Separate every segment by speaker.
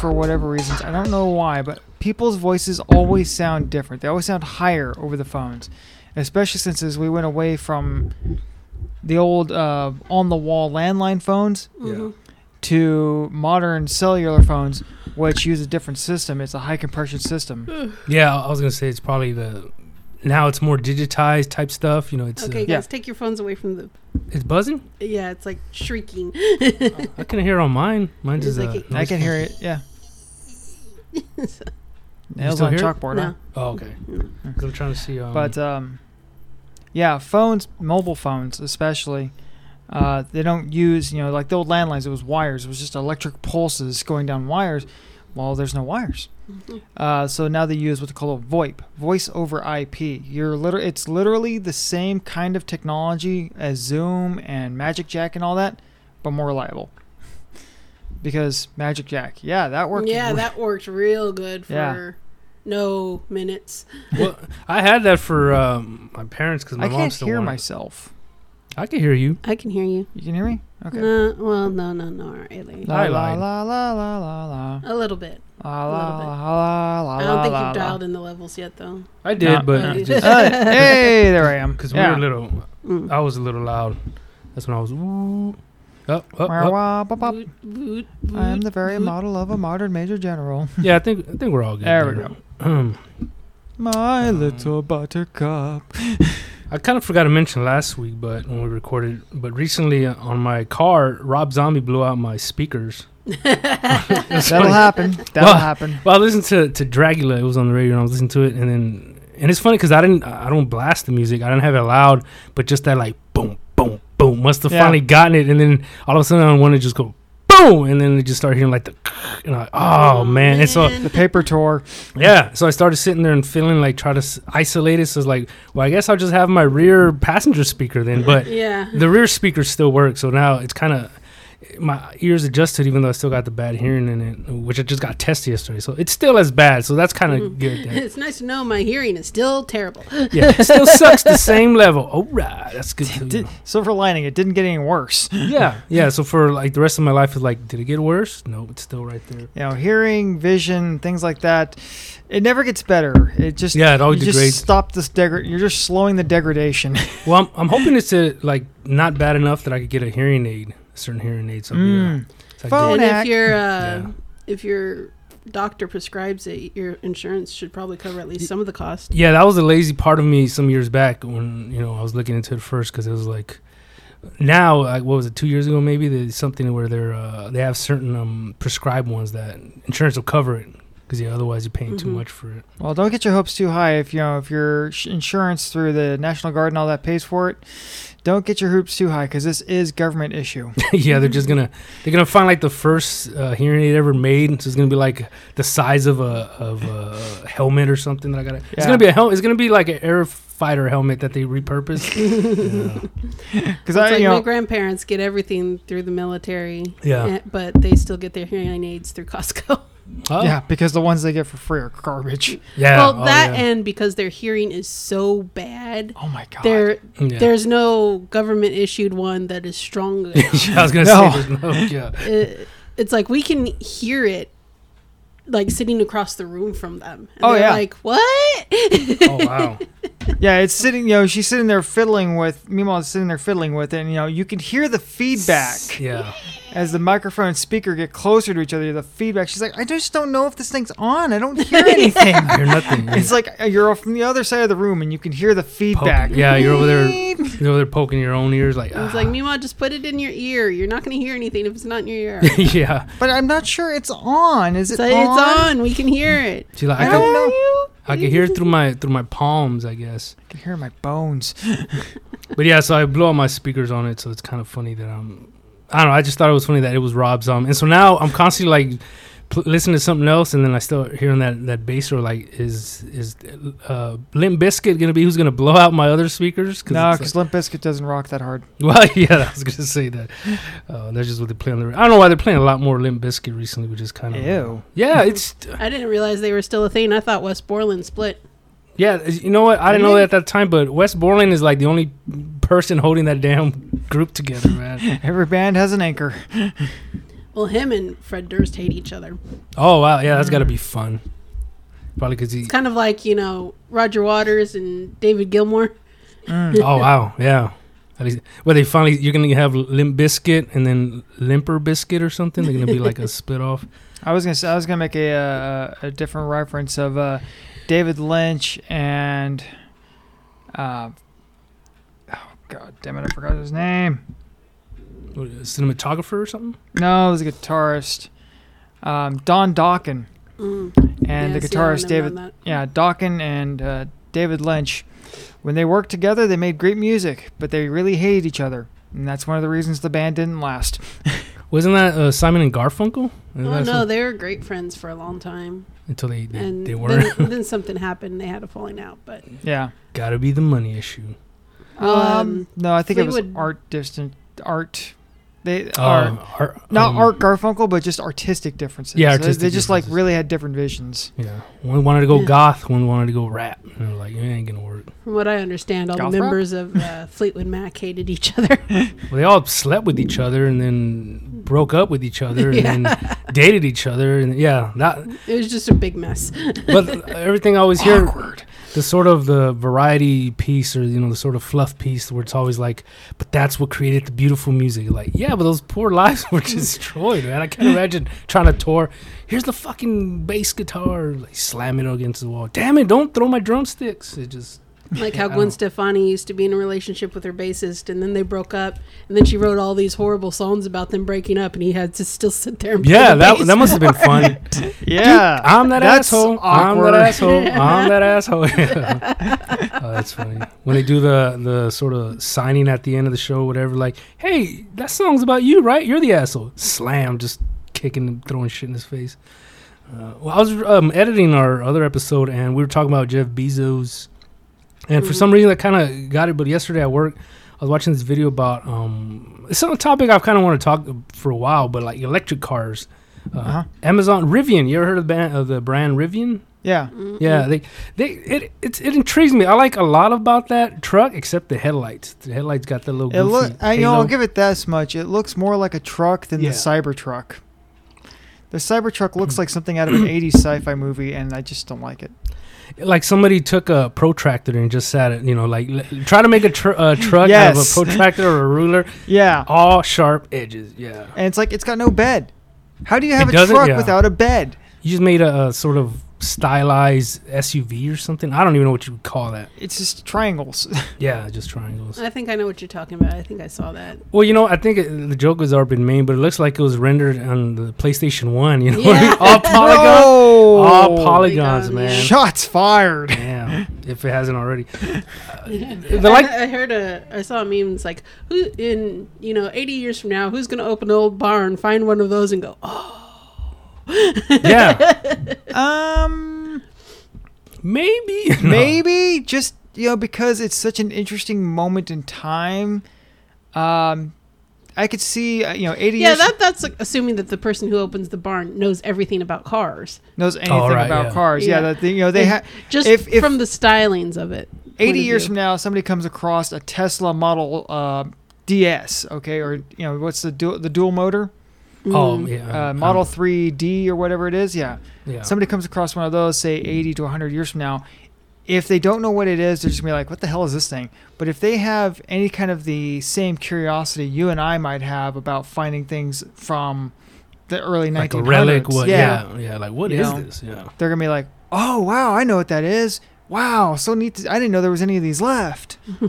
Speaker 1: for whatever reasons. I don't know why, but people's voices always sound different. They always sound higher over the phones, especially since as we went away from the old uh, on-the-wall landline phones
Speaker 2: Yeah.
Speaker 1: to modern cellular phones, which use a different system. It's a high-compression system.
Speaker 3: Yeah, I was gonna say it's probably the now it's more digitized type stuff. You know, it's
Speaker 2: Okay,
Speaker 3: uh,
Speaker 1: Yeah.
Speaker 2: guys, take your phones away from the.
Speaker 3: it's buzzing.
Speaker 2: Yeah, it's like shrieking.
Speaker 1: Oh,
Speaker 3: I can hear it on mine. Mine's
Speaker 2: It's
Speaker 3: is
Speaker 2: like
Speaker 3: uh,
Speaker 2: it-
Speaker 1: I can hear it. Yeah. Nails
Speaker 3: still
Speaker 1: on
Speaker 3: hear it?
Speaker 1: chalkboard, huh?
Speaker 2: no.
Speaker 3: Oh, okay. 'Cause I'm trying to see. Um,
Speaker 1: But um, yeah, phones, mobile phones especially, uh, they don't use you know like the old landlines. It was wires. It was just electric pulses going down wires. Well, there's no wires.
Speaker 2: Mm-hmm.
Speaker 1: Uh, so now they use what they call a VoIP, voice over IP. You're liter- it's literally the same kind of technology as Zoom and Magic Jack and all that, but more reliable. Because Magic Jack, yeah, that worked.
Speaker 2: Yeah,
Speaker 1: re-
Speaker 2: that worked real good for
Speaker 1: Yeah.
Speaker 2: no minutes.
Speaker 3: well, I had that for um, my parents because my
Speaker 1: I
Speaker 3: mom
Speaker 1: can't
Speaker 3: still
Speaker 1: hear
Speaker 3: wanted it.
Speaker 1: myself.
Speaker 3: I can hear you.
Speaker 2: I can hear you.
Speaker 1: You can hear me? Okay.
Speaker 2: No, well, no, no, no, really.
Speaker 1: La
Speaker 3: I
Speaker 1: la
Speaker 3: lied.
Speaker 1: la la la la la.
Speaker 2: A little bit.
Speaker 1: La
Speaker 2: A
Speaker 1: la
Speaker 2: little bit.
Speaker 1: la la la
Speaker 2: I don't think
Speaker 1: la
Speaker 2: you've
Speaker 1: la.
Speaker 2: dialed in the levels yet, though.
Speaker 3: I did,
Speaker 1: No.
Speaker 3: but
Speaker 2: Yeah.
Speaker 3: it's just
Speaker 1: Uh, hey, there I am.
Speaker 3: because
Speaker 1: Yeah.
Speaker 3: we were little,
Speaker 2: Mm.
Speaker 3: I was a little loud. That's when I was ooh, up, up,
Speaker 1: Wah,
Speaker 3: up.
Speaker 1: wah, bop, bop.
Speaker 2: Boot, boot,
Speaker 1: I am the
Speaker 2: boot,
Speaker 1: very
Speaker 2: boot.
Speaker 1: model of a modern major general.
Speaker 3: Yeah, I think I think we're all good.
Speaker 1: There
Speaker 3: Um,
Speaker 1: we
Speaker 3: go.
Speaker 1: My
Speaker 3: Um,
Speaker 1: little buttercup.
Speaker 3: I kind of forgot to mention last week, but when we recorded, but recently uh, on my car, Rob Zombie blew out my speakers.
Speaker 1: Oh. That'll happen. That'll
Speaker 3: Well-
Speaker 1: happen.
Speaker 3: Well, I listened to to Dragula. It was on the radio, and I was listening to it, and then and it's funny because I didn't I don't blast the music. I didn't have it loud, but just that like boom, boom, boom must have
Speaker 1: Yeah.
Speaker 3: finally gotten it, and then all of a sudden I want to just go boom, and then you just start hearing like the and I'm like oh man, and so
Speaker 1: The paper tour.
Speaker 3: yeah, so I started sitting there and feeling like try to s- isolate it. So it's like, well, I guess I'll just have my rear passenger speaker then. But
Speaker 2: Yeah.
Speaker 3: the rear speaker still works, so now it's kind of my ears adjusted, even though I still got the bad hearing in it, which I just got tested yesterday. So it's still as bad. So that's kind
Speaker 1: Mm-hmm.
Speaker 3: of good. then.
Speaker 2: It's nice to know my hearing is still terrible.
Speaker 3: Yeah, it still sucks the same level. All right, that's good. to
Speaker 1: Did,
Speaker 3: know.
Speaker 1: silver lining. It didn't get any worse.
Speaker 3: Yeah, yeah. So for like the rest of my life, it's like, did it get worse? No, it's still right there.
Speaker 1: You know, hearing, vision, things like that. It never gets better. It just
Speaker 3: Yeah, it all
Speaker 1: you
Speaker 3: degrades.
Speaker 1: just stop this degrad. You're just slowing the degradation.
Speaker 3: Well, I'm, I'm hoping it's uh like not bad enough that I could get a hearing aid, a certain hearing aid. So,
Speaker 1: Mm.
Speaker 3: so I could-
Speaker 1: Phone
Speaker 2: and
Speaker 1: act.
Speaker 2: if your uh,
Speaker 3: Yeah.
Speaker 2: if your doctor prescribes it, your insurance should probably cover at least some of the cost.
Speaker 3: Yeah, that was a lazy part of me some years back when you know I was looking into it first because it was like now like, what was it two years ago maybe there's something where they're uh, they have certain um, prescribed ones that insurance will cover it because yeah otherwise you're paying too
Speaker 2: Mhm.
Speaker 3: much for it.
Speaker 1: Well, don't get your hopes too high. If you know if your sh- insurance through the National Guard and all that pays for it, don't get your hoops too high because this is government issue.
Speaker 3: yeah, they're just gonna they're gonna find like the first uh, hearing aid ever made. So it's gonna be like the size of a of a helmet or something that I gotta. It's
Speaker 1: Yeah.
Speaker 3: gonna be a helmet. It's gonna be like an air fighter helmet that they repurpose.
Speaker 1: Because
Speaker 2: It's
Speaker 1: I,
Speaker 2: like
Speaker 1: you
Speaker 2: my
Speaker 1: know,
Speaker 2: grandparents get everything through the military,
Speaker 3: yeah. yeah.
Speaker 2: eh, but they still get their hearing aids through Costco.
Speaker 3: Oh,
Speaker 1: yeah, because the ones they get for free are garbage.
Speaker 3: Yeah.
Speaker 2: well,
Speaker 3: oh,
Speaker 2: that
Speaker 3: yeah.
Speaker 2: and because their hearing is so bad,
Speaker 1: Oh my god.
Speaker 2: there
Speaker 3: Yeah.
Speaker 2: there's no government issued one that is strong enough.
Speaker 3: I was gonna
Speaker 1: No.
Speaker 3: say there's no. Yeah.
Speaker 2: it, it's like we can hear it like sitting across the room from them. And
Speaker 1: Oh,
Speaker 2: they're
Speaker 1: yeah.
Speaker 2: Like, what?
Speaker 3: Oh wow.
Speaker 1: yeah, it's sitting. You know, she's sitting there fiddling with. Meanwhile, it's sitting there fiddling with it. And you know, you can hear the feedback
Speaker 3: Yeah.
Speaker 1: as the microphone and speaker get closer to each other. The feedback. She's like, I just don't know if this thing's on. I don't hear anything.
Speaker 3: I hear nothing.
Speaker 1: It's like uh, you're from the other side of the room and you can hear the feedback.
Speaker 3: Yeah, you're over there. You're over there poking your own ears like.
Speaker 2: It's
Speaker 3: "Ah."
Speaker 2: like, meanwhile, just put it in your ear. You're not going to hear anything if it's not in your ear.
Speaker 3: yeah.
Speaker 1: But I'm not sure it's on. Is it
Speaker 2: It's, like,
Speaker 1: on?
Speaker 2: it's on. We can hear it.
Speaker 3: She's like, I,
Speaker 1: I
Speaker 3: can.
Speaker 1: don't know.
Speaker 3: I can hear it through my through my palms, I guess.
Speaker 1: I can hear my bones.
Speaker 3: But yeah, so I blew out my speakers on it, so it's kind of funny that I'm. I don't know. I just thought it was funny that it was Rob Zombie, and so now I'm constantly like pl- listen to something else, and then I start hearing that that bass or like is is uh, Limp Biscuit gonna be who's gonna blow out my other speakers?
Speaker 1: No,
Speaker 3: it's
Speaker 1: because Limp Bizkit doesn't rock that hard.
Speaker 3: Well, yeah, I was gonna say that. Uh, that's just what they play on the. I don't know why they're playing a lot more Limp Bizkit recently, which is kind of
Speaker 1: Ew.
Speaker 3: Yeah, it's
Speaker 2: I didn't realize they were still a thing. I thought West Borland split.
Speaker 3: yeah. it's- You know what? I didn't know that at that time, but West Borland is like the only person holding that damn group together, man.
Speaker 1: Every band has an anchor.
Speaker 2: Well, him and Fred Durst hate each other.
Speaker 3: oh wow, yeah, that's gotta be fun. Probably because he.
Speaker 2: It's kind of like you know Roger Waters and David Gilmour.
Speaker 1: Mm.
Speaker 3: Oh wow, yeah. At least, well, they finally you're gonna have Limp Biscuit and then Limper Biscuit or something. They're gonna be like a split off.
Speaker 1: I was gonna say, I was gonna make a uh, a different reference of uh, David Lynch and uh, oh god damn it I forgot his name.
Speaker 3: What, a cinematographer or something.
Speaker 1: No, it was a guitarist, um, Don Dokken
Speaker 2: Mm.
Speaker 1: and the guitarist David yeah Dokken and uh, David Lynch. When they worked together, they made great music, but they really hated each other, and that's one of the reasons the band didn't last.
Speaker 3: Wasn't that uh, Simon and Garfunkel? Isn't
Speaker 2: Oh
Speaker 3: that
Speaker 2: no,
Speaker 3: some-
Speaker 2: they were great friends for a long time,
Speaker 3: until they they,
Speaker 2: and
Speaker 3: they weren't.
Speaker 2: then, then something happened. They had a falling out, but
Speaker 1: Yeah.
Speaker 3: Gotta be the money issue.
Speaker 1: Um,
Speaker 2: Um,
Speaker 1: no, I think it was
Speaker 2: Fleetwood-
Speaker 1: Art Distant Art. They Art.
Speaker 3: Uh, art,
Speaker 1: Not
Speaker 3: um,
Speaker 1: Art Garfunkel, but just artistic differences.
Speaker 3: Yeah,
Speaker 1: They-
Speaker 3: artistic
Speaker 1: they, just like
Speaker 3: differences.
Speaker 1: really had different visions.
Speaker 3: Yeah, one wanted to go
Speaker 2: Yeah.
Speaker 3: goth, one wanted to go rap. And they're like, it ain't gonna work.
Speaker 2: from what I understand, all
Speaker 1: Goth
Speaker 2: the
Speaker 1: rock?
Speaker 2: members of uh, Fleetwood Mac hated each other.
Speaker 3: Well, they all slept with each other and then broke up with each other and
Speaker 2: Yeah.
Speaker 3: then dated each other and yeah, that.
Speaker 2: it was just a big mess.
Speaker 3: But everything I always hear, the sort of the variety piece or you know the sort of fluff piece where it's always like, but that's what created the beautiful music. Like, yeah, but those poor lives were destroyed, man. I can't imagine trying to tour. Here's the fucking bass guitar, like slamming it against the wall. Damn it! Don't throw my drumsticks. It just
Speaker 2: Like how
Speaker 3: I
Speaker 2: Gwen
Speaker 3: don't-
Speaker 2: Stefani used to be in a relationship with her bassist, and then they broke up, and then she wrote all these horrible songs about them breaking up, and he had to still sit there. And play
Speaker 3: Yeah,
Speaker 2: the
Speaker 3: that
Speaker 2: bass
Speaker 3: that must have been fun.
Speaker 1: Yeah.
Speaker 3: I'm that
Speaker 1: That's
Speaker 3: asshole. I'm
Speaker 1: awkward.
Speaker 3: that asshole. I'm that asshole. Yeah. oh, that's funny. When they do the the sort of signing at the end of the show, whatever, like, hey, that song's about you, right? You're the asshole. Slam, just kicking and throwing shit in his face. Uh, well, I was um, editing our other episode, and we were talking about Jeff Bezos, and for
Speaker 2: Mhm.
Speaker 1: Mm-hmm.
Speaker 3: some reason I kind of got it. But yesterday at work, I was watching this video about um, it's on a topic I've kind of want to talk uh, for a while, but like electric cars. Uh,
Speaker 1: Uh-huh.
Speaker 3: Amazon Rivian. You ever heard of the band of the brand Rivian?
Speaker 1: Yeah.
Speaker 2: Mm-mm.
Speaker 3: Yeah, they they it it's, it intrigues me. I like a lot about that truck, except the headlights. The headlights got the little.
Speaker 1: It
Speaker 3: goofy
Speaker 1: look. I you know.
Speaker 3: halo.
Speaker 1: I'll give it this much. It looks more like a truck than
Speaker 3: Yeah. Hmm.
Speaker 1: the Cybertruck. The Cybertruck looks like something out of an '80s sci-fi movie, and I just don't like it.
Speaker 3: like somebody took a protractor and just sat it. You know, like l- try to make a tr- a truck
Speaker 1: Yes.
Speaker 3: out of a protractor or a ruler,
Speaker 1: Yeah.
Speaker 3: all sharp edges. Yeah,
Speaker 1: And it's like it's got no bed. How do you have
Speaker 3: It
Speaker 1: a
Speaker 3: doesn't-
Speaker 1: truck
Speaker 3: yeah.
Speaker 1: without a bed?
Speaker 3: you just made a, a sort of stylized SUV or something. I don't even know what you would call that.
Speaker 1: It's just triangles.
Speaker 3: Yeah, just triangles.
Speaker 2: I think I know what you're talking about. I think I saw that.
Speaker 3: Well, you know, I think it, the joke has already been made, but it looks like it was rendered on the PlayStation One. You know,
Speaker 2: Yeah.
Speaker 3: all polygons,
Speaker 1: Oh.
Speaker 3: all polygons,
Speaker 2: Polygons,
Speaker 3: man.
Speaker 1: Shots fired.
Speaker 3: Damn, if it hasn't already.
Speaker 2: I,
Speaker 3: Uh, like-
Speaker 2: I heard a, I saw a meme. It's like, who in you know, 80 years from now, who's gonna open an old barn, find one of those, and go, oh,
Speaker 3: Yeah,
Speaker 1: Um.
Speaker 3: maybe. No.
Speaker 1: maybe just you know because it's such an interesting moment in time um i could see uh, you know 80
Speaker 2: yeah,
Speaker 1: years
Speaker 2: that that's like, assuming that the person who opens the barn knows everything about cars,
Speaker 1: knows anything
Speaker 3: Oh, right,
Speaker 1: about
Speaker 3: yeah.
Speaker 1: cars yeah,
Speaker 2: Yeah.
Speaker 1: that thing you know they
Speaker 2: And
Speaker 1: have
Speaker 2: just
Speaker 1: If- if-
Speaker 2: from the stylings of it. point
Speaker 1: 80
Speaker 2: of
Speaker 1: years
Speaker 2: view.
Speaker 1: from now somebody comes across a tesla model uh ds okay or you know what's the dual the dual motor
Speaker 3: Oh, yeah.
Speaker 1: uh, model
Speaker 3: um,
Speaker 1: 3d or whatever it is yeah
Speaker 3: yeah. Mm-hmm.
Speaker 1: somebody comes across one of those, say 80 to 100 years from now, if they don't know what it is, they're just gonna be like, "What the hell is this thing?" But if they have any kind of the same curiosity you and I might have about finding things from the early 1900s,
Speaker 3: like a relic. What? Yeah, yeah. like what is
Speaker 1: You know.
Speaker 3: this? Yeah.
Speaker 1: they're gonna be like, "Oh wow, I know what that is. Wow, so neat. To, I didn't know there was any of these left." you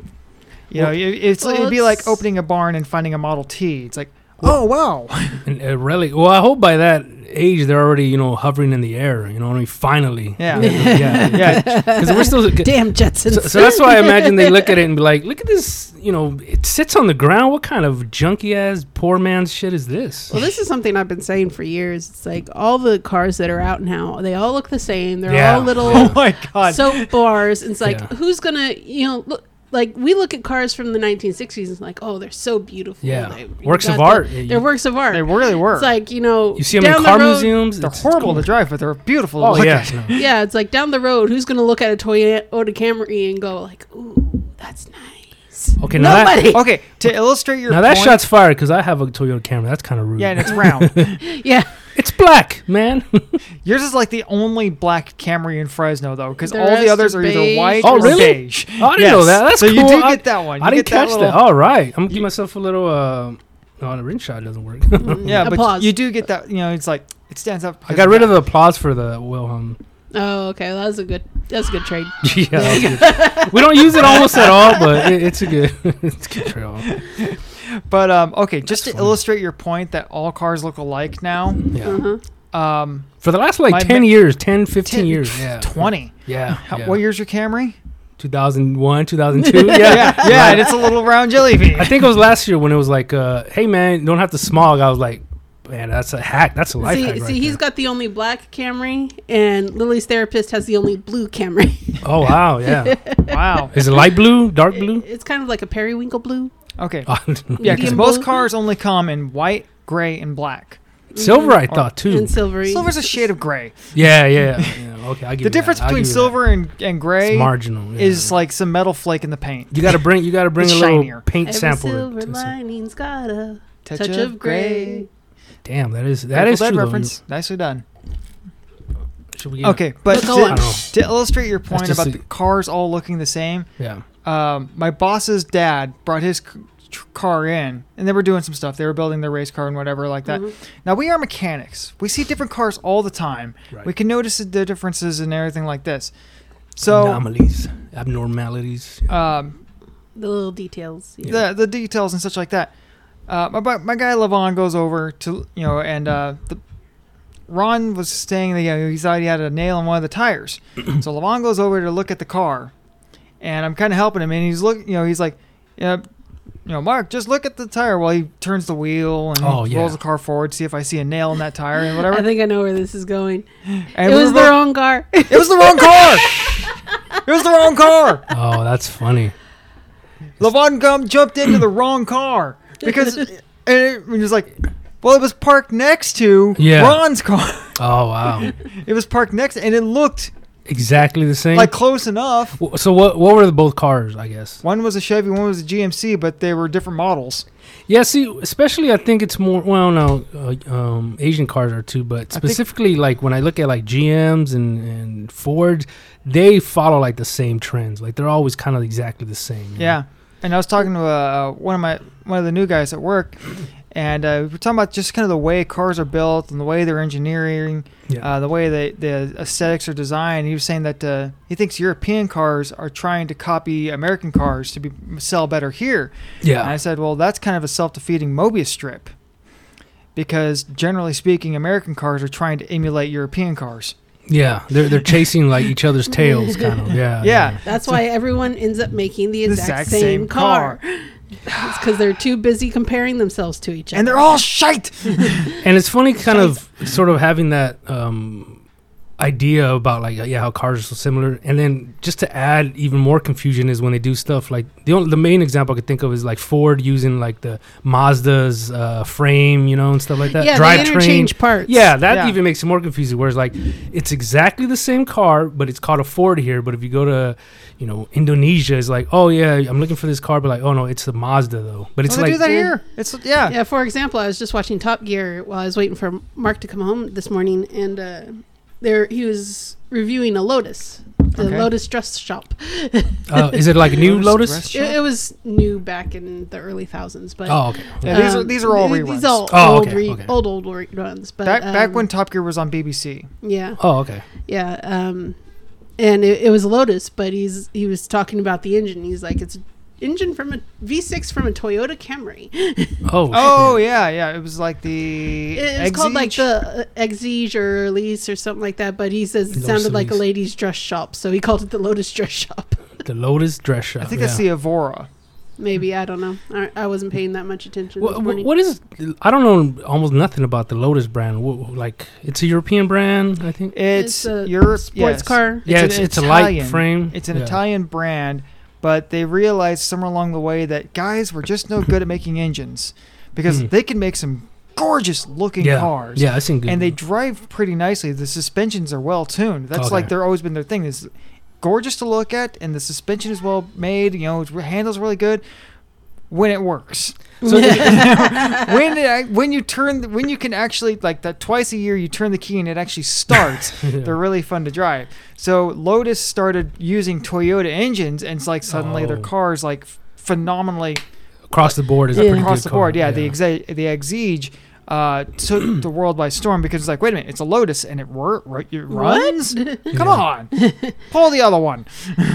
Speaker 1: know,
Speaker 3: Well-
Speaker 1: it, it's
Speaker 2: Well,
Speaker 1: it'd be like
Speaker 2: it's-
Speaker 1: opening a barn and finding a Model T. It's like, Oh wow!
Speaker 3: And a relic. Well, I hope by that age they're already you know hovering in the air. You know what I mean? Finally.
Speaker 1: Yeah,
Speaker 3: Yeah.
Speaker 1: yeah.
Speaker 3: Because we're still.
Speaker 2: Damn Jetsons.
Speaker 3: So, so that's why I imagine they look at it and be like, "Look at this! You know, it sits on the ground. What kind of junky ass poor man's shit is this?"
Speaker 2: Well, this is something I've been saying for years. It's like all the cars that are out now, they all look the same. They're
Speaker 3: Yeah.
Speaker 2: all
Speaker 1: Oh
Speaker 2: little
Speaker 1: my god!
Speaker 2: soap bars. It's like,
Speaker 3: Yeah.
Speaker 2: who's going to, you know, look. Like we look at cars from the 1960s and it's like, oh, they're so beautiful.
Speaker 3: Yeah.
Speaker 2: They- you
Speaker 3: Works
Speaker 2: got
Speaker 3: of
Speaker 2: the-
Speaker 3: art. Yeah, you-
Speaker 2: they're works of art.
Speaker 1: they really were.
Speaker 2: It's like you know,
Speaker 3: You see them
Speaker 2: down
Speaker 3: in
Speaker 2: the
Speaker 3: car
Speaker 2: road-
Speaker 3: museums.
Speaker 1: they're
Speaker 3: it's-
Speaker 1: horrible to
Speaker 3: it's-
Speaker 1: drive, but they're beautiful. to
Speaker 3: Oh
Speaker 1: look
Speaker 3: yeah.
Speaker 1: at.
Speaker 3: no.
Speaker 2: Yeah, it's like down the road. Who's gonna look at a Toyota Camry and go like, ooh, that's nice.
Speaker 3: Okay, now that-
Speaker 2: Nobody.
Speaker 1: Okay, to illustrate your
Speaker 3: Now that
Speaker 1: point-
Speaker 3: shot's fired because I have a Toyota Camry. That's kind of rude.
Speaker 1: yeah, and it's round.
Speaker 2: Yeah,
Speaker 3: it's black, man.
Speaker 1: Yours is like the only black Camry in Fresno though, because
Speaker 2: The
Speaker 1: all the
Speaker 2: rest
Speaker 1: others
Speaker 2: are
Speaker 1: are either
Speaker 2: beige.
Speaker 1: white
Speaker 3: Oh,
Speaker 1: or
Speaker 3: really?
Speaker 1: beige.
Speaker 3: I didn't know that. That's
Speaker 1: so you
Speaker 3: cool.
Speaker 1: do
Speaker 3: I-
Speaker 1: get that one.
Speaker 3: I
Speaker 1: You
Speaker 3: didn't
Speaker 1: get
Speaker 3: catch that. Oh.
Speaker 1: little-
Speaker 3: All right, I'm gonna give myself a little. Uh, no, the ring shot doesn't work.
Speaker 1: Yeah, but
Speaker 2: Applause.
Speaker 1: you do get that. You know, it's like it stands up.
Speaker 3: I got rid of the applause for the Wilhelm.
Speaker 2: Oh, okay, well, that's a good. That's a good trade.
Speaker 3: yeah, that was good. we don't use it almost at all, but it, it's a good, it's a good trail.
Speaker 1: But um, okay, just to
Speaker 3: funny.
Speaker 1: illustrate your point that all cars look alike now.
Speaker 3: Yeah,
Speaker 2: Uh-huh.
Speaker 1: Um,
Speaker 3: for the last like
Speaker 1: My
Speaker 3: ten
Speaker 1: ma-
Speaker 3: years, 10, 15
Speaker 1: 10
Speaker 3: years. Yeah,
Speaker 1: twenty.
Speaker 3: Yeah,
Speaker 1: How,
Speaker 3: yeah.
Speaker 1: What year's your Camry?
Speaker 3: Two thousand one, two thousand two. Yeah,
Speaker 1: yeah, yeah, and it's a little round jelly bean.
Speaker 3: I think it was last year when it was like, uh, "Hey man, don't have to smog." I was like, "Man, that's a hack. That's a life
Speaker 2: see,
Speaker 3: hack."
Speaker 2: see,
Speaker 3: right
Speaker 2: he's got the only black Camry, and Lily's therapist has the only blue Camry.
Speaker 3: there. Oh wow, yeah.
Speaker 1: Wow.
Speaker 3: Is it light blue, dark blue?
Speaker 2: it's kind of like a periwinkle blue.
Speaker 1: Okay.
Speaker 3: Oh,
Speaker 1: Yeah, because
Speaker 2: medium
Speaker 1: most
Speaker 2: blue.
Speaker 1: cars only come in white, gray, and black.
Speaker 3: silver, I thought too.
Speaker 2: and silvery.
Speaker 1: Silver's a shade of gray.
Speaker 3: Yeah, yeah. yeah. Okay, I give you
Speaker 1: The difference
Speaker 3: that. I'll
Speaker 1: between
Speaker 3: give you that.
Speaker 1: silver and, and gray
Speaker 3: It's marginal. yeah.
Speaker 1: is like some metal flake in the paint.
Speaker 3: you got to bring you got to bring
Speaker 1: It's
Speaker 3: a little
Speaker 1: shinier.
Speaker 3: paint
Speaker 2: Every
Speaker 3: sample.
Speaker 2: silver
Speaker 3: to some-
Speaker 2: lining's got a touch, of gray.
Speaker 3: Damn, that is that
Speaker 1: Grateful
Speaker 3: is
Speaker 1: Dead
Speaker 3: true. though.
Speaker 1: reference. Nicely done.
Speaker 3: Should we get-
Speaker 1: Okay, but
Speaker 2: But go
Speaker 1: to-
Speaker 3: I don't know.
Speaker 1: to illustrate your point
Speaker 3: just
Speaker 1: about
Speaker 3: a-
Speaker 1: the cars all looking the same,
Speaker 3: Yeah.
Speaker 1: um, my boss's dad brought his c- tr- car in and they were doing some stuff they were building their race car and whatever like
Speaker 2: Uh-huh.
Speaker 1: that now we are mechanics we see different cars all the time
Speaker 3: Right.
Speaker 1: we can notice the differences and everything like this so
Speaker 3: anomalies, abnormalities.
Speaker 1: um,
Speaker 2: The little details. you know.
Speaker 1: the, the details and such like that uh, my, bu- my guy levon goes over to you know and uh, the ron was staying there you know, he thought he had a nail in one of the tires so levon goes over to look at the car and I'm kind of helping him, and he's look, you know, he's like, yeah, you know, Mark, just look at the tire while he turns the wheel and
Speaker 3: Oh, yeah.
Speaker 1: rolls the car forward, see if I see a nail in that tire and whatever.
Speaker 2: I think I know where this is going.
Speaker 1: and
Speaker 2: it
Speaker 1: we
Speaker 2: was
Speaker 1: were
Speaker 2: their
Speaker 1: both-
Speaker 2: own car.
Speaker 1: it was the wrong car. it was the wrong car.
Speaker 3: oh, that's funny.
Speaker 1: Levon Gum jumped into the wrong car because and it was like, well, it was parked next to
Speaker 3: Yeah.
Speaker 1: Ron's car.
Speaker 3: Oh wow,
Speaker 1: It was parked next, and it looked
Speaker 3: exactly the same.
Speaker 1: like close enough.
Speaker 3: W- so what? What were the both cars? I guess.
Speaker 1: One was a Chevy, one was a GMC, but they were different models.
Speaker 3: Yeah. See, especially I think it's more. Well, no, uh, um, Asian cars are too, but
Speaker 1: think-
Speaker 3: specifically like when I look at like GMs and and Fords, they follow like the same trends. Like they're always kind of exactly the same. you know?
Speaker 1: Yeah, and I was talking to uh, one of my one of the new guys at work, and uh, we were talking about just kind of the way cars are built and the way they're engineering,
Speaker 3: Yeah.
Speaker 1: uh, the way they the aesthetics are designed. He was saying that uh, he thinks European cars are trying to copy American cars to be sell better here. And I
Speaker 3: yeah.
Speaker 1: said, well, that's kind of a self defeating Mobius strip. Because generally speaking, American cars are trying to emulate European cars.
Speaker 3: Yeah. They're they're chasing like each other's tails, kind of. Yeah.
Speaker 1: Yeah,
Speaker 2: That's why everyone ends up making the
Speaker 1: the
Speaker 2: exact, same, car. It's because they're too busy comparing themselves to each other.
Speaker 1: and they're all shite.
Speaker 3: And it's funny, kind of, sort of having that um, idea about like, yeah, how cars are so similar. And then just to add even more confusion is when they do stuff like the only, the main example I could think of is like Ford using like the Mazda's uh, frame, you know, and stuff like that.
Speaker 2: yeah,
Speaker 3: Drivetrain.
Speaker 2: they interchange parts.
Speaker 3: Yeah, that
Speaker 1: Yeah.
Speaker 3: even makes it more confusing. Whereas, like, it's exactly the same car, but it's called a Ford here. But if you go to, you know, Indonesia, it's like, oh yeah, I'm looking for this car, but like, oh no, it's the Mazda though. But it's
Speaker 1: Well, Oh, they do
Speaker 3: like,
Speaker 1: that here. It's yeah.
Speaker 2: Yeah, for example, I was just watching Top Gear while I was waiting for Mark to come home this morning, and uh, there he was reviewing a Lotus, the
Speaker 1: Okay.
Speaker 2: Lotus dress shop.
Speaker 3: uh, is it like a new
Speaker 1: Lotus
Speaker 3: Lotus?
Speaker 1: dress
Speaker 2: It, it was new back in the early thousands, but
Speaker 3: Oh, okay.
Speaker 1: Yeah, these are
Speaker 2: um,
Speaker 1: these are all
Speaker 2: th-
Speaker 1: reruns.
Speaker 2: These all
Speaker 3: Oh,
Speaker 2: old,
Speaker 3: okay,
Speaker 2: re-
Speaker 3: okay.
Speaker 2: old, old reruns. But
Speaker 1: back back
Speaker 2: um,
Speaker 1: when Top Gear was on BBC.
Speaker 2: yeah,
Speaker 3: Oh, okay.
Speaker 2: Yeah, um, and it, it was Lotus, but he's he was talking about the engine. He's like, it's engine from a V6 from a Toyota Camry.
Speaker 3: Oh,
Speaker 1: Oh
Speaker 3: shit.
Speaker 1: yeah, yeah. It was like the.
Speaker 2: It was called like
Speaker 1: Exige?
Speaker 2: the uh, Exige or Elise or something like that, but he says it
Speaker 3: Lotus
Speaker 2: sounded like a
Speaker 3: Elise.
Speaker 2: lady's dress shop, so he called it the Lotus Dress Shop.
Speaker 3: the Lotus dress shop.
Speaker 1: I think
Speaker 3: yeah.
Speaker 1: that's the Avora.
Speaker 2: Maybe I don't know. I, I wasn't paying that much attention.
Speaker 3: Wha-
Speaker 2: this
Speaker 3: wha-
Speaker 2: morning.
Speaker 3: what is? I don't know almost nothing about the Lotus brand. Wha- wha- Like it's a European brand, I think.
Speaker 1: It's,
Speaker 2: a
Speaker 1: Europe
Speaker 2: sports
Speaker 1: yes.
Speaker 2: car?
Speaker 3: yeah,
Speaker 1: an
Speaker 3: it's, it's a light
Speaker 1: Italian-
Speaker 3: frame.
Speaker 1: It's an
Speaker 3: Yeah.
Speaker 1: Italian brand, but they realized somewhere along the way that guys were just no good at making engines because
Speaker 3: Mhm.
Speaker 1: they can make some gorgeous looking
Speaker 3: yeah.
Speaker 1: cars.
Speaker 3: Yeah, I seen good.
Speaker 1: And they drive pretty nicely. The suspensions are well tuned. That's
Speaker 3: Okay.
Speaker 1: like they're always been their thing. It's gorgeous to look at, and the suspension is well made. You know, it handles really good when it works.
Speaker 3: So-
Speaker 1: when it, ac- when you turn the- when you can actually like that twice a year you turn the key and it actually starts. They're really fun to drive. So Lotus started using Toyota engines, and it's like suddenly their
Speaker 3: Oh.
Speaker 1: cars like f- phenomenally
Speaker 3: across the board is a
Speaker 2: Yeah.
Speaker 3: pretty
Speaker 1: across
Speaker 3: good
Speaker 1: the board.
Speaker 3: car.
Speaker 1: Yeah, the exe- the Exige uh, took the world by storm because it's like, wait a minute, it's a Lotus and it, wor- ru- it runs. Come
Speaker 3: Yeah.
Speaker 1: on, pull the other one.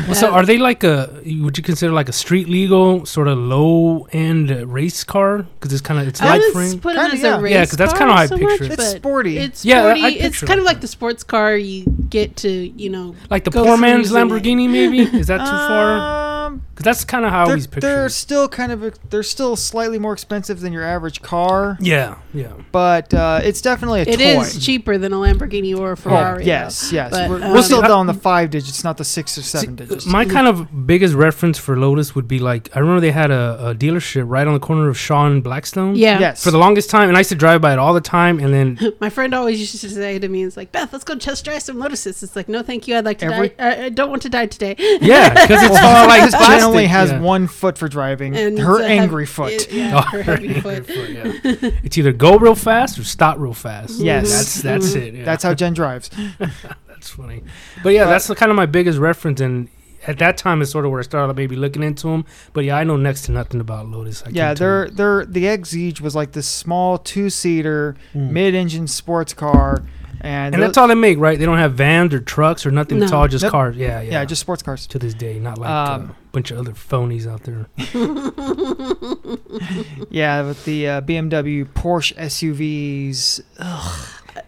Speaker 3: Well, so are they like a? Would you consider like a street legal sort of low end race car? Because it's kind of it's
Speaker 2: I
Speaker 3: light
Speaker 2: would
Speaker 3: frame.
Speaker 2: put
Speaker 1: Kinda,
Speaker 2: it as
Speaker 1: yeah.
Speaker 2: a race
Speaker 3: Yeah, 'cause that's
Speaker 2: car
Speaker 3: kinda how I
Speaker 2: so
Speaker 3: picture
Speaker 2: much,
Speaker 3: it.
Speaker 1: It's
Speaker 2: but
Speaker 1: sporty.
Speaker 2: It's
Speaker 3: Yeah,
Speaker 2: sporty.
Speaker 3: I'd
Speaker 2: it's
Speaker 3: picture
Speaker 2: kind of
Speaker 3: it.
Speaker 2: like the sports car you get to, you know.
Speaker 3: Like the
Speaker 2: Go
Speaker 3: poor man's
Speaker 2: cruising.
Speaker 3: Lamborghini, maybe? Is that too far?
Speaker 1: Um,
Speaker 3: Because that's kind of how I
Speaker 1: they're,
Speaker 3: always picture.
Speaker 1: they're
Speaker 3: it.
Speaker 1: still kind of ex- they're still slightly more expensive than your average car,
Speaker 3: Yeah, yeah.
Speaker 1: but uh, it's definitely a
Speaker 2: It
Speaker 1: toy.
Speaker 2: is cheaper than a Lamborghini
Speaker 3: Oh,
Speaker 2: or a Ferrari. though.
Speaker 1: yes, yes.
Speaker 2: But,
Speaker 1: we're,
Speaker 2: um,
Speaker 1: we're still
Speaker 3: See, I-
Speaker 1: down the five digits, not the six or seven
Speaker 3: See,
Speaker 1: digits.
Speaker 3: My kind of biggest reference for Lotus would be like I remember they had a, a dealership right on the corner of Shaw and Blackstone.
Speaker 2: Yeah.
Speaker 1: Yes.
Speaker 3: For the longest time, and I used to drive by it all the time, and then
Speaker 2: My friend always used to say to me, "It's like Beth, let's go just drive some lotuses." It's like, no, thank you. I'd like to
Speaker 1: Every-
Speaker 2: die. Uh, I, I don't want to die today.
Speaker 3: yeah, because it's
Speaker 1: Well,
Speaker 3: all like
Speaker 1: this
Speaker 3: plastic.
Speaker 1: plant only has
Speaker 3: yeah.
Speaker 1: one foot for driving,
Speaker 2: And
Speaker 1: her
Speaker 2: it's a hev-
Speaker 1: angry foot.
Speaker 2: It- yeah,
Speaker 3: Oh,
Speaker 2: her heavy foot.
Speaker 3: yeah. It's either go real fast or stop real fast.
Speaker 1: Yes.
Speaker 3: that's that's it. yeah.
Speaker 1: That's how Jen drives.
Speaker 3: That's funny. But yeah,
Speaker 1: But-
Speaker 3: that's the kind of my biggest reference. And at that time is sort of where I started maybe looking into them. But yeah, I know next to nothing about Lotus. I
Speaker 1: yeah,
Speaker 3: can't tell
Speaker 1: they're, they're, the Exige was like this small two seater,
Speaker 3: you. Mm.
Speaker 1: mid engine sports car. And,
Speaker 3: And
Speaker 1: tho-
Speaker 3: that's all they make, right? They don't have vans or trucks or nothing. It's
Speaker 2: No.
Speaker 3: all just
Speaker 1: Nope.
Speaker 3: cars. Yeah, yeah.
Speaker 1: yeah, just sports cars.
Speaker 3: to this day, not like
Speaker 1: Um,
Speaker 3: uh, a bunch of other phonies out there.
Speaker 1: Yeah, with the uh, BMW, Porsche SUVs.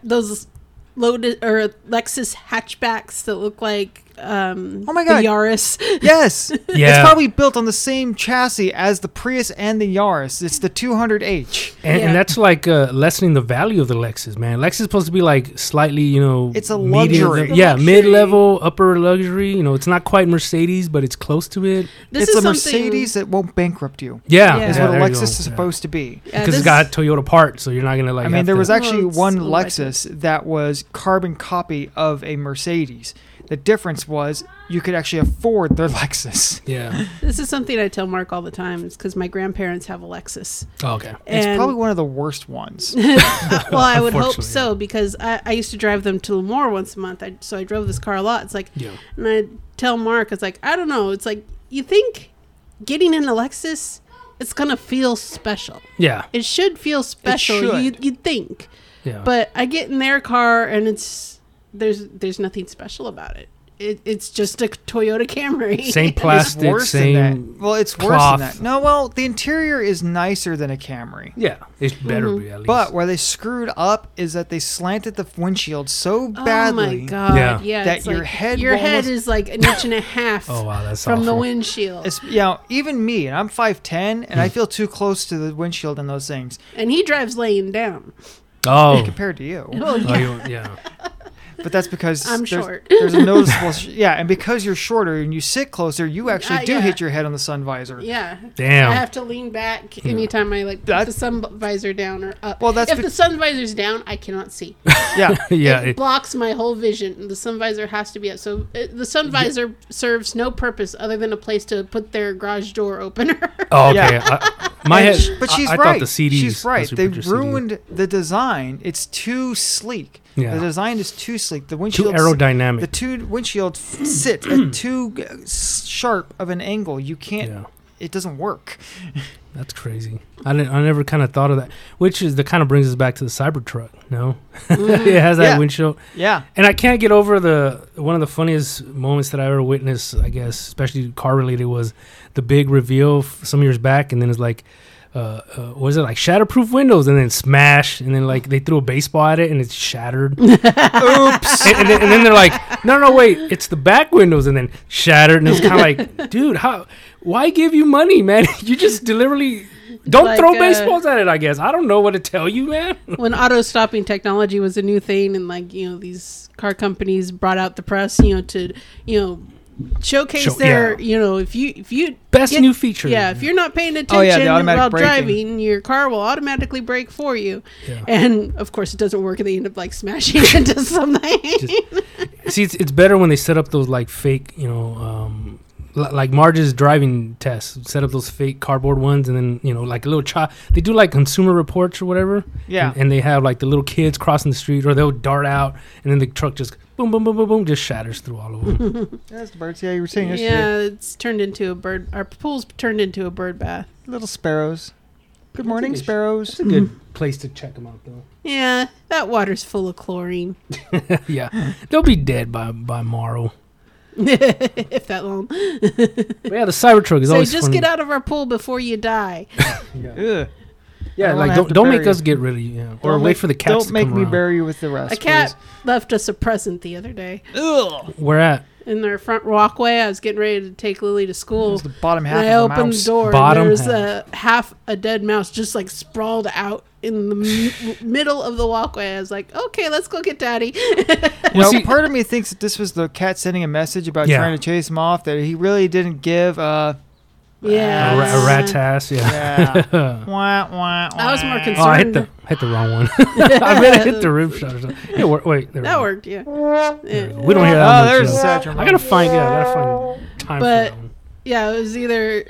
Speaker 2: Those lotus or Lexus hatchbacks that look like um,
Speaker 1: Oh my
Speaker 2: the
Speaker 1: God.
Speaker 2: Yaris.
Speaker 1: Yes, it's
Speaker 3: Yeah,
Speaker 1: probably built on the same chassis as the Prius and the Yaris. It's the 200h.
Speaker 3: and,
Speaker 2: Yeah.
Speaker 3: and that's like uh, lessening the value of the Lexus, man. Lexus is supposed to be like slightly, you know,
Speaker 1: It's a
Speaker 3: medium-
Speaker 1: luxury.
Speaker 3: yeah,
Speaker 2: Luxury.
Speaker 3: mid-level, upper luxury. You know, it's not quite Mercedes, but it's close to it.
Speaker 2: This
Speaker 1: it's
Speaker 2: is
Speaker 1: a
Speaker 2: something-
Speaker 1: Mercedes that won't bankrupt you.
Speaker 3: Yeah,
Speaker 2: Yeah.
Speaker 1: Is
Speaker 2: Yeah,
Speaker 1: what a
Speaker 3: there you
Speaker 1: Lexus
Speaker 3: go.
Speaker 1: is
Speaker 3: Yeah.
Speaker 1: supposed to be.
Speaker 2: Yeah,
Speaker 3: because
Speaker 2: this-
Speaker 3: it's got a Toyota part, so you're not gonna like.
Speaker 1: I mean,
Speaker 3: have
Speaker 1: there
Speaker 3: to-
Speaker 1: was actually
Speaker 2: Well, it's
Speaker 1: one
Speaker 2: a little
Speaker 1: Lexus that was carbon copy of a Mercedes. The difference was you could actually afford their Lexus.
Speaker 3: yeah.
Speaker 2: This is something I tell Mark all the time. It's because my grandparents have a Lexus.
Speaker 3: Oh, okay.
Speaker 1: It's
Speaker 2: And-
Speaker 1: probably one of the worst ones.
Speaker 2: well, I would hope
Speaker 3: Unfortunately,
Speaker 2: so because I, I used to drive them to Lemoore once a month. I, so I drove this car a lot. It's like,
Speaker 3: Yeah.
Speaker 2: and I tell Mark, it's like, I don't know. It's like, you think getting in a Lexus, it's going to feel special.
Speaker 3: Yeah.
Speaker 2: It should feel special.
Speaker 1: should.
Speaker 2: You'd, you'd think.
Speaker 3: Yeah.
Speaker 2: But I get in their car and it's, there's, there's nothing special about it. it it's just a Toyota Camry.
Speaker 3: same
Speaker 1: It's
Speaker 3: plastic,
Speaker 1: worse
Speaker 3: same.
Speaker 1: than that. Well, it's
Speaker 3: cloth.
Speaker 1: worse than that. No, well, the interior is nicer than a Camry.
Speaker 3: Yeah, it better be at least.
Speaker 1: Mm-hmm. But where they screwed up is that they slanted the windshield so badly.
Speaker 2: Oh my God.
Speaker 3: Yeah.
Speaker 2: Yeah.
Speaker 1: That
Speaker 2: it's
Speaker 1: your
Speaker 2: like-
Speaker 1: head
Speaker 2: Your
Speaker 1: will
Speaker 2: head
Speaker 1: almost-
Speaker 2: is like an inch and a half.
Speaker 3: oh wow, that's
Speaker 2: From
Speaker 3: awful.
Speaker 2: the windshield,
Speaker 1: It's, you know, even me, and I'm 5'10", and I
Speaker 3: Hmm.
Speaker 1: feel too close to the windshield in those things
Speaker 2: and he drives laying down.
Speaker 3: Oh.
Speaker 1: compared to you.
Speaker 2: Oh,
Speaker 3: Oh, you- yeah.
Speaker 1: But that's because
Speaker 2: I'm
Speaker 1: there's,
Speaker 2: short.
Speaker 1: there's a noticeable sh- yeah, and because you're shorter and you sit closer, you actually
Speaker 2: Uh,
Speaker 1: do
Speaker 2: yeah.
Speaker 1: hit your head on the sun visor.
Speaker 2: Yeah. I
Speaker 3: Damn.
Speaker 2: have to lean back anytime I like
Speaker 1: That-
Speaker 2: put the sun visor down or up.
Speaker 1: Well, that's
Speaker 2: if
Speaker 1: be-
Speaker 2: the sun visor's down, I cannot see.
Speaker 1: Yeah,
Speaker 3: yeah.
Speaker 2: it,
Speaker 3: it-
Speaker 2: blocks my whole vision. The sun visor has to be up. So uh the sun visor serves no purpose other than a place to put their garage door opener.
Speaker 3: oh, okay.
Speaker 1: Yeah.
Speaker 3: I, my head.
Speaker 1: but she's
Speaker 3: I, I
Speaker 1: right.
Speaker 3: thought the CDs.
Speaker 1: she's right.
Speaker 3: that's what
Speaker 1: They
Speaker 3: you put your CD.
Speaker 1: ruined the design. It's too sleek.
Speaker 3: Yeah.
Speaker 1: The design is too sleek. The
Speaker 3: Too
Speaker 1: windshield
Speaker 3: aerodynamic.
Speaker 1: The two windshield f- sit at too uh, s- sharp of an angle. You can't.
Speaker 3: yeah.
Speaker 1: It doesn't work.
Speaker 3: That's crazy. I didn't. I never kind of thought of that. Which is the kind of brings us back to the Cybertruck. No, it has that
Speaker 1: Mm-hmm. Yeah.
Speaker 3: windshield,
Speaker 1: Yeah.
Speaker 3: and I can't get over the one of the funniest moments that I ever witnessed. I guess, especially car related, was the big reveal f- some years back, and then it's like. Uh, uh, was it like shatterproof windows and then smash and then like they threw a baseball at it and it's shattered
Speaker 1: Oops.
Speaker 3: and, and then, and then they're like, no, no, wait, it's the back windows, and then shattered. And it's kind of like, dude, how? Why give you money, man? You just deliberately don't
Speaker 2: Like,
Speaker 3: throw
Speaker 2: uh,
Speaker 3: baseballs at it. I guess I don't know what to tell you, man.
Speaker 2: when auto stopping technology was a new thing and like you know these car companies brought out the press you know to you know showcase
Speaker 3: Show-
Speaker 2: their
Speaker 3: yeah.
Speaker 2: you know if you if you
Speaker 3: Best
Speaker 2: Get-
Speaker 3: new feature.
Speaker 2: yeah if you're not
Speaker 1: Oh,
Speaker 2: paying
Speaker 1: yeah, the
Speaker 2: attention
Speaker 1: automatic
Speaker 2: while
Speaker 1: braking.
Speaker 2: driving your car will automatically brake for you
Speaker 3: Yeah.
Speaker 2: and of course it doesn't work and they end up like smashing into something
Speaker 3: See, it's, it's better when they set up those like fake, you know, um, li- like Marge's driving tests. Set up those fake cardboard ones, and then you know, like a little child. They do like consumer reports or whatever.
Speaker 1: Yeah.
Speaker 3: And, and they have like the little kids crossing the street, or they'll dart out, and then the truck just boom, boom, boom, boom, boom, just shatters through all of them.
Speaker 1: That's the birds. Yeah, you were saying yesterday.
Speaker 2: yeah it's turned into a bird our pool's turned into a bird bath
Speaker 1: Little sparrows. Good
Speaker 3: I
Speaker 1: morning,
Speaker 3: think I should-
Speaker 1: sparrows. Mm-hmm.
Speaker 3: It's a good place to check them out, though.
Speaker 2: yeah that water's full of chlorine
Speaker 3: yeah, they'll be dead by by morrow.
Speaker 2: if that long
Speaker 3: But yeah, the Cybertruck is
Speaker 2: so
Speaker 3: always
Speaker 2: just
Speaker 3: funny.
Speaker 2: get out of our pool before you die
Speaker 3: Yeah,
Speaker 1: Ugh. I
Speaker 3: yeah
Speaker 1: don't wanna
Speaker 3: like
Speaker 1: have
Speaker 3: don't,
Speaker 1: to
Speaker 3: don't
Speaker 1: bury
Speaker 3: make
Speaker 1: you.
Speaker 3: us get rid of you, yeah. or
Speaker 1: Don't
Speaker 3: wait
Speaker 1: make-
Speaker 3: for the cats
Speaker 1: Don't
Speaker 3: to
Speaker 1: make
Speaker 3: come
Speaker 1: me
Speaker 3: around.
Speaker 1: bury you with the rest.
Speaker 2: a cat left us a present the other day
Speaker 1: please. Ugh.
Speaker 3: We're at
Speaker 2: in their front walkway. I was getting ready to take Lily to
Speaker 1: It
Speaker 2: school.
Speaker 1: was the bottom half
Speaker 2: And I
Speaker 1: of a
Speaker 2: opened
Speaker 1: mouse.
Speaker 2: the door.
Speaker 3: Bottom
Speaker 2: and There's a half a dead mouse just like sprawled out in the m- middle of the walkway. I was like, okay, let's go get daddy.
Speaker 1: You know,
Speaker 3: Well, see-
Speaker 1: part of me thinks that this was the cat sending a message about
Speaker 3: Yeah.
Speaker 1: trying to chase him off. That he really didn't give. Uh,
Speaker 2: yeah,
Speaker 3: a, ra- a rat's ass. Yeah.
Speaker 1: yeah.
Speaker 3: oh,
Speaker 1: wah, wah,
Speaker 2: I was more
Speaker 1: wah.
Speaker 2: concerned-
Speaker 3: I hit the hit the wrong one. I mean, I hit the roof shot or something. Yeah, wait, wait there we
Speaker 2: That
Speaker 3: go.
Speaker 2: worked. Yeah. Yeah.
Speaker 3: We don't hear that
Speaker 1: Oh,
Speaker 3: much.
Speaker 1: there's
Speaker 3: though.
Speaker 1: such a.
Speaker 3: I gotta find. Yeah, I gotta find time
Speaker 2: But-
Speaker 3: for that one.
Speaker 2: Yeah, it was either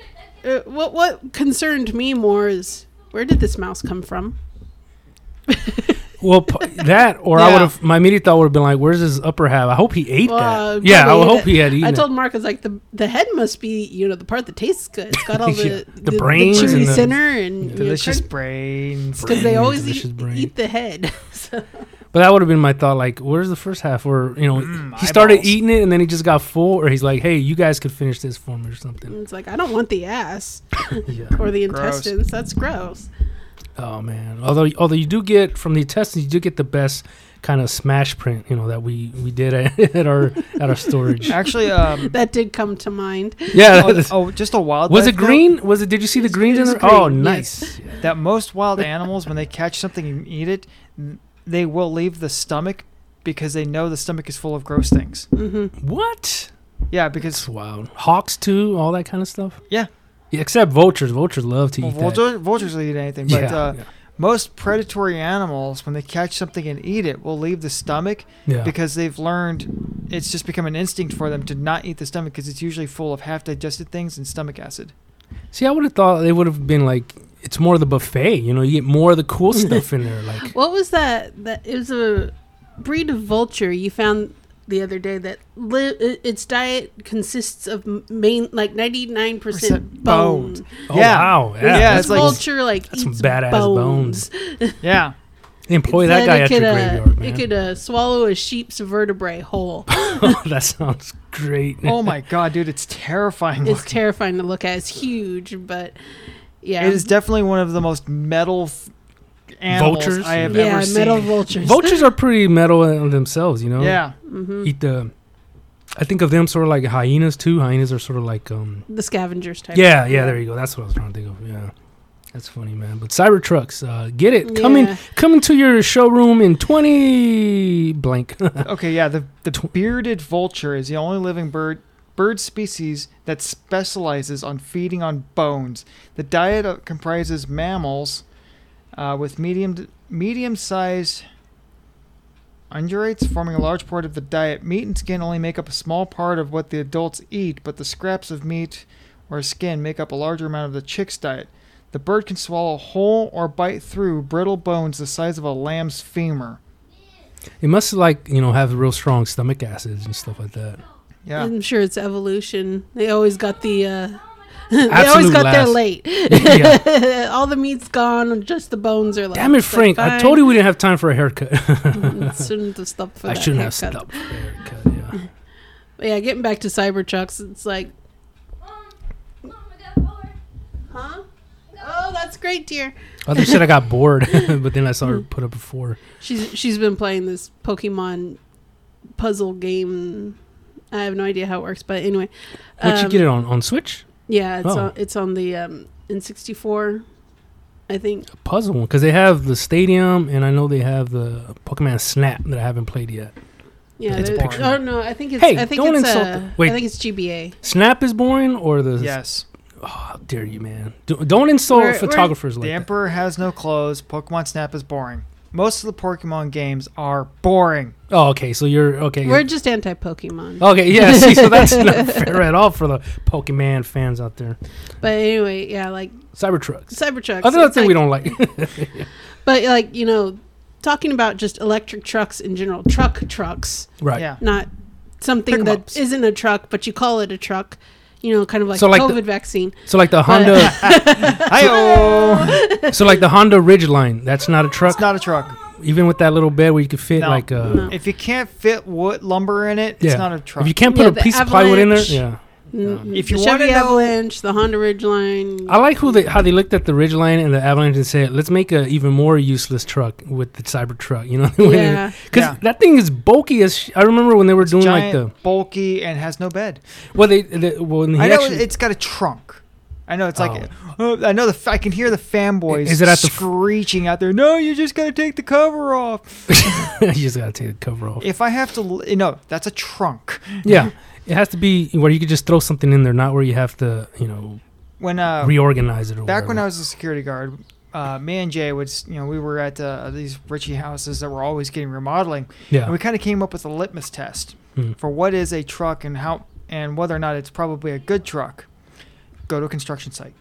Speaker 2: uh, what what concerned me more is where did this mouse come from?
Speaker 3: Well, p- that or I
Speaker 1: Yeah.
Speaker 3: would have. My immediate thought would have been like, "Where's his upper half? I hope he ate
Speaker 2: Well,
Speaker 3: that. Yeah, I
Speaker 2: probably ate
Speaker 3: hope
Speaker 2: it.
Speaker 3: he had eaten.
Speaker 2: I
Speaker 3: it.
Speaker 2: told Mark, I was like, the the head must be, you know, the part that tastes good. It's got all the
Speaker 3: Yeah, the
Speaker 2: the,
Speaker 3: brains
Speaker 2: the chewy
Speaker 3: and the-
Speaker 2: center,
Speaker 3: Oh,
Speaker 2: and
Speaker 1: Delicious brains.
Speaker 2: because they
Speaker 3: Brain,
Speaker 2: always
Speaker 3: delicious
Speaker 2: eat,
Speaker 3: brain.
Speaker 2: eat the head. so,
Speaker 3: But that would have been my thought. Like, where's the first half? Where you know
Speaker 1: Mm,
Speaker 3: he started
Speaker 1: eyeballs.
Speaker 3: eating it and then he just got full, or he's like, "Hey, you guys could finish this for me or something."
Speaker 2: it's like I don't want the ass
Speaker 3: yeah.
Speaker 2: or the
Speaker 1: Gross.
Speaker 2: intestines. That's gross.
Speaker 3: Oh man. Although although you do get from the intestines, you do get the best kind of smash print. You know that we we did at, at our at our storage.
Speaker 1: Actually, um,
Speaker 2: That did come to mind.
Speaker 3: yeah.
Speaker 1: oh,
Speaker 3: that's-
Speaker 1: oh, just a wild.
Speaker 3: was
Speaker 1: life
Speaker 3: it
Speaker 1: note,
Speaker 3: green? Was it? Did you see the
Speaker 2: It
Speaker 3: greens in
Speaker 2: was
Speaker 3: there? Oh,
Speaker 2: green,
Speaker 3: nice.
Speaker 1: That most wild animals, when they catch something and eat it, n- they will leave the stomach because they know the stomach is full of gross things.
Speaker 2: hmm
Speaker 3: What?
Speaker 1: Yeah,
Speaker 3: It's
Speaker 1: because
Speaker 3: wild. Hawks too. All that kind of stuff.
Speaker 1: Yeah.
Speaker 3: Yeah, except vultures. Vultures love to
Speaker 1: well,
Speaker 3: eat that.
Speaker 1: vultures, vultures will eat anything, but
Speaker 3: yeah,
Speaker 1: uh,
Speaker 3: yeah.
Speaker 1: most predatory animals, when they catch something and eat it, will leave the stomach
Speaker 3: Yeah.
Speaker 1: because they've learned it's just become an instinct for them to not eat the stomach because it's usually full of half digested things and stomach acid.
Speaker 3: See, I would have thought they would have been like, it's more the buffet. You know, you get more of the cool stuff in there. Like,
Speaker 2: What was that? That it was a breed of vulture you found the other day that li- i- its diet consists of m- main like ninety nine percent
Speaker 1: Percent
Speaker 2: bone.
Speaker 1: bone.
Speaker 3: oh
Speaker 1: Yeah.
Speaker 3: wow, yeah,
Speaker 1: Yeah,
Speaker 2: This
Speaker 1: it's like-
Speaker 2: vulture like
Speaker 3: That's some
Speaker 2: eats
Speaker 3: badass
Speaker 2: bones.
Speaker 1: Yeah.
Speaker 3: employ
Speaker 2: It
Speaker 3: that
Speaker 2: said
Speaker 3: guy
Speaker 2: it
Speaker 3: at your
Speaker 2: could, uh,
Speaker 3: graveyard, man.
Speaker 2: It could uh, swallow a sheep's vertebrae whole.
Speaker 3: that sounds great.
Speaker 1: oh my god, dude, it's terrifying.
Speaker 2: it's
Speaker 1: looking.
Speaker 2: terrifying to look at. It's huge, but yeah,
Speaker 1: It is definitely one of the most metal f- animals
Speaker 3: Vultures?
Speaker 1: I have
Speaker 2: yeah,
Speaker 1: ever seen.
Speaker 2: metal vultures.
Speaker 3: Vultures are pretty metal in themselves, you know.
Speaker 1: Yeah.
Speaker 2: hmm
Speaker 3: eat the. I think of them sort of like hyenas too. Hyenas are sort of like um.
Speaker 2: The scavengers type.
Speaker 3: Yeah, yeah. There you go. That's what I was trying to think of. Yeah. That's funny, man. But Cybertrucks, uh, get it. Coming,
Speaker 2: Yeah.
Speaker 3: coming to your showroom in twenty blank.
Speaker 1: Okay, yeah, the the bearded vulture is the only living bird bird species that specializes on feeding on bones. The diet uh, comprises mammals uh, with medium medium-sized ungulates forming a large part of the diet. Meat and skin only make up a small part of what the adults eat, but the scraps of meat or skin make up a larger amount of the chick's diet. The bird can swallow whole or bite through brittle bones the size of a lamb's femur.
Speaker 3: It must like you know have real strong stomach acids and stuff like that.
Speaker 1: Yeah.
Speaker 2: I'm sure it's evolution. They always got the uh, they always
Speaker 3: Absolute
Speaker 2: got there
Speaker 3: last.
Speaker 2: late.
Speaker 3: Yeah.
Speaker 2: All the meat's gone, just the bones are left.
Speaker 3: Damn it,
Speaker 2: It's
Speaker 3: Frank!
Speaker 2: like,
Speaker 3: I
Speaker 2: fine.
Speaker 3: told you we didn't have time for a haircut.
Speaker 2: Mm, shouldn't have stopped for
Speaker 3: I
Speaker 2: that
Speaker 3: shouldn't have
Speaker 2: haircut.
Speaker 3: stopped for a haircut. Yeah.
Speaker 2: But yeah, getting back to Cybertrucks, it's like, huh? Oh, that's great, dear.
Speaker 3: Other said I got bored, but then I saw her put up a four.
Speaker 2: She's she's been playing this Pokemon puzzle game. I have no idea how it works, but anyway.
Speaker 3: Where'd you
Speaker 2: um,
Speaker 3: get it on? On Switch?
Speaker 2: Yeah, it's
Speaker 3: Oh.
Speaker 2: on it's on the um, N64, I think.
Speaker 3: A puzzle one because they have the stadium, and I know they have the Pokemon Snap that I haven't played yet.
Speaker 2: Yeah,
Speaker 3: It's
Speaker 2: there-
Speaker 1: boring.
Speaker 2: oh no, I think it's
Speaker 3: Hey,
Speaker 2: I think
Speaker 3: don't
Speaker 2: it's
Speaker 3: insult
Speaker 2: uh,
Speaker 3: the- wait.
Speaker 2: I think it's GBA.
Speaker 3: Snap is boring, or the oh,
Speaker 1: Yes.
Speaker 3: How dare you, man? Do, don't insult
Speaker 2: We're- we're-
Speaker 3: photographers
Speaker 1: The
Speaker 3: like that.
Speaker 1: Emperor has no clothes. Pokemon Snap is boring. Most of the Pokemon games are boring.
Speaker 3: Oh, okay. So you're okay.
Speaker 2: We're just anti Pokemon.
Speaker 3: Okay, yeah. See, so that's not fair at all for the Pokemon fans out there.
Speaker 2: But anyway, yeah, like
Speaker 3: Cybertrucks.
Speaker 2: Cybertrucks.
Speaker 3: Another
Speaker 2: it's
Speaker 3: thing
Speaker 2: like-
Speaker 3: we don't like.
Speaker 2: But like you know, talking about just electric trucks in general, truck trucks,
Speaker 3: right.
Speaker 1: Yeah.
Speaker 2: not something
Speaker 3: 'em
Speaker 2: that
Speaker 3: ups.
Speaker 2: not a truck, but you call it a truck. You know, kind of like,
Speaker 3: So, like,
Speaker 2: COVID
Speaker 3: the-
Speaker 2: vaccine.
Speaker 3: So like the Honda.
Speaker 1: Hi-oh!
Speaker 3: so like the Honda Ridgeline. That's not a truck.
Speaker 1: it's not a truck.
Speaker 3: Even with that little bed where you could fit
Speaker 1: No.
Speaker 3: like uh,
Speaker 2: No.
Speaker 1: If you can't fit wood lumber in it,
Speaker 3: Yeah.
Speaker 1: it's not a truck.
Speaker 3: If you can't put
Speaker 2: Yeah,
Speaker 3: a
Speaker 2: the
Speaker 3: piece of plywood in there,
Speaker 2: Avalanche.
Speaker 3: yeah.
Speaker 2: N-
Speaker 1: If
Speaker 2: Mm, the
Speaker 1: you wanna
Speaker 2: Chevy
Speaker 1: know-
Speaker 2: Avalanche, the Honda Ridgeline.
Speaker 3: I like who they how they looked at the Ridgeline and the Avalanche and said, "Let's make a even more useless truck with the Cybertruck." You know, because
Speaker 2: yeah,
Speaker 1: Yeah.
Speaker 3: that thing is bulky as. Sh- I remember when they were doing
Speaker 1: Giant,
Speaker 3: like
Speaker 1: bulky, and has no bed.
Speaker 3: the well, they, they well, he
Speaker 1: I know
Speaker 3: actually,
Speaker 1: it's got a trunk. I know it's like
Speaker 3: Oh.
Speaker 1: uh, I know the f- I can hear the fanboys
Speaker 3: Is it at the f-
Speaker 1: screeching out there. No, you just got to take the cover off.
Speaker 3: you just gotta take the cover off.
Speaker 1: If I have to, l- you know, that's a trunk.
Speaker 3: Yeah, it has to be where you could just throw something in there, not where you have to, you know,
Speaker 1: When uh,
Speaker 3: reorganize it. Or
Speaker 1: back when I
Speaker 3: whatever.
Speaker 1: was a security guard, uh, me and Jay would, s- you know, we were at uh, these Richie houses that were always getting remodeling, and
Speaker 3: yeah,
Speaker 1: we kind of came up with a litmus test
Speaker 3: Hmm.
Speaker 1: for what is a truck and how and whether or not it's probably a good truck. Go to a construction site.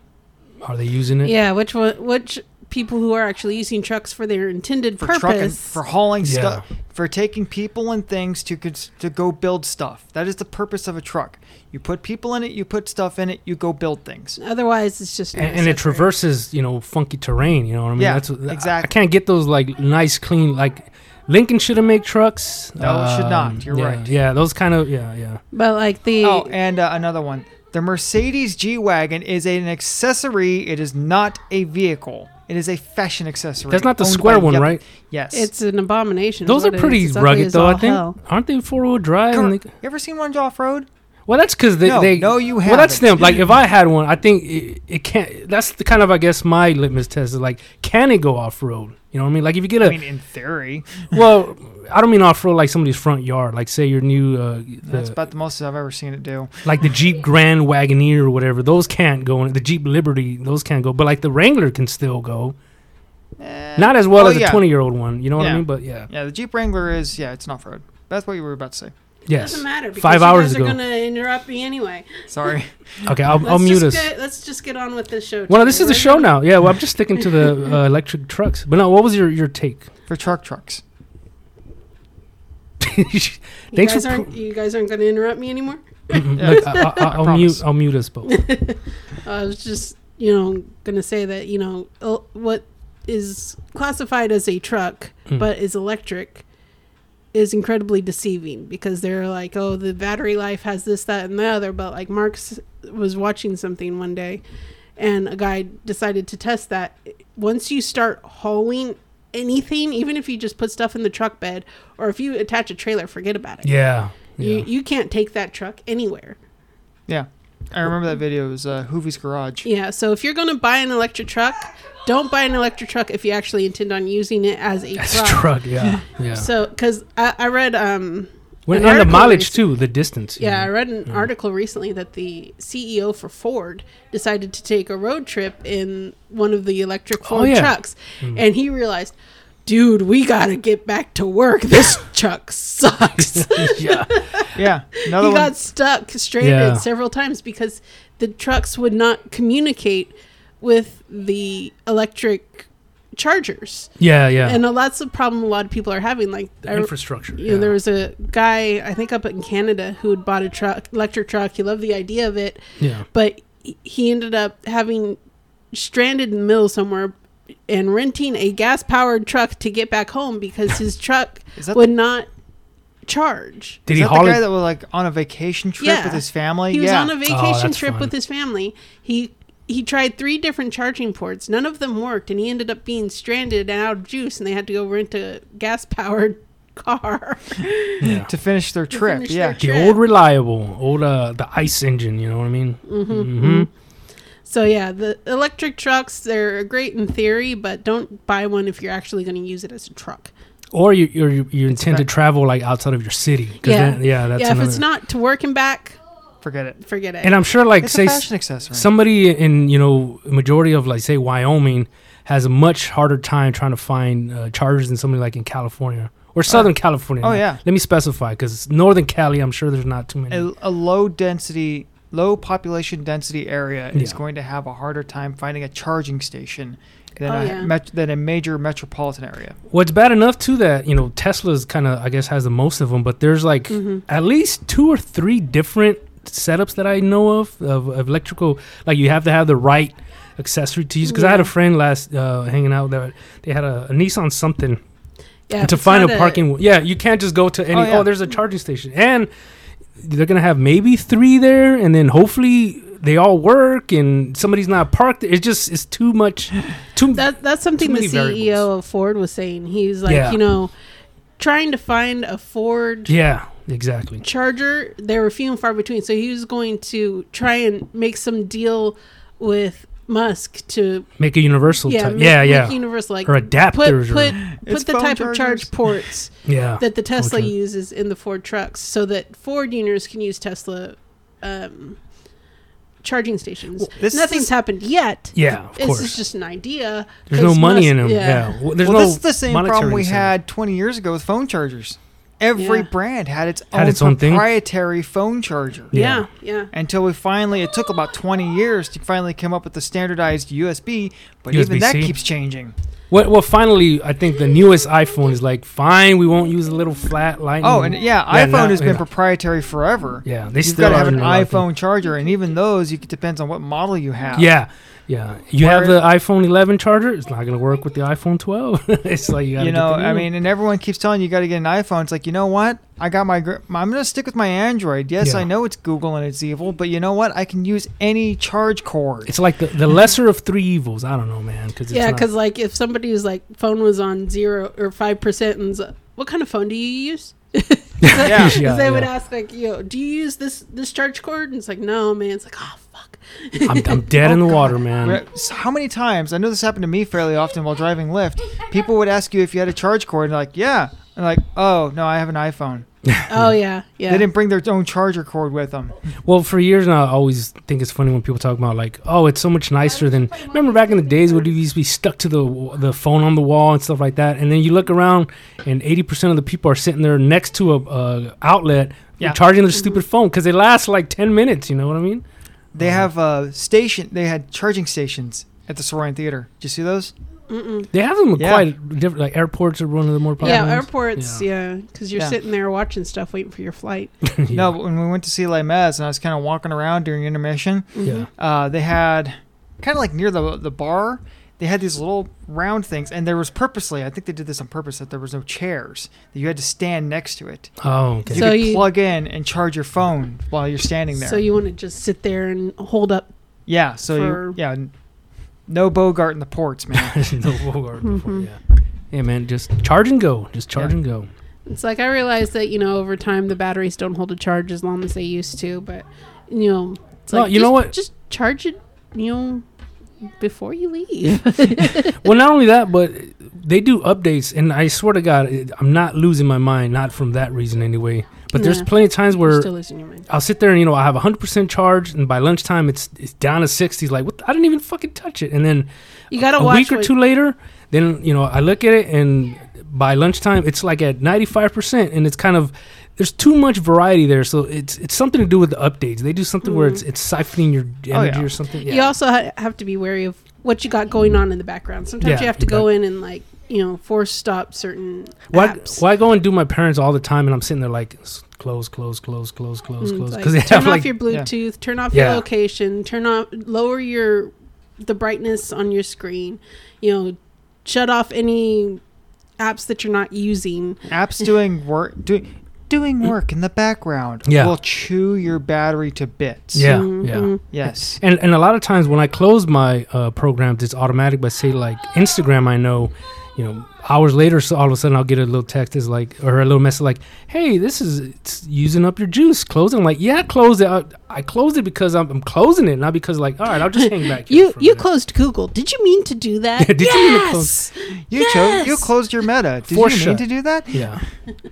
Speaker 3: are they using it?
Speaker 2: yeah. Which one? Which people who are actually using trucks for their intended
Speaker 1: for trucking,
Speaker 2: purpose?
Speaker 1: for hauling
Speaker 3: Yeah.
Speaker 1: stuff, for taking people and things to cons- to go build stuff. That is the purpose of a truck. You put people in it, you put stuff in it, you go build things.
Speaker 2: Otherwise, it's just
Speaker 3: And, and it
Speaker 2: necessary.
Speaker 3: traverses, you know, funky terrain. You know what I mean?
Speaker 1: Yeah,
Speaker 3: That's what, I- I
Speaker 1: exactly.
Speaker 3: can't get those like nice, clean like. Lincoln should have made trucks. Um,
Speaker 1: No, it should not. You're
Speaker 3: yeah,
Speaker 1: right.
Speaker 3: Yeah, those kind of yeah, yeah.
Speaker 2: But like the
Speaker 1: Oh, and uh, another one. The Mercedes G wagon is an accessory. It is not a vehicle. It is a fashion accessory.
Speaker 3: That's not the
Speaker 1: owned
Speaker 3: square
Speaker 1: by
Speaker 3: one,
Speaker 1: Yep-
Speaker 3: right?
Speaker 1: Yes.
Speaker 2: it's an abomination. is
Speaker 3: Those are
Speaker 2: what it is.
Speaker 3: pretty
Speaker 2: It's ugly
Speaker 3: rugged,
Speaker 2: as
Speaker 3: though. I
Speaker 2: all
Speaker 3: think
Speaker 2: hell.
Speaker 3: aren't they four wheel drive?
Speaker 1: Cor-
Speaker 3: and
Speaker 1: you
Speaker 3: they-
Speaker 1: ever seen one off road?
Speaker 3: well, that's because they,
Speaker 1: No,
Speaker 3: they
Speaker 1: no, you
Speaker 3: Well, that's
Speaker 1: haven't.
Speaker 3: them. Like if I had one, I think it, it can't. That's the kind of I guess my litmus test is like, can it go off road? You know what I mean? Like if you get a
Speaker 1: I mean, in theory,
Speaker 3: well, I don't mean off road like somebody's front yard. Like say your new uh,
Speaker 1: that's
Speaker 3: the,
Speaker 1: about the most I've ever seen it do.
Speaker 3: like the Jeep Grand Wagoneer or whatever. Those can't go. in The Jeep Liberty, those can't go. But like the Wrangler can still go.
Speaker 1: Eh,
Speaker 3: Not as well
Speaker 1: oh,
Speaker 3: as the
Speaker 1: yeah.
Speaker 3: twenty year old one. You know what I
Speaker 1: Yeah.
Speaker 3: mean? But yeah,
Speaker 1: Yeah, the Jeep Wrangler is yeah, it's an off road. That's what you were about to say.
Speaker 3: yes.
Speaker 2: Doesn't matter. Because
Speaker 3: Five
Speaker 2: you
Speaker 3: hours
Speaker 2: guys
Speaker 3: ago.
Speaker 2: are gonna interrupt me anyway.
Speaker 1: Sorry.
Speaker 3: Okay, I'll,
Speaker 2: Let's
Speaker 3: I'll mute
Speaker 2: just
Speaker 3: us.
Speaker 2: Get, let's just get on with this show.
Speaker 3: Well,
Speaker 2: today.
Speaker 3: no, this is the
Speaker 2: We're
Speaker 3: show
Speaker 2: gonna-
Speaker 3: now. Yeah, well, I'm just sticking to the uh, electric trucks. But no, what was your, your take?
Speaker 1: for truck trucks.
Speaker 3: Thanks
Speaker 2: You
Speaker 3: for
Speaker 2: guys
Speaker 3: pro-
Speaker 2: aren't you guys aren't going to interrupt me anymore?
Speaker 3: Mm-mm,
Speaker 1: Yeah.
Speaker 3: Look, I, I, I'll
Speaker 1: promise.
Speaker 3: mute. I'll mute us both.
Speaker 2: I was just you know going to say that you know el- what is classified as a truck
Speaker 3: Mm.
Speaker 2: but is electric is incredibly deceiving because they're like oh the battery life has this that and the other but like Marx was watching something one day and a guy decided to test that once you start hauling anything even if you just put stuff in the truck bed or if you attach a trailer forget about it
Speaker 3: Yeah. yeah.
Speaker 2: you, you can't take that truck anywhere
Speaker 1: Yeah. I remember that video. It was uh, Hoovy's Garage.
Speaker 2: Yeah, so if you're going to buy an electric truck, don't buy an electric truck if you actually intend on using it as a
Speaker 3: That's a
Speaker 2: truck.
Speaker 3: truck. Yeah. Yeah.
Speaker 2: So, because I, I read, um,
Speaker 3: when,
Speaker 2: an
Speaker 3: and the
Speaker 2: article
Speaker 3: mileage
Speaker 2: recent-
Speaker 3: too, the distance. you
Speaker 2: yeah, I
Speaker 3: know.
Speaker 2: read an
Speaker 3: Yeah.
Speaker 2: article recently that the CEO for Ford decided to take a road trip in one of the electric Ford
Speaker 3: Oh, yeah. Hmm.
Speaker 2: trucks, and he realized. Dude, we gotta get back to work. This truck sucks.
Speaker 3: yeah.
Speaker 1: Yeah. Another one.
Speaker 2: he got stuck stranded
Speaker 3: Yeah.
Speaker 2: several times because the trucks would not communicate with the electric chargers
Speaker 3: Yeah. Yeah.
Speaker 2: and uh, that's the problem a lot of people are having like
Speaker 3: the
Speaker 2: I, you
Speaker 3: infrastructure.
Speaker 2: know, there was a guy i think up in canada who had bought a truck electric truck he loved the idea of it
Speaker 3: yeah.
Speaker 2: but he ended up having stranded in the middle somewhere and renting a gas powered truck to get back home because his truck
Speaker 1: Is that
Speaker 2: would not charge.
Speaker 3: Did
Speaker 1: is
Speaker 3: he
Speaker 1: that
Speaker 3: haul
Speaker 1: the
Speaker 3: it?
Speaker 1: guy that was like on a vacation trip
Speaker 2: Yeah.
Speaker 1: with his family?
Speaker 2: He was
Speaker 1: yeah.
Speaker 2: on a vacation
Speaker 3: Uh, Oh, that's
Speaker 2: trip
Speaker 3: fun.
Speaker 2: with his family. He he tried three different charging ports. None of them worked, and he ended up being stranded and out of juice, and they had to go rent a gas powered car.
Speaker 3: yeah.
Speaker 1: to finish their
Speaker 2: To
Speaker 1: trip.
Speaker 2: finish
Speaker 1: yeah.
Speaker 2: their
Speaker 3: The
Speaker 2: trip.
Speaker 3: old reliable, old uh, the ice engine. You know what I mean? Mm-hmm.
Speaker 2: So yeah, the electric trucks they're great in theory, but don't buy one if you're actually going to use it as a truck.
Speaker 3: Or you you, you, you intend to
Speaker 1: right.
Speaker 3: travel like outside of your city. 'cause
Speaker 2: Yeah.
Speaker 3: then- yeah, that's
Speaker 2: yeah,
Speaker 3: another.
Speaker 2: if it's not to work and back,
Speaker 1: Forget it.
Speaker 2: forget it.
Speaker 3: and uh, I'm sure, like
Speaker 1: It's
Speaker 3: say
Speaker 1: a
Speaker 3: s-
Speaker 1: fashion accessory.
Speaker 3: somebody in you know majority of like say Wyoming has a much harder time trying to find uh, chargers than somebody like in California or Southern California.
Speaker 1: oh,
Speaker 3: Now,
Speaker 1: yeah.
Speaker 3: Let me specify because Northern Cali, I'm sure there's not too many.
Speaker 1: a, a low density, low population density area is
Speaker 3: Yeah.
Speaker 1: going to have a harder time finding a charging station than,
Speaker 2: Oh,
Speaker 1: a,
Speaker 2: yeah.
Speaker 1: met, than a major metropolitan area.
Speaker 3: What's bad enough too that you know Tesla's kind of I guess has the most of them, but there's like
Speaker 2: Mm-hmm.
Speaker 3: at least two or three different setups that I know of of, of electrical. Like you have to have the right accessory to use. Because I had a
Speaker 2: Yeah.
Speaker 3: friend last uh, hanging out that they had a, a Nissan something
Speaker 2: yeah,
Speaker 3: and
Speaker 2: if
Speaker 3: to
Speaker 2: it's
Speaker 3: find
Speaker 2: not
Speaker 3: a parking. yeah, you can't just go to any. Oh,
Speaker 1: Oh, yeah.
Speaker 3: there's a charging station, and they're gonna have maybe three there, and then hopefully they all work, and somebody's not parked. It's just it's too much. Too
Speaker 2: That that's something the
Speaker 3: many
Speaker 2: CEO
Speaker 3: variables.
Speaker 2: of Ford was saying. He's like,
Speaker 3: Yeah.
Speaker 2: you know, trying to find a Ford
Speaker 3: yeah, exactly.
Speaker 2: charger, they were few and far between. So he was going to try and make some deal with Musk to
Speaker 3: Make a universal
Speaker 2: yeah,
Speaker 3: type.
Speaker 2: make,
Speaker 3: yeah,
Speaker 2: make
Speaker 3: yeah.
Speaker 2: universal like
Speaker 3: or
Speaker 2: put
Speaker 3: adapters
Speaker 2: put,
Speaker 3: or
Speaker 1: It's
Speaker 2: put the
Speaker 1: phone
Speaker 2: type of
Speaker 1: chargers.
Speaker 2: charge ports
Speaker 3: yeah
Speaker 2: that the Tesla
Speaker 3: Okay.
Speaker 2: uses in the Ford trucks, so that Ford owners can use Tesla um, charging stations.
Speaker 1: Well, this
Speaker 2: Nothing's
Speaker 1: is-
Speaker 2: happened yet.
Speaker 3: yeah of
Speaker 2: This
Speaker 3: course
Speaker 2: is just an idea.
Speaker 3: there's no
Speaker 2: It's
Speaker 3: money
Speaker 2: Musk-
Speaker 3: in them yeah, Well, there's
Speaker 1: well,
Speaker 3: no
Speaker 1: this is the same
Speaker 3: monetary
Speaker 1: problem we
Speaker 3: incentive.
Speaker 1: had 20 years ago with phone chargers. Every
Speaker 2: Yeah.
Speaker 1: brand had its
Speaker 3: Had
Speaker 1: own
Speaker 3: its own thing.
Speaker 1: proprietary phone charger.
Speaker 3: Yeah.
Speaker 2: Yeah, yeah.
Speaker 1: Until we finally, it took about 20 years to finally come up with the standardized USB, but even that
Speaker 3: USB-C.
Speaker 1: keeps changing.
Speaker 3: well, well finally i think the newest iphone is like fine we won't use a little flat lightning
Speaker 1: Oh, and yeah, iPhone
Speaker 3: now-
Speaker 1: has been
Speaker 3: yeah.
Speaker 1: proprietary forever.
Speaker 3: yeah they
Speaker 1: You've
Speaker 3: still
Speaker 1: got to have
Speaker 3: are
Speaker 1: an
Speaker 3: in a lot of
Speaker 1: iPhone charger, and even those, you, it depends on what model you have.
Speaker 3: things. yeah yeah you
Speaker 1: Where-
Speaker 3: have the iphone 11 charger it's not gonna work with the iphone 12 it's like you, gotta
Speaker 1: you
Speaker 3: get
Speaker 1: know,
Speaker 3: the new
Speaker 1: I
Speaker 3: one.
Speaker 1: mean, and everyone keeps telling you, you got to get an iPhone. It's like, you know what? I got my. gr- I'm gonna stick with my Android. Yes,
Speaker 3: Yeah.
Speaker 1: I know it's Google and it's evil, but you know what? I can use any charge cord.
Speaker 3: it's like the, the lesser of three evils i don't know man because
Speaker 2: Yeah, because like if somebody's like phone was on zero or five percent, and s- what kind of phone do you use?
Speaker 1: yeah.
Speaker 2: 'Cause they would ask like, "Yo, do you use this this charge cord?" And it's like, "No, man." It's like, "Oh, fuck."
Speaker 3: I'm, I'm dead
Speaker 2: Oh,
Speaker 3: in the water
Speaker 1: Where-
Speaker 3: man
Speaker 1: so How many times? I know this happened to me fairly often while driving Lyft. People would ask you if you had a charge cord, and like, yeah, and like, oh no, I have an iPhone.
Speaker 2: Oh yeah, yeah.
Speaker 1: They didn't bring their own charger cord with them.
Speaker 3: Well, for years now, I always think it's funny when people talk about like, oh, it's so much nicer than. Remember back in the days when you used to be stuck to the the phone on the wall and stuff like that, and then you look around and eighty percent of the people are sitting there next to a, a outlet,
Speaker 1: Yeah.
Speaker 3: charging their stupid phone because they last like ten minutes. You know what I mean?
Speaker 1: They have uh, station. They had charging stations at the Soroyan Theater. Did you see those?
Speaker 2: Mm-mm.
Speaker 3: They have them
Speaker 1: Yeah.
Speaker 3: quite different. Like airports are one of the more popular.
Speaker 2: Yeah,
Speaker 3: ones.
Speaker 2: airports. Yeah, because you're
Speaker 1: Yeah.
Speaker 2: sitting there watching stuff, waiting for your flight.
Speaker 3: yeah.
Speaker 1: No, but when we went to see Les Mis and I was kind of walking around during intermission,
Speaker 2: Mm-hmm.
Speaker 3: yeah.
Speaker 1: uh, they had kind of like near the the bar, they had these little round things, and there was purposely, I think they did this on purpose, that there was no chairs that you had to stand next to it.
Speaker 3: Oh, okay.
Speaker 1: You
Speaker 2: So
Speaker 1: could
Speaker 2: you-
Speaker 1: plug in and charge your phone while you're standing there.
Speaker 2: So you want to just sit there and hold up.
Speaker 1: yeah, so
Speaker 2: for-
Speaker 1: you, yeah, n- no Bogart in the ports, man.
Speaker 3: No, we'll go before, yeah. Hey man, just charge and go. Just charge
Speaker 1: Yeah.
Speaker 3: and go.
Speaker 2: It's like I realize that you know over time the batteries don't hold a charge as long as they used to, but you know, it's
Speaker 3: No,
Speaker 2: like,
Speaker 3: you know
Speaker 2: just-
Speaker 3: what?
Speaker 2: Just charge it, you know, before you leave.
Speaker 3: well, not only that, but they do updates, and I swear to God, it- I'm not losing my mind, not from that reason anyway. But there's
Speaker 2: Nah.
Speaker 3: plenty of times
Speaker 2: You're
Speaker 3: where
Speaker 2: still losing your mind.
Speaker 3: I'll sit there and you know I have 100% charge, and by lunchtime it's it's down to 60s. Like what? the- I didn't even fucking touch it, and then
Speaker 2: You gotta
Speaker 3: a
Speaker 2: watch
Speaker 3: week or
Speaker 2: what-
Speaker 3: two later, then you know I look at it, and by lunchtime it's like at 95%, and it's kind of there's too much variety there, so it's it's something to do with the updates. They do something where it's it's siphoning your energy
Speaker 1: yeah.
Speaker 3: or something.
Speaker 2: Mm-hmm. Oh, You also ha- have to be wary of what you got going on in the background. Sometimes
Speaker 3: Yeah,
Speaker 2: you have to go in and like you know force stop certain
Speaker 3: Why,
Speaker 2: apps.
Speaker 3: why go and do my parents all the time and I'm sitting there like, "S- close, close, close, close, close,
Speaker 2: Mm,
Speaker 3: close.
Speaker 2: it's
Speaker 3: Because
Speaker 2: like,
Speaker 3: they
Speaker 2: turn
Speaker 3: have like
Speaker 2: off your Bluetooth, turn off your
Speaker 3: Yeah.
Speaker 2: location, turn off lower your the brightness on your screen. You know, shut off any apps that you're not using.
Speaker 1: Apps doing work doing doing work in the background
Speaker 3: Mm. Yeah.
Speaker 1: will chew your battery to bits.
Speaker 3: Yeah,
Speaker 2: Mhm.
Speaker 3: yeah.
Speaker 1: Yes.
Speaker 3: And and a lot of times when I close my uh, programs, it's automatic. But say like Instagram, I know, you know, hours later, so all of a sudden I'll get a little text is like or a little message like, "Hey, this is it's using up your juice. Close it." I'm like, "Yeah, close it. I, I closed it because I'm, I'm closing it, not because like, all right, I'll just hang back." here
Speaker 2: You
Speaker 3: for a
Speaker 2: you
Speaker 3: minute."
Speaker 2: closed Google. Did you mean to do that?
Speaker 3: Did you mean to close-
Speaker 2: yes.
Speaker 1: You chose you
Speaker 2: Yes!
Speaker 1: closed your meta. Did
Speaker 3: For
Speaker 1: you
Speaker 3: sure.
Speaker 1: mean to do that?
Speaker 3: Yeah,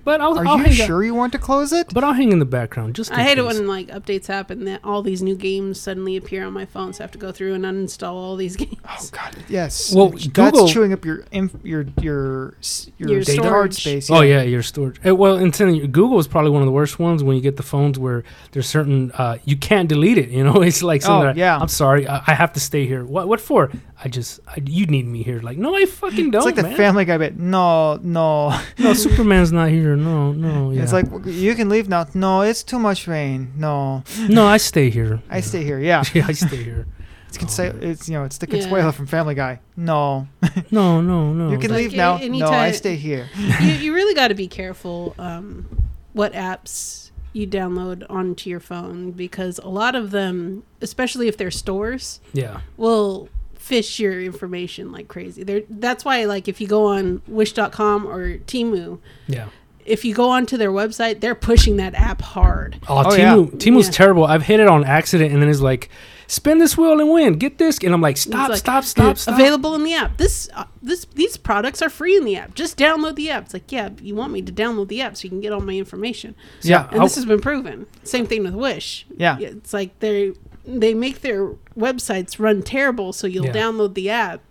Speaker 3: but I'll,
Speaker 1: Are
Speaker 3: I'll
Speaker 1: you
Speaker 3: hang out-
Speaker 1: sure you want to close it?
Speaker 3: Oh But I'll hang in the background just.
Speaker 2: I
Speaker 3: in
Speaker 2: hate it
Speaker 3: case.
Speaker 2: when like updates happen that all these new games suddenly appear on my phone, so I have to go through and uninstall all these games.
Speaker 1: Oh God! Yes.
Speaker 3: Well,
Speaker 1: that's
Speaker 3: Google-
Speaker 1: chewing up your inf- your your s- your,
Speaker 2: Your
Speaker 1: data
Speaker 2: storage.
Speaker 1: hard space.
Speaker 3: Oh yeah, your storage. Eh, Well, and then Google is probably one of the worst ones when you get the phones where there's certain uh, you can't delete it. You know, it's like
Speaker 1: Oh,
Speaker 3: something. that,
Speaker 1: yeah.
Speaker 3: I'm sorry, I, I have to stay here. What? What for? I just I, you need me here. Like no, I fucking don't.
Speaker 1: It's like the
Speaker 3: man.
Speaker 1: Family Guy bit. No, no.
Speaker 3: no, Superman's not here. No, no. Yeah.
Speaker 1: It's like "W- you can leave now. No, it's too much rain. No,
Speaker 3: no, I stay here.
Speaker 1: I
Speaker 3: Yeah.
Speaker 1: stay here. Yeah,
Speaker 3: Yeah, I stay here.
Speaker 1: it's Consu- it's you know it's the
Speaker 2: Yeah.
Speaker 1: Consuela from Family Guy. No,
Speaker 3: No, no, no.
Speaker 1: you can
Speaker 2: Like, eh,
Speaker 1: leave now.
Speaker 2: a- any
Speaker 1: no, I
Speaker 2: ti-
Speaker 1: stay here.
Speaker 2: you, you really got to be careful um, what apps you download onto your phone because a lot of them, especially if they're stores,
Speaker 3: yeah,
Speaker 2: will fish your information like crazy. They're, that's why, like, if you go on Wish.com or Timu,
Speaker 3: yeah.
Speaker 2: if you go onto their website, they're pushing that app hard.
Speaker 3: Oh,
Speaker 1: Oh, yeah.
Speaker 3: Timu, Timu's
Speaker 2: Yeah.
Speaker 3: terrible. I've hit it on accident, and then it's like, spin this wheel and win. Get this, and I'm like, stop,
Speaker 2: like,
Speaker 3: stop, stop, stop.
Speaker 2: Available in the app. This uh, this these products are free in the app. Just download the app. It's like, yeah, but you want me to download the app so you can get all my information.
Speaker 1: Yeah,
Speaker 2: and
Speaker 3: I'll-
Speaker 2: this has been proven. Same thing with Wish.
Speaker 1: Yeah.
Speaker 2: it's like they they make their websites run terrible, so you'll
Speaker 3: Yeah.
Speaker 2: download the app,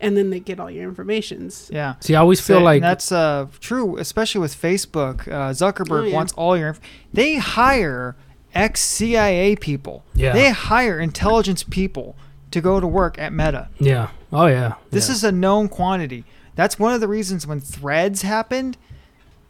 Speaker 2: and then they get all your informations.
Speaker 1: yeah.
Speaker 3: See, I always feel
Speaker 1: So-
Speaker 3: like
Speaker 1: and that's uh, true, especially with Facebook. Uh, Zuckerberg
Speaker 2: Oh, yeah.
Speaker 1: wants all your. Inf- they hire ex CIA people.
Speaker 3: Yeah.
Speaker 1: They hire intelligence people to go to work at Meta.
Speaker 3: Yeah. Oh yeah.
Speaker 1: This is a known quantity. That's one of the reasons when Threads happened,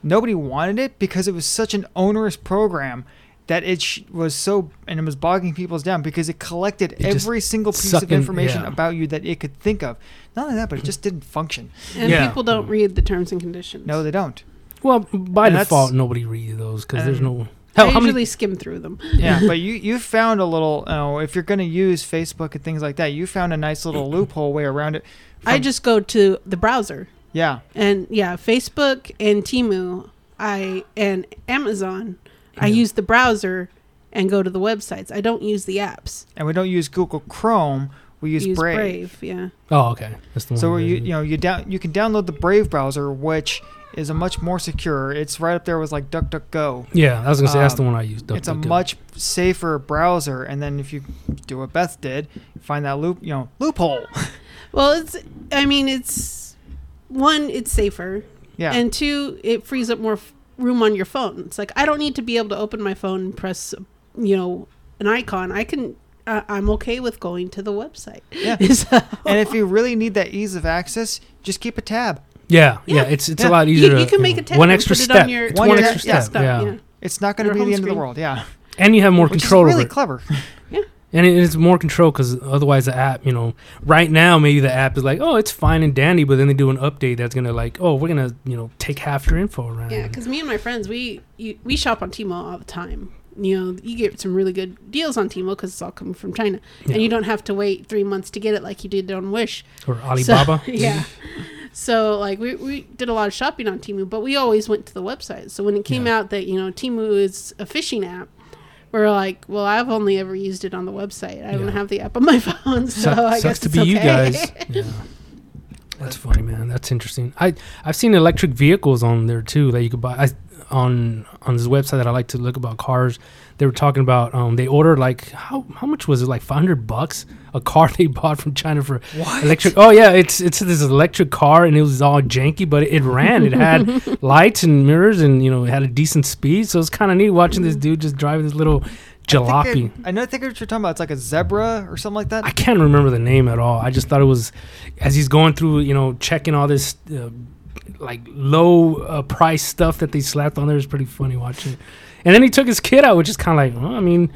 Speaker 1: nobody wanted it because it was such an onerous program that it sh- was so and it was bogging people's down because it collected
Speaker 3: It just
Speaker 1: every single piece
Speaker 3: sucked
Speaker 1: of
Speaker 3: in-
Speaker 1: information
Speaker 3: yeah.
Speaker 1: about you that it could think of. Not only that, but it just didn't function.
Speaker 2: And
Speaker 3: Yeah.
Speaker 2: people don't read the terms and conditions.
Speaker 1: No, they don't.
Speaker 3: well by
Speaker 1: and that's-
Speaker 3: default nobody reads those because there's
Speaker 1: and-
Speaker 3: no
Speaker 2: I
Speaker 3: hell how
Speaker 2: usually
Speaker 3: many
Speaker 2: skim through them.
Speaker 1: Yeah, but you you found a little. You know, if you're going to use Facebook and things like that, you found a nice little loophole way around it.
Speaker 2: I
Speaker 1: From-
Speaker 2: just go to the browser,
Speaker 1: Yeah,
Speaker 2: and yeah, Facebook and Timu, I and Amazon, I
Speaker 3: Yeah.
Speaker 2: use the browser and go to the websites. I don't use the apps.
Speaker 1: and we don't use Google Chrome. We use,
Speaker 2: use
Speaker 1: Brave.
Speaker 2: yeah.
Speaker 3: oh okay that's the one
Speaker 1: So
Speaker 3: that-
Speaker 1: you you know you down you can download the Brave browser, which is a much more secure. It's right up there with like DuckDuckGo.
Speaker 3: yeah I was gonna say that's the
Speaker 1: um,
Speaker 3: one I used
Speaker 1: it's a
Speaker 3: DuckDuckGo.
Speaker 1: much safer browser. And then if you do what Beth did, find that loop you know loophole.
Speaker 2: Well, it's. I mean, it's one. It's safer,
Speaker 1: yeah,
Speaker 2: and two, it frees up more f- room on your phone. It's like I don't need to be able to open my phone and press, you know, an icon. I can. Uh, I'm okay with going to the website.
Speaker 1: Yeah.
Speaker 2: So-
Speaker 1: and if you really need that ease of access, just keep a tab.
Speaker 3: yeah, yeah
Speaker 2: Yeah.
Speaker 3: it's it's
Speaker 1: Yeah.
Speaker 3: a lot
Speaker 2: You-
Speaker 3: easier
Speaker 2: you
Speaker 3: to,
Speaker 2: can make a tab
Speaker 3: one
Speaker 2: and
Speaker 3: extra
Speaker 2: put it on
Speaker 3: step
Speaker 2: your-
Speaker 3: it's
Speaker 1: One
Speaker 3: one,
Speaker 1: yeah,
Speaker 3: extra
Speaker 1: yeah,
Speaker 3: step
Speaker 2: stop,
Speaker 3: yeah.
Speaker 2: yeah.
Speaker 1: It's not going to
Speaker 2: Your
Speaker 1: be the end of
Speaker 2: home
Speaker 1: the
Speaker 2: screen.
Speaker 1: world. Yeah,
Speaker 3: and you have more
Speaker 1: which is
Speaker 3: control
Speaker 1: really
Speaker 3: over it
Speaker 1: clever.
Speaker 3: and it is more control because otherwise the app you know right now maybe the app is like oh it's fine and dandy but then they do an update that's gonna like oh we're gonna you know take half your info around
Speaker 2: Yeah, because me and my friends, we you, we shop on Timo all the time. You know, you get some really good deals on Timo because it's all coming from China,
Speaker 3: Yeah.
Speaker 2: and you don't have to wait three months to get it like you did on Wish.
Speaker 3: or Alibaba
Speaker 2: So, yeah. So like we, we did a lot of shopping on Timu, but we always went to the website. So when it came
Speaker 3: Yeah.
Speaker 2: out that you know Timu is a phishing app, we are like, well, I've only ever used it on the website. I don't
Speaker 3: Yeah.
Speaker 2: have the app on my phone, so
Speaker 3: Suck-
Speaker 2: I guess
Speaker 3: sucks to
Speaker 2: it's
Speaker 3: be
Speaker 2: okay.
Speaker 3: you guys. Yeah. That's funny, man. That's interesting. I I've seen electric vehicles on there too that you could buy I, on on this website that I like to look about cars. They were talking about um they ordered like how how much was it like 500 bucks a car they bought from China for
Speaker 1: What?
Speaker 3: electric. Oh yeah, it's it's this electric car and it was all janky, but it, it ran. It had lights and mirrors and you know it had a decent speed, so it's kind of neat watching this dude just driving this little
Speaker 1: I,
Speaker 3: jalopy.
Speaker 1: think it- I know. I think what you're talking about. It's like a zebra or something like that.
Speaker 3: I can't remember the name at all. I just thought it was as he's going through, you know, checking all this uh, like low uh, price stuff that they slapped on there. It's pretty funny watching. And then he took his kid out, which is kind of like, well, I mean,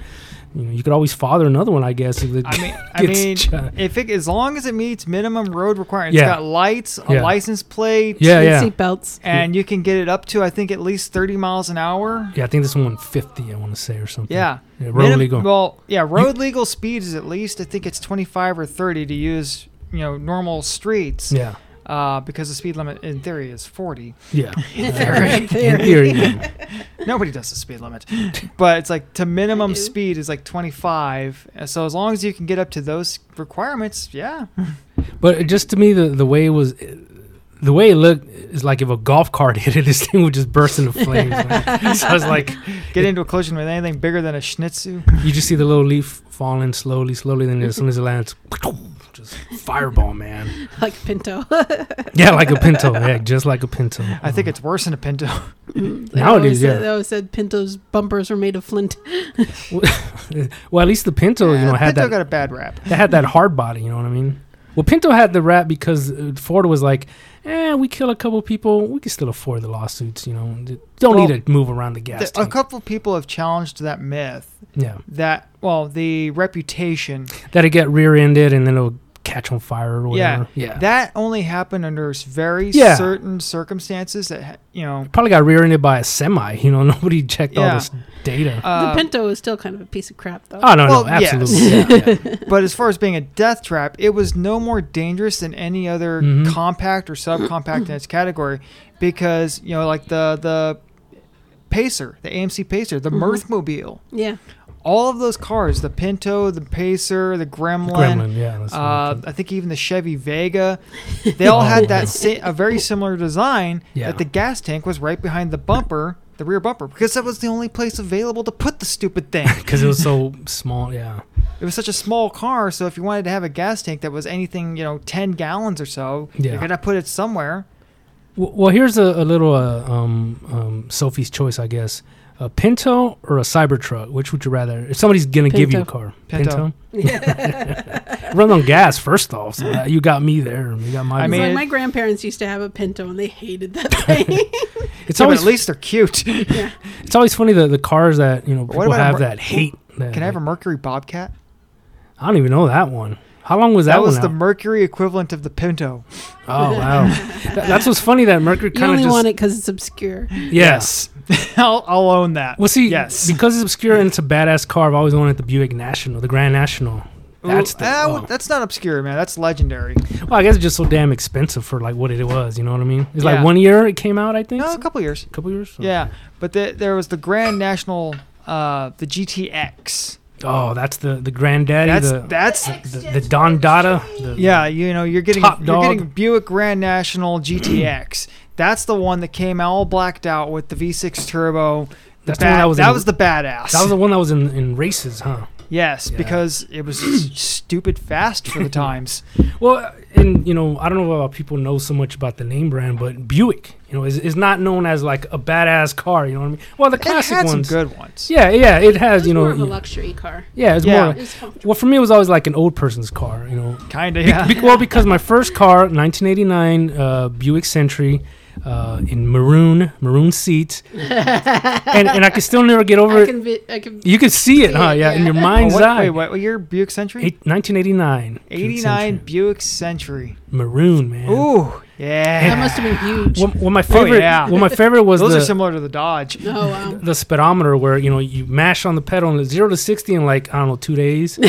Speaker 3: you know, you could always father another one, I guess. If the
Speaker 1: I mean, I
Speaker 3: gets
Speaker 1: mean,
Speaker 3: chi-
Speaker 1: if it as long as it meets minimum road requirements,
Speaker 3: Yeah.
Speaker 1: it's got lights, a
Speaker 3: Yeah.
Speaker 1: license plate,
Speaker 3: yeah, yeah,
Speaker 2: Seatbelts.
Speaker 1: and you can get it up to I think at least thirty miles an hour.
Speaker 3: yeah. I think this one 150, I want to say, or something.
Speaker 1: Yeah,
Speaker 3: yeah road
Speaker 1: Minim-
Speaker 3: legal.
Speaker 1: Well, yeah, road legal speed is at least I think it's twenty five or thirty to use you know normal streets.
Speaker 3: yeah,
Speaker 1: Uh, because the speed limit in theory is forty.
Speaker 3: yeah.
Speaker 2: Theory.
Speaker 3: In theory, yeah.
Speaker 1: Nobody does the speed limit, but it's like to minimum
Speaker 2: do.
Speaker 1: speed is like twenty five. So as long as you can get up to those requirements, yeah,
Speaker 3: but it just to me, the the way it was, the way it looked is like if a golf cart hit it, this thing would just burst into flames. man. so I was like,
Speaker 1: get into a collision with anything bigger than a schnitzu.
Speaker 3: you just see the little leaf falling slowly, slowly, then as soon as it lands, just fireball, man.
Speaker 2: like Pinto.
Speaker 3: Yeah, like a pinto. Yeah, just like a pinto.
Speaker 1: I think it's worse than a Pinto.
Speaker 2: They always
Speaker 3: Nowadays, yeah.
Speaker 2: said, they always said Pinto's bumpers were made of flint.
Speaker 3: well, at least the pinto, you know,
Speaker 1: Yeah,
Speaker 3: had
Speaker 1: Pinto
Speaker 3: that.
Speaker 1: got a bad rap.
Speaker 3: they had that hard body. You know what I mean? Well, Pinto had the rap because uh, Ford was like, "Eh, we kill a couple people, we can still afford the lawsuits. You know, D- don't
Speaker 1: Well,
Speaker 3: need to move around the gas
Speaker 1: a
Speaker 3: tank."
Speaker 1: couple people have challenged that myth
Speaker 3: yeah,
Speaker 1: that well the reputation
Speaker 3: that'd get rear-ended and then it'll catch on fire or
Speaker 1: Yeah,
Speaker 3: whatever. Yeah,
Speaker 1: that only happened under s- very
Speaker 3: Yeah.
Speaker 1: certain circumstances that ha- you know
Speaker 3: probably got rear-ended by a semi. You know, nobody checked all
Speaker 1: Yeah.
Speaker 3: this data.
Speaker 1: uh, ah.
Speaker 2: the Pinto is still kind of a piece of crap, though.
Speaker 3: oh no,
Speaker 1: well,
Speaker 3: no, absolutely.
Speaker 1: yes.
Speaker 3: Yeah, yeah.
Speaker 1: but as far as being a death trap it was no more dangerous than any other
Speaker 3: Mhm.
Speaker 1: compact or subcompact in its category because you know like the the pacer the amc pacer the
Speaker 3: Mm-hmm.
Speaker 2: Mhm.
Speaker 1: mirthmobile
Speaker 2: yeah.
Speaker 1: all of those cars the pinto the pacer the
Speaker 3: The
Speaker 1: gremlin,
Speaker 3: Gremlin. Yeah, that's what I'm
Speaker 1: Uh,
Speaker 3: thinking.
Speaker 1: I think even the Chevy Vega, they all had that sa- a very similar design
Speaker 3: Yeah.
Speaker 1: that the gas tank was right behind the bumper, the rear bumper, because that was the only place available to put the stupid thing.
Speaker 3: 'Cause it was so small. Yeah,
Speaker 1: It was such a small car, so if you wanted to have a gas tank that was anything, you know, ten gallons or so,
Speaker 3: Yeah.
Speaker 1: you're gonna put it somewhere.
Speaker 3: W- Well, here's a, a little uh, um, um, Sophie's choice, I guess. A Pinto or a Cybertruck? Which would you rather? If somebody's gonna give you a
Speaker 2: Pinto.
Speaker 3: car,
Speaker 1: Pinto.
Speaker 3: Run on gas first off. So that- you got me there. You got my.
Speaker 1: I
Speaker 3: I
Speaker 1: mean-
Speaker 3: mean,
Speaker 2: It's like my grandparents used to have a Pinto and they hated that thing.
Speaker 3: it's
Speaker 1: So
Speaker 3: always
Speaker 1: at least they're cute. Can
Speaker 3: it's always funny that the cars that you know people
Speaker 1: about a
Speaker 3: have
Speaker 1: Mer-
Speaker 3: that hate. That,
Speaker 1: I have a Mercury Bobcat?
Speaker 3: I don't even know that one. How long was
Speaker 1: That,
Speaker 3: that,
Speaker 1: was
Speaker 3: one?
Speaker 1: the
Speaker 3: out?
Speaker 1: Mercury equivalent of the Pinto.
Speaker 3: oh wow, That- that's what's funny that Mercury
Speaker 2: you
Speaker 3: kind of
Speaker 2: only
Speaker 3: just
Speaker 2: want it because it's obscure.
Speaker 3: yes.
Speaker 1: I'll, I'll own that.
Speaker 3: Well, see,
Speaker 1: Yes.
Speaker 3: because it's obscure and it's a badass car. I've always wanted the Buick National, the Grand National.
Speaker 1: Ooh,
Speaker 3: That's the,
Speaker 1: ah,
Speaker 3: oh.
Speaker 1: that's not obscure, man. That's legendary.
Speaker 3: Well, I guess it's just so damn expensive for like what it was. You know what I mean? It's
Speaker 1: Yeah.
Speaker 3: like one year it came out. I think
Speaker 1: No,
Speaker 3: so-
Speaker 1: Oh, a couple years.
Speaker 3: couple years. So-
Speaker 1: Yeah, but the, there was the Grand National, uh, the GTX.
Speaker 3: Oh, that's the the granddaddy.
Speaker 1: That's
Speaker 3: the,
Speaker 1: that's
Speaker 3: the, the Don Dada. The,
Speaker 1: yeah. You know, you're getting
Speaker 3: Top
Speaker 1: you're
Speaker 3: dog.
Speaker 1: getting Buick Grand National GTX. that's the one that came all blacked out with the V6 turbo. The
Speaker 3: That's the one
Speaker 1: bad-
Speaker 3: that was
Speaker 1: that
Speaker 3: in-
Speaker 1: was the badass.
Speaker 3: That was the one that was in, in races, huh?
Speaker 1: yes,
Speaker 3: Yeah.
Speaker 1: because it was s- stupid fast for the times.
Speaker 3: Well, and you know, I don't know about people know so much about the name brand, but Buick, you know, is, is not known as like a badass car. You know what I mean? Well, the
Speaker 1: it
Speaker 3: classic
Speaker 1: had some
Speaker 3: ones.
Speaker 1: good ones.
Speaker 3: Yeah, yeah,
Speaker 2: It
Speaker 3: it has.
Speaker 2: was
Speaker 3: you know,
Speaker 2: more of a
Speaker 3: yeah,
Speaker 2: luxury car.
Speaker 3: it's
Speaker 1: Yeah.
Speaker 3: more.
Speaker 2: It was comfortable.
Speaker 3: Well, for me, it was always like an old person's car. You know,
Speaker 1: Kinda.
Speaker 3: Be-
Speaker 1: Yeah.
Speaker 3: be- well, because my first car, 1989 uh, Buick Century, uh, in maroon, maroon seat, and and I could still never get over
Speaker 2: I
Speaker 3: it.
Speaker 2: can, vi- I can
Speaker 3: you could see it,
Speaker 2: see
Speaker 3: huh?
Speaker 2: it,
Speaker 3: Yeah, in your
Speaker 2: yeah.
Speaker 1: Oh,
Speaker 3: mind's
Speaker 1: what,
Speaker 3: eye.
Speaker 1: wait, what, what year? Buick Century.
Speaker 3: Eight- 1989. Buick
Speaker 1: 89
Speaker 3: Century.
Speaker 1: Buick Century.
Speaker 3: maroon man.
Speaker 1: Ooh, yeah.
Speaker 2: That must have been huge.
Speaker 3: Well, well, my favorite.
Speaker 1: yeah.
Speaker 3: Well, my favorite was
Speaker 1: Those
Speaker 3: the,
Speaker 1: are similar to the Dodge.
Speaker 2: oh, wow.
Speaker 3: the speedometer where you know you mash on the pedal and it's zero to sixty in like I don't know two days, but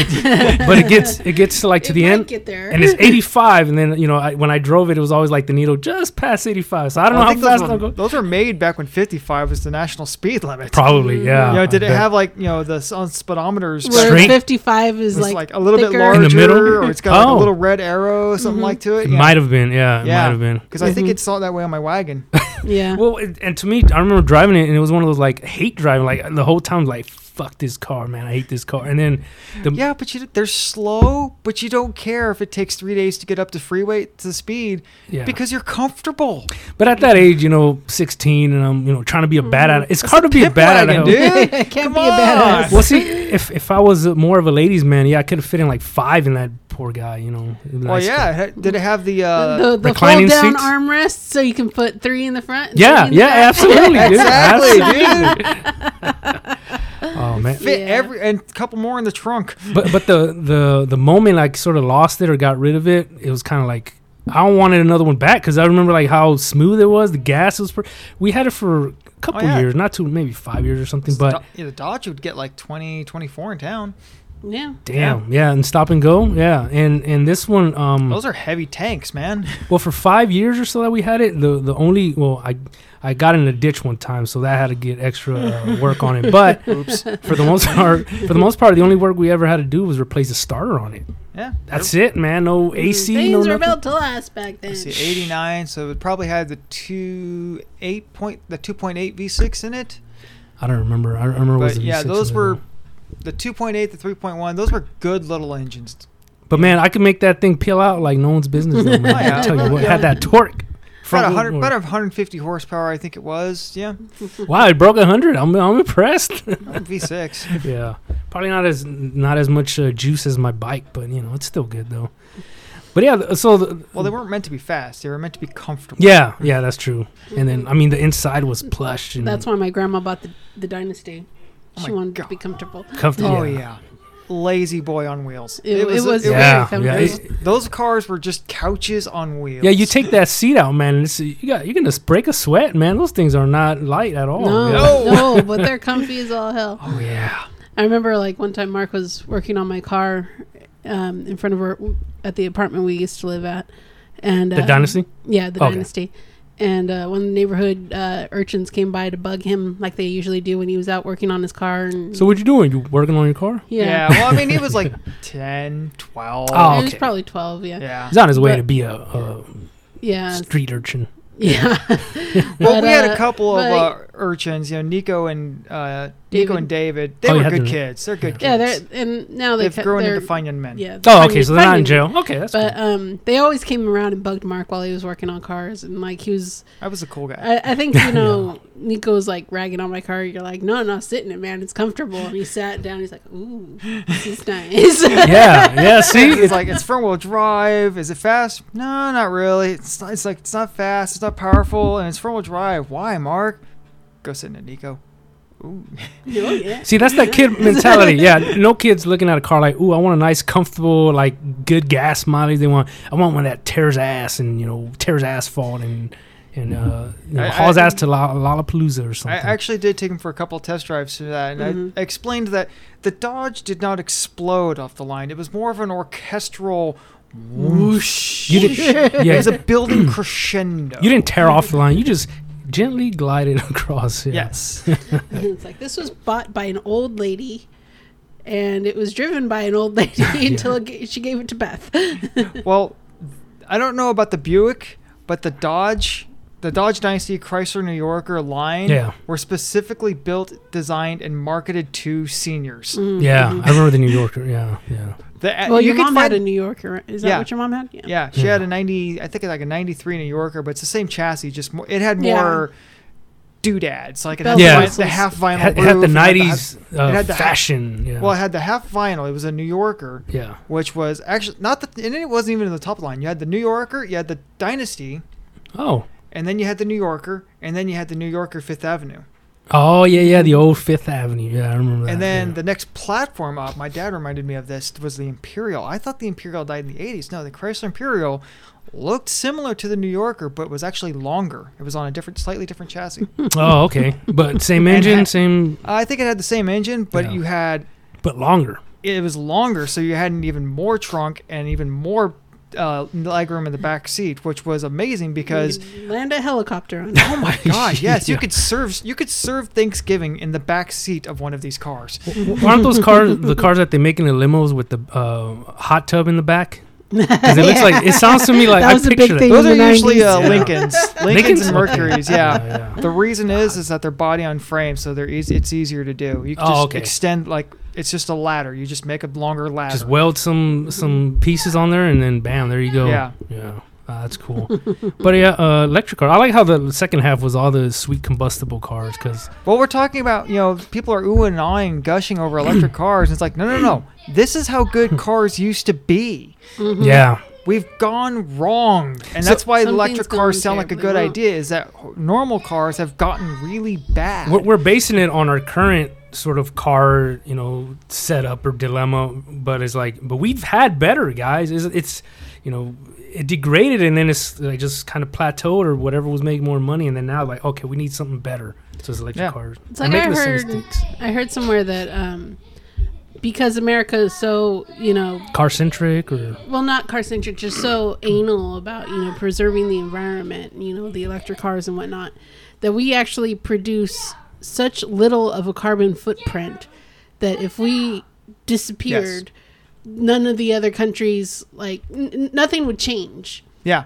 Speaker 3: it gets it gets to like to
Speaker 2: It
Speaker 3: the
Speaker 2: might
Speaker 3: end.
Speaker 2: Get there.
Speaker 3: and it's 85 and then you know I, when i drove it it was always like the needle just past 85 so i don't know
Speaker 1: think
Speaker 3: how fast
Speaker 1: those, were,
Speaker 3: i'll go
Speaker 1: those were made back when 55 was the national speed limit.
Speaker 3: probably yeah
Speaker 1: You know, did
Speaker 3: I
Speaker 1: it
Speaker 3: bet.
Speaker 1: have like you know the s- on speedometers?
Speaker 2: Where
Speaker 3: Straight-
Speaker 2: 55 is
Speaker 1: It's like,
Speaker 2: like,
Speaker 1: a little bit
Speaker 2: thicker. Mm-hmm.
Speaker 1: larger,
Speaker 3: In the middle?
Speaker 1: or it's got like
Speaker 3: Oh.
Speaker 1: a little red arrow, something like to
Speaker 3: it
Speaker 1: it.
Speaker 3: might have been yeah it
Speaker 1: Yeah.
Speaker 3: might have been
Speaker 1: because I think
Speaker 2: Mhm.
Speaker 1: it saw it that way on my wagon.
Speaker 3: Mm-hmm.
Speaker 2: yeah.
Speaker 3: well it, and to me i remember driving it and it was one of those like hate driving like the whole time like fuck this car man i hate this car and then the
Speaker 1: yeah, but you, they're slow, but you don't care if it takes three days to get up to freeway to speed
Speaker 3: yeah.
Speaker 1: because you're comfortable.
Speaker 3: but at that age you know 16 and i'm you know trying to be a bad
Speaker 1: Mm-hmm.
Speaker 3: at it. it's hard to be a
Speaker 1: Pimp
Speaker 3: bad
Speaker 1: wagon,
Speaker 3: at
Speaker 1: dude.
Speaker 3: it.
Speaker 1: Come
Speaker 2: Can't be a badass.
Speaker 1: on.
Speaker 3: well see if if i was uh, more of a ladies man yeah i could have fit in like five in that poor guy, you know.
Speaker 1: Well,
Speaker 3: nice guy.
Speaker 1: yeah. ha- Did it have the? Uh,
Speaker 2: the the fold
Speaker 3: reclining
Speaker 2: down
Speaker 3: seats?
Speaker 2: armrests, so you can put three in the front. and
Speaker 3: Yeah,
Speaker 2: three in the
Speaker 3: yeah,
Speaker 2: back.
Speaker 3: absolutely, dude.
Speaker 1: Exactly,
Speaker 3: Absolutely. oh man,
Speaker 1: fit
Speaker 2: Yeah.
Speaker 1: every and a couple more in the trunk.
Speaker 3: but but the the the moment I sort of lost it or got rid of it, it was kind of like I wanted another one back because I remember like how smooth it was. The gas was. Per- we had it for a couple
Speaker 1: yeah.
Speaker 3: years, not too maybe five years or something.
Speaker 1: The
Speaker 3: But
Speaker 1: Do- yeah, the Dodge would get like 20, 24 in town.
Speaker 2: Yeah.
Speaker 3: damn, yeah, and stop and go, yeah, and and this one, um,
Speaker 1: Those are heavy tanks, man.
Speaker 3: Well, for five years or so that we had it, the the only well, I I got in a ditch one time, so that had to get extra uh, work on it. But
Speaker 1: Oops.
Speaker 3: for the most part, for the most part, the only work we ever had to do was replace a starter on it.
Speaker 1: Yeah,
Speaker 3: That's it, man. No AC,
Speaker 2: Mm, Mm-hmm. Things
Speaker 3: no
Speaker 2: were
Speaker 3: nothing.
Speaker 2: built to last back then.
Speaker 1: Let's see, 89. So it probably had the two eight point, the 2.8 V6 in it.
Speaker 3: I don't remember. I don't remember. what
Speaker 1: But
Speaker 3: was
Speaker 1: yeah,
Speaker 3: V6
Speaker 1: those
Speaker 3: in
Speaker 1: were
Speaker 3: there.
Speaker 1: the 2.8, the 3.1. Those were good little engines.
Speaker 3: But man, I could make that thing peel out like no one's business. Though, man.
Speaker 1: Oh,
Speaker 3: I
Speaker 1: yeah.
Speaker 3: tell you what, it had that torque.
Speaker 1: About
Speaker 3: Front wheel
Speaker 1: 100,
Speaker 3: torque.
Speaker 1: about 150 horsepower, I think it was. Yeah,
Speaker 3: Wow, it broke hundred. I'm I'm impressed.
Speaker 1: V6.
Speaker 3: yeah, probably not as not as much uh, juice as my bike, but you know it's still good though. But yeah, th- so the,
Speaker 1: Well, they weren't meant to be fast. They were meant to be comfortable.
Speaker 3: Yeah, yeah, that's true. And then I mean, the inside was plush and
Speaker 2: That's why my grandma bought the, the Dynasty.
Speaker 1: Oh
Speaker 2: She
Speaker 1: my
Speaker 2: wanted
Speaker 1: God.
Speaker 2: to be comfortable.
Speaker 3: comfortable.
Speaker 1: Oh yeah. Lazy boy on wheels.
Speaker 2: It, it was,
Speaker 1: it
Speaker 2: yeah,
Speaker 3: very Yeah,
Speaker 2: very
Speaker 3: yeah,
Speaker 1: Those,
Speaker 2: comfortable.
Speaker 1: those cars were just couches on wheels.
Speaker 3: Yeah, you take that seat out, man. and It's, you got you're gonna break a sweat, man. Those things are not light at all. Oh, Yeah.
Speaker 2: no, Oh.
Speaker 1: No.
Speaker 2: no. but they're comfy as all hell.
Speaker 1: Oh yeah.
Speaker 2: I remember like one time Mark was working on my car um, in front of our at the apartment we used to live at, and
Speaker 3: The
Speaker 2: uh,
Speaker 3: dynasty.
Speaker 2: Yeah, the
Speaker 3: Okay.
Speaker 2: dynasty. And uh, one of the neighborhood uh, urchins came by to bug him like they usually do when he was out working on his car. And
Speaker 3: So what you doing? You working on your car?
Speaker 1: yeah.
Speaker 2: yeah,
Speaker 1: Well, I mean, he was like 10, 12.
Speaker 3: Oh,
Speaker 2: it was
Speaker 3: okay.
Speaker 2: probably twelve. Yeah,
Speaker 1: Yeah.
Speaker 3: He's on his way
Speaker 2: But-
Speaker 3: to be a, a
Speaker 2: yeah,
Speaker 3: street urchin.
Speaker 2: yeah.
Speaker 1: Well,
Speaker 2: But,
Speaker 1: we had
Speaker 2: uh,
Speaker 1: a couple of uh,
Speaker 2: but-
Speaker 1: urchins. You know, Nico and uh,
Speaker 2: David.
Speaker 1: Nico and David. They
Speaker 3: Oh, you
Speaker 1: were
Speaker 3: had
Speaker 1: good
Speaker 3: to-
Speaker 1: kids. They're good
Speaker 2: yeah, they're
Speaker 1: kids.
Speaker 2: and now they
Speaker 1: They've
Speaker 2: ca-
Speaker 1: grown
Speaker 2: they're,
Speaker 1: into fine young men.
Speaker 2: Yeah.
Speaker 3: Oh,
Speaker 2: fine-
Speaker 3: okay. So they're
Speaker 2: fine
Speaker 3: not in
Speaker 2: and-
Speaker 3: jail. Okay, that's
Speaker 2: But
Speaker 3: good.
Speaker 2: um, they always came around and bugged Mark while he was working on cars, and like he was,
Speaker 1: I was a cool guy.
Speaker 2: I, I think you know, Nico was like ragging on my car. You're like, no, no, sit in it, man. It's comfortable. And he sat down. He's like, ooh, this is nice. "Oh,
Speaker 3: yeah, yeah. See,
Speaker 1: it's
Speaker 3: it's
Speaker 1: like it's front wheel drive. Is it fast? No, not really. It's not, it's like it's not fast. It's not powerful, and it's front wheel drive. Why, Mark? Go sit in it, Nico. Ooh.
Speaker 2: No, yeah.
Speaker 3: See, that's that kid mentality. Yeah, no kids looking at a car like, "Ooh, I want a nice, comfortable, like good gas mileage." They want, I want one that tears ass and you know tears asphalt and and uh, you know,
Speaker 1: I-
Speaker 3: hauls
Speaker 1: I-
Speaker 3: ass to La- Lollapalooza or something.
Speaker 1: I actually did take him for a couple test drives to that, and
Speaker 2: Mhm.
Speaker 1: I explained that the Dodge did not explode off the line. It was more of an orchestral whoosh.
Speaker 3: You didn't- yeah.
Speaker 1: It was a building crescendo.
Speaker 3: you didn't tear off the line. You just gently glided across. Yeah.
Speaker 1: Yes.
Speaker 2: it's like this was bought by an old lady, and it was driven by an old lady until it ga- she gave it to Beth. Mm-hmm.
Speaker 1: well, I don't know about the Buick, but the Dodge, the Dodge Dynasty Chrysler New Yorker line
Speaker 3: Yeah.
Speaker 1: were specifically built, designed, and marketed to seniors.
Speaker 3: Yeah, I remember the New Yorker. Yeah, yeah.
Speaker 1: The-
Speaker 2: Mm. well, your
Speaker 1: Uh, could
Speaker 2: mom
Speaker 1: find-
Speaker 2: had a New Yorker. right? Is that
Speaker 1: Yeah.
Speaker 2: what your mom had?
Speaker 1: Yeah, she
Speaker 3: Yeah.
Speaker 1: had a 90, I think it's like a 93 New Yorker, but it's the same chassis, just more, it had
Speaker 2: Yeah.
Speaker 1: more doodads. Like it
Speaker 2: Bell
Speaker 1: had the, vi-
Speaker 3: whistles.
Speaker 1: the half vinyl.
Speaker 3: It had, it had
Speaker 1: roof,
Speaker 3: the
Speaker 1: it had
Speaker 3: '90s uh,
Speaker 1: it had the-
Speaker 3: fashion. Yeah.
Speaker 1: half- well, it had the half vinyl. It was a New Yorker,
Speaker 3: yeah.
Speaker 1: which was actually not the, and it wasn't even in the top line. You had the New Yorker, you had the Dynasty,
Speaker 3: Oh.
Speaker 1: and then you had the New Yorker, and then you had the New Yorker Fifth Avenue.
Speaker 3: Oh yeah, yeah. The old Fifth Avenue. Yeah, I remember that.
Speaker 1: And then
Speaker 3: yeah.
Speaker 1: the next platform up, my dad reminded me of this, was the Imperial. I thought the Imperial died in the 80s. No, the Chrysler Imperial looked similar to the New Yorker, but was actually longer. It was on a different, slightly different chassis.
Speaker 3: oh okay, but same
Speaker 1: And
Speaker 3: engine,
Speaker 1: had-
Speaker 3: same
Speaker 1: I think it had the same engine, but
Speaker 3: Yeah.
Speaker 1: you had,
Speaker 3: but longer.
Speaker 1: it was longer, so you had an even more trunk and even more uh, legroom in the back seat, which was amazing because,
Speaker 2: You land a helicopter on it.
Speaker 1: oh my God, yes, you
Speaker 3: Yeah.
Speaker 1: could serve, you could serve Thanksgiving in the back seat of one of these cars.
Speaker 3: W- Aren't those cars the cars that they make in the limos with the uh, hot tub in the back? 'Cause it looks like it sounds to me like
Speaker 2: That
Speaker 3: I
Speaker 2: was a
Speaker 3: picture
Speaker 2: big
Speaker 3: that.
Speaker 2: thing.
Speaker 1: Those are
Speaker 2: in the
Speaker 1: usually uh,
Speaker 2: 90s.
Speaker 3: Yeah.
Speaker 1: Lincolns, Lincolns and
Speaker 3: Okay.
Speaker 1: Mercurys, yeah.
Speaker 3: yeah, yeah.
Speaker 1: The reason is is that they're body on frame, so they're easy, it's easier to do. You can
Speaker 3: Oh,
Speaker 1: just
Speaker 3: okay.
Speaker 1: extend like it's just a ladder. You just make a longer ladder.
Speaker 3: Just weld some some pieces on there and then bam, there you go.
Speaker 1: Yeah.
Speaker 3: yeah. Uh, that's cool. but yeah, uh, electric car. I like how the second half was all the sweet combustible cars because
Speaker 1: Well, we're talking about, you know, people are ooh and awing, gushing over electric cars. And it's like, no, no, no. This is how good cars used to be.
Speaker 2: Mhm.
Speaker 3: yeah,
Speaker 1: We've gone wrong. And
Speaker 3: So-
Speaker 1: that's why
Speaker 2: Something's
Speaker 1: electric cars
Speaker 2: gone
Speaker 1: sound like a
Speaker 2: terribly
Speaker 1: good
Speaker 2: wrong.
Speaker 1: idea is that normal cars have gotten really bad.
Speaker 3: we're, we're basing it on our current sort of car, you know, setup or dilemma. But it's like, but we've had better guys. It's, it's you know, it degraded and then it's like just kind of plateaued or whatever was making more money. And then now like, okay, we need something better. So it's electric
Speaker 1: Yeah.
Speaker 3: cars.
Speaker 2: It's
Speaker 3: We're
Speaker 2: like I
Speaker 3: making the same
Speaker 2: heard-
Speaker 3: mistakes.
Speaker 2: I heard somewhere that um, because America is so, you know,
Speaker 3: car centric or
Speaker 2: well, not car centric, just so anal about, you know, preserving the environment, you know, the electric cars and whatnot, that we actually produce such little of a carbon footprint that if we disappeared, none of the other countries, like, n- n- nothing would change
Speaker 1: yeah.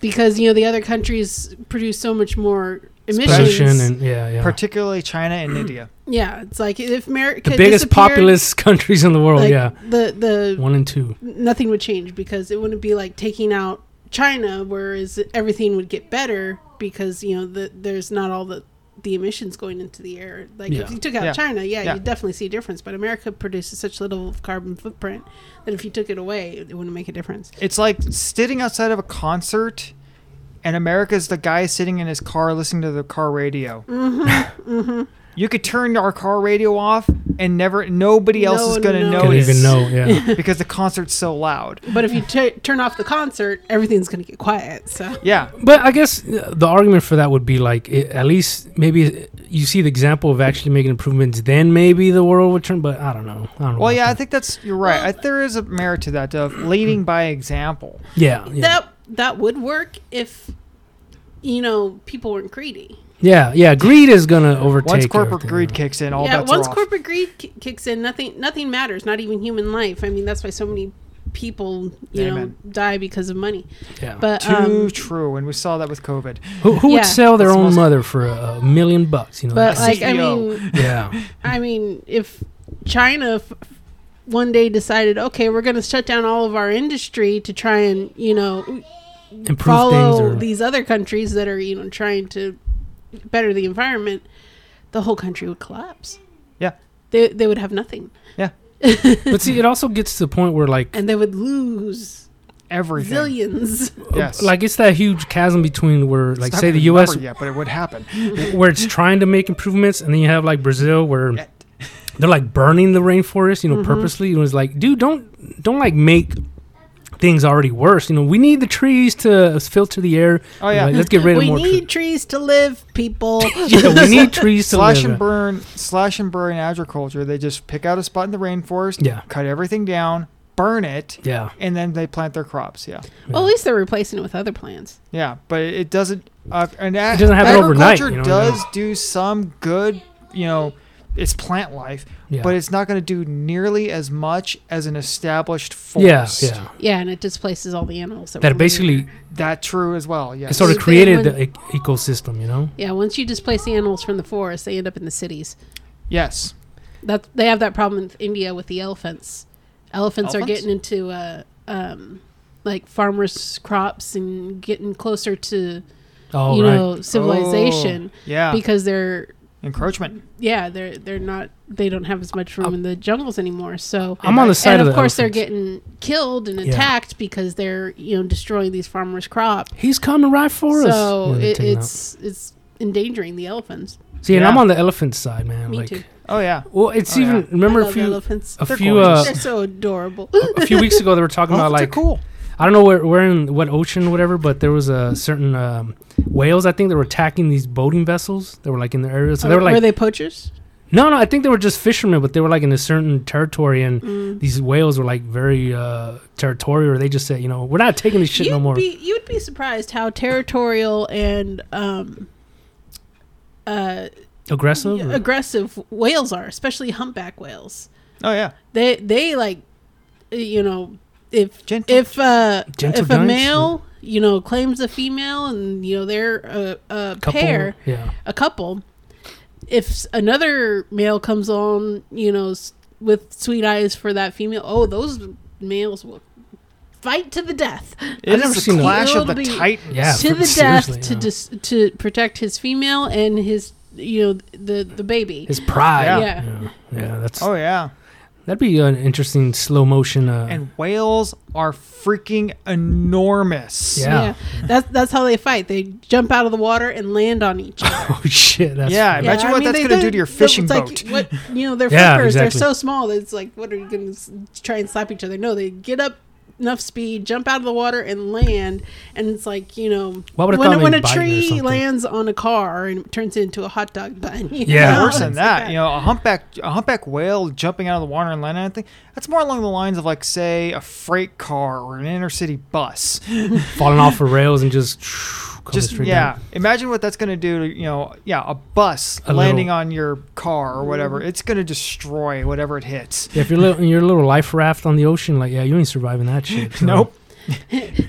Speaker 2: because, you know, the other countries produce so much more emissions.
Speaker 3: pollution and yeah, yeah.
Speaker 1: Particularly China and India.
Speaker 2: yeah, it's like if America.
Speaker 3: the biggest
Speaker 2: disappeared,
Speaker 3: populous countries in the world.
Speaker 2: like,
Speaker 3: yeah,
Speaker 2: The, the
Speaker 3: one and two.
Speaker 2: nothing would change because it wouldn't be like taking out China, whereas everything would get better because you know the, there's not all the the emissions going into the air. Like
Speaker 3: Yeah.
Speaker 2: if you took out
Speaker 1: Yeah.
Speaker 2: China, yeah,
Speaker 1: Yeah.
Speaker 2: you definitely see a difference. But America produces such little of carbon footprint that if you took it away, it wouldn't make a difference.
Speaker 1: It's like sitting outside of a concert and America's the guy sitting in his car listening to the car radio.
Speaker 2: Mm-hmm,
Speaker 1: You could turn our car radio off and never nobody else
Speaker 2: No
Speaker 1: is
Speaker 2: one
Speaker 1: going to
Speaker 2: knows.
Speaker 3: Don't
Speaker 2: Couldn't
Speaker 1: notice
Speaker 3: even know. Yeah,
Speaker 1: because the concert's so loud.
Speaker 2: But if you t- turn off the concert, everything's going to get quiet. So
Speaker 1: Yeah.
Speaker 3: but I guess uh, the argument for that would be like it, at least maybe uh, you see the example of actually making improvements. Then maybe the world would turn. But I don't know. I don't know.
Speaker 1: Well,
Speaker 3: about
Speaker 1: yeah, I
Speaker 3: that.
Speaker 1: think that's you're right. I, there is a merit to that of leading by example.
Speaker 3: yeah, yeah,
Speaker 2: that that would work if you know people weren't greedy.
Speaker 3: yeah, yeah. Greed is gonna overtake.
Speaker 1: Once corporate
Speaker 3: everything.
Speaker 1: greed kicks in, all
Speaker 2: yeah,
Speaker 1: bets
Speaker 2: once
Speaker 1: are off.
Speaker 2: corporate greed ki- kicks in, nothing nothing matters, not even human life. I mean, that's why so many people, you
Speaker 1: Amen.
Speaker 2: know, die because of money.
Speaker 3: Yeah.
Speaker 2: But
Speaker 1: Too
Speaker 2: um,
Speaker 1: true, and we saw that with COVID.
Speaker 3: who who
Speaker 2: yeah.
Speaker 3: would sell their
Speaker 1: That's
Speaker 3: own
Speaker 1: most-
Speaker 3: mother for a, a million bucks? You know.
Speaker 2: but
Speaker 3: that's-
Speaker 2: like I
Speaker 1: CEO.
Speaker 2: mean,
Speaker 3: yeah,
Speaker 2: I mean, if China f- one day decided, okay, we're going to shut down all of our industry to try and, you know,
Speaker 3: improve things
Speaker 2: follow
Speaker 3: or
Speaker 2: these other countries that are, you know, trying to better the environment, the whole country would collapse.
Speaker 1: Yeah.
Speaker 2: They they would have nothing
Speaker 3: but see, it also gets to the point where like
Speaker 2: and they would lose
Speaker 1: Everything.
Speaker 2: zillions.
Speaker 1: Yes.
Speaker 3: like it's that huge chasm between where
Speaker 1: It's
Speaker 3: like
Speaker 1: not
Speaker 3: say the
Speaker 1: gonna remember
Speaker 3: U.S.
Speaker 1: yet, but it would happen. Oh,
Speaker 3: where it's trying to make improvements, and then you have like Brazil where
Speaker 1: Yeah.
Speaker 3: they're like burning the rainforest, you know,
Speaker 2: Mhm.
Speaker 3: purposely. It was like, dude, don't don't like make things already worse. You know, we need the trees to filter the air.
Speaker 1: Oh yeah,
Speaker 3: Like, let's get rid of
Speaker 2: we
Speaker 3: more.
Speaker 2: need trees to live, people.
Speaker 3: trees. yeah, we need trees to
Speaker 1: slash
Speaker 3: live.
Speaker 1: and burn, slash and burn agriculture. They just pick out a spot in the rainforest,
Speaker 3: Yeah,
Speaker 1: cut everything down, burn it,
Speaker 3: yeah.
Speaker 1: and then they plant their crops. Yeah,
Speaker 2: well, at least they're replacing it with other plants.
Speaker 1: yeah, but it it doesn't. Uh, and ag-
Speaker 3: doesn't happen overnight,
Speaker 1: agriculture
Speaker 3: you know,
Speaker 1: does
Speaker 3: yeah.
Speaker 1: do some good. You know, it's plant life,
Speaker 3: yeah.
Speaker 1: but it's not going to do nearly as much as an established
Speaker 3: yeah,
Speaker 1: forest.
Speaker 3: yeah.
Speaker 2: Yeah, and it displaces all the animals. were
Speaker 3: That
Speaker 2: moving.
Speaker 3: basically
Speaker 1: That true as well.
Speaker 3: it
Speaker 1: Yes.
Speaker 3: sort of
Speaker 2: They
Speaker 3: created
Speaker 2: wouldn't-
Speaker 3: the ec- ecosystem. You know,
Speaker 2: Yeah, once you displace the animals from the forest, they end up in the cities.
Speaker 1: yes.
Speaker 2: That they have that problem in India with the elephants. Elephants, are
Speaker 1: Elephants?
Speaker 2: getting into uh, um, like farmers' crops and getting closer to
Speaker 3: oh
Speaker 2: you
Speaker 3: right.
Speaker 2: know civilization
Speaker 1: Oh, yeah.
Speaker 2: because they're
Speaker 1: Encroachment.
Speaker 2: yeah they're they're not they don't have as much room
Speaker 3: I'm-
Speaker 2: in the jungles anymore. So
Speaker 3: I'm on the side
Speaker 2: and
Speaker 3: of
Speaker 2: of,
Speaker 3: the
Speaker 2: course they're
Speaker 3: elephants.
Speaker 2: getting killed and
Speaker 3: Yeah.
Speaker 2: attacked because they're you know destroying these farmers' crop.
Speaker 3: He's coming right for us.
Speaker 2: So
Speaker 3: Yeah, they
Speaker 2: it,
Speaker 3: take him out.
Speaker 2: it's it's endangering the elephants.
Speaker 3: see, and I'm
Speaker 1: Yeah.
Speaker 3: on the elephant side, man.
Speaker 2: Me
Speaker 3: like,
Speaker 2: too.
Speaker 1: Oh yeah.
Speaker 3: well, it's
Speaker 1: Oh,
Speaker 3: even
Speaker 1: yeah.
Speaker 3: remember
Speaker 2: I
Speaker 3: a
Speaker 2: love
Speaker 3: few
Speaker 2: elephants.
Speaker 3: a
Speaker 1: They're
Speaker 3: few
Speaker 1: gorgeous.
Speaker 3: uh,
Speaker 2: They're so adorable.
Speaker 3: a few weeks ago they were talking about
Speaker 1: Elephants are
Speaker 3: like
Speaker 1: Oh, cool.
Speaker 3: I don't know where, where in what ocean, whatever, but there was a certain um, whales. I think that were attacking these boating vessels. They were like in their area, so they were like
Speaker 2: they poachers?
Speaker 3: no, no. I think they were just fishermen, but they were like in a certain territory, and
Speaker 2: Mm.
Speaker 3: these whales were like very uh, territorial. Or they just said, you know, we're not taking this shit
Speaker 2: you'd
Speaker 3: no more.
Speaker 2: Be, you'd be surprised how territorial and um, uh,
Speaker 3: Aggressive. or-
Speaker 2: aggressive whales are, especially humpback whales.
Speaker 1: Oh yeah.
Speaker 2: They they like, uh, you know, if
Speaker 1: Gentle.
Speaker 2: if uh,
Speaker 3: Gentle
Speaker 2: if a
Speaker 3: giants,
Speaker 2: male you know claims a female and you know they're a, a
Speaker 3: couple,
Speaker 2: pair,
Speaker 3: Yeah.
Speaker 2: a couple. If s- another male comes on, you know, s- with sweet eyes for that female, oh, those males will fight to the death.
Speaker 3: I've
Speaker 1: It
Speaker 3: never
Speaker 1: is the
Speaker 3: seen a-
Speaker 1: clash of the
Speaker 2: It'll be-
Speaker 1: titans.
Speaker 3: Yeah.
Speaker 2: to
Speaker 3: for-
Speaker 2: the death
Speaker 3: seriously,
Speaker 2: to
Speaker 3: yeah.
Speaker 2: dis- to protect his female and his you know the the baby.
Speaker 3: His pride.
Speaker 1: Yeah.
Speaker 2: Yeah.
Speaker 3: yeah, Yeah, that's
Speaker 1: Oh yeah.
Speaker 3: that'd be an interesting slow motion. Uh,
Speaker 1: And whales are freaking enormous.
Speaker 3: Yeah.
Speaker 2: that's that's how they fight. They jump out of the water and land on each other.
Speaker 3: oh shit, that's
Speaker 1: Yeah,
Speaker 3: yeah,
Speaker 1: Imagine what that's
Speaker 2: they-
Speaker 1: gonna do
Speaker 2: they-
Speaker 1: to your
Speaker 2: it's
Speaker 1: fishing
Speaker 2: like,
Speaker 1: boat.
Speaker 2: what- you know, they're
Speaker 3: Yeah,
Speaker 2: flippers.
Speaker 3: exactly.
Speaker 2: They're so small. It's like, what are you going to try and slap each other? No, they get up enough speed, jump out of the water, and land. And it's like, you know,
Speaker 3: Well, I would've
Speaker 2: when,
Speaker 3: thought
Speaker 2: when a
Speaker 3: maybe biting or
Speaker 2: tree
Speaker 3: something.
Speaker 2: lands on a car and turns into a hot dog bun. you
Speaker 3: Yeah.
Speaker 2: know?
Speaker 1: Worse than
Speaker 2: It's like
Speaker 1: that, you know, a humpback a humpback whale jumping out of the water and landing on a thing. That's more along the lines of like say a freight car or an inner city bus.
Speaker 3: falling off the rails and just coming
Speaker 1: Just
Speaker 3: straight
Speaker 1: yeah,
Speaker 3: down.
Speaker 1: imagine what that's gonna do to you know yeah a bus
Speaker 3: A
Speaker 1: landing
Speaker 3: little-
Speaker 1: on your car or whatever. It's gonna destroy whatever it hits.
Speaker 3: Yeah, if you're little, your little life raft on the ocean, like yeah, you ain't surviving that shit. no.
Speaker 1: Nope.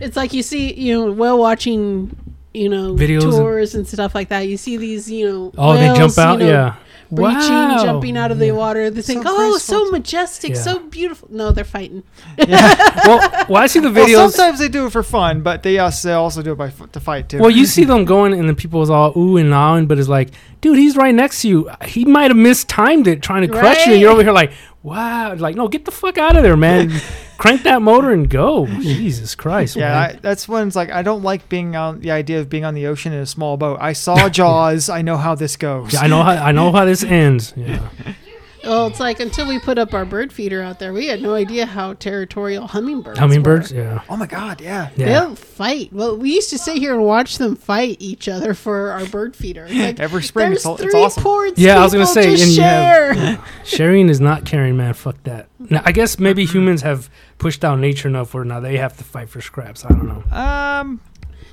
Speaker 2: It's like you see, you know, whale watching, you know,
Speaker 3: Videos and-
Speaker 2: tours and, stuff like that. You see these, you know,
Speaker 3: Oh, they
Speaker 2: whales,
Speaker 3: jump
Speaker 2: you
Speaker 3: out.
Speaker 2: know,
Speaker 3: yeah.
Speaker 2: breaching,
Speaker 3: Wow.
Speaker 2: jumping out of
Speaker 3: Yeah.
Speaker 2: the water. They think, oh,
Speaker 1: graceful.
Speaker 2: so majestic,
Speaker 3: Yeah.
Speaker 2: so beautiful. No, they're fighting.
Speaker 3: well, well, I see the videos.
Speaker 1: Well, sometimes they do it for fun, but they also, they also do it by f- to fight too.
Speaker 3: Well, you see them going, and the people's all ooh and ahhing, but it's like, dude, he's right next to you. He might have mistimed it trying to crush you, and you're
Speaker 2: Right.
Speaker 3: over here like, wow, like no, get the fuck out of there, man. Crank that motor and go. Jesus Christ,
Speaker 1: yeah, I,
Speaker 3: man.
Speaker 1: that's when it's like I don't like being on the idea of being on the ocean in a small boat. I saw Jaws. I know how this goes.
Speaker 3: Yeah, I know how I know how this ends. Yeah,
Speaker 2: Well, it's like until we put up our bird feeder out there, we had no idea how territorial hummingbirds.
Speaker 3: hummingbirds.
Speaker 2: were.
Speaker 3: Yeah,
Speaker 1: Oh my god, yeah.
Speaker 3: yeah.
Speaker 2: They'll fight. Well, we used to sit here and watch them fight each other for our bird feeder. It's Like,
Speaker 1: Every spring, it's,
Speaker 2: there's
Speaker 1: all,
Speaker 2: three
Speaker 1: it's awesome.
Speaker 2: ports.
Speaker 3: Yeah, I was gonna
Speaker 2: people,
Speaker 3: say,
Speaker 2: just
Speaker 3: and you
Speaker 2: share.
Speaker 3: have- Sharing is not caring, man. Fuck that. Now, I guess maybe humans have pushed down nature enough where now they have to fight for scraps. I don't know.
Speaker 1: um,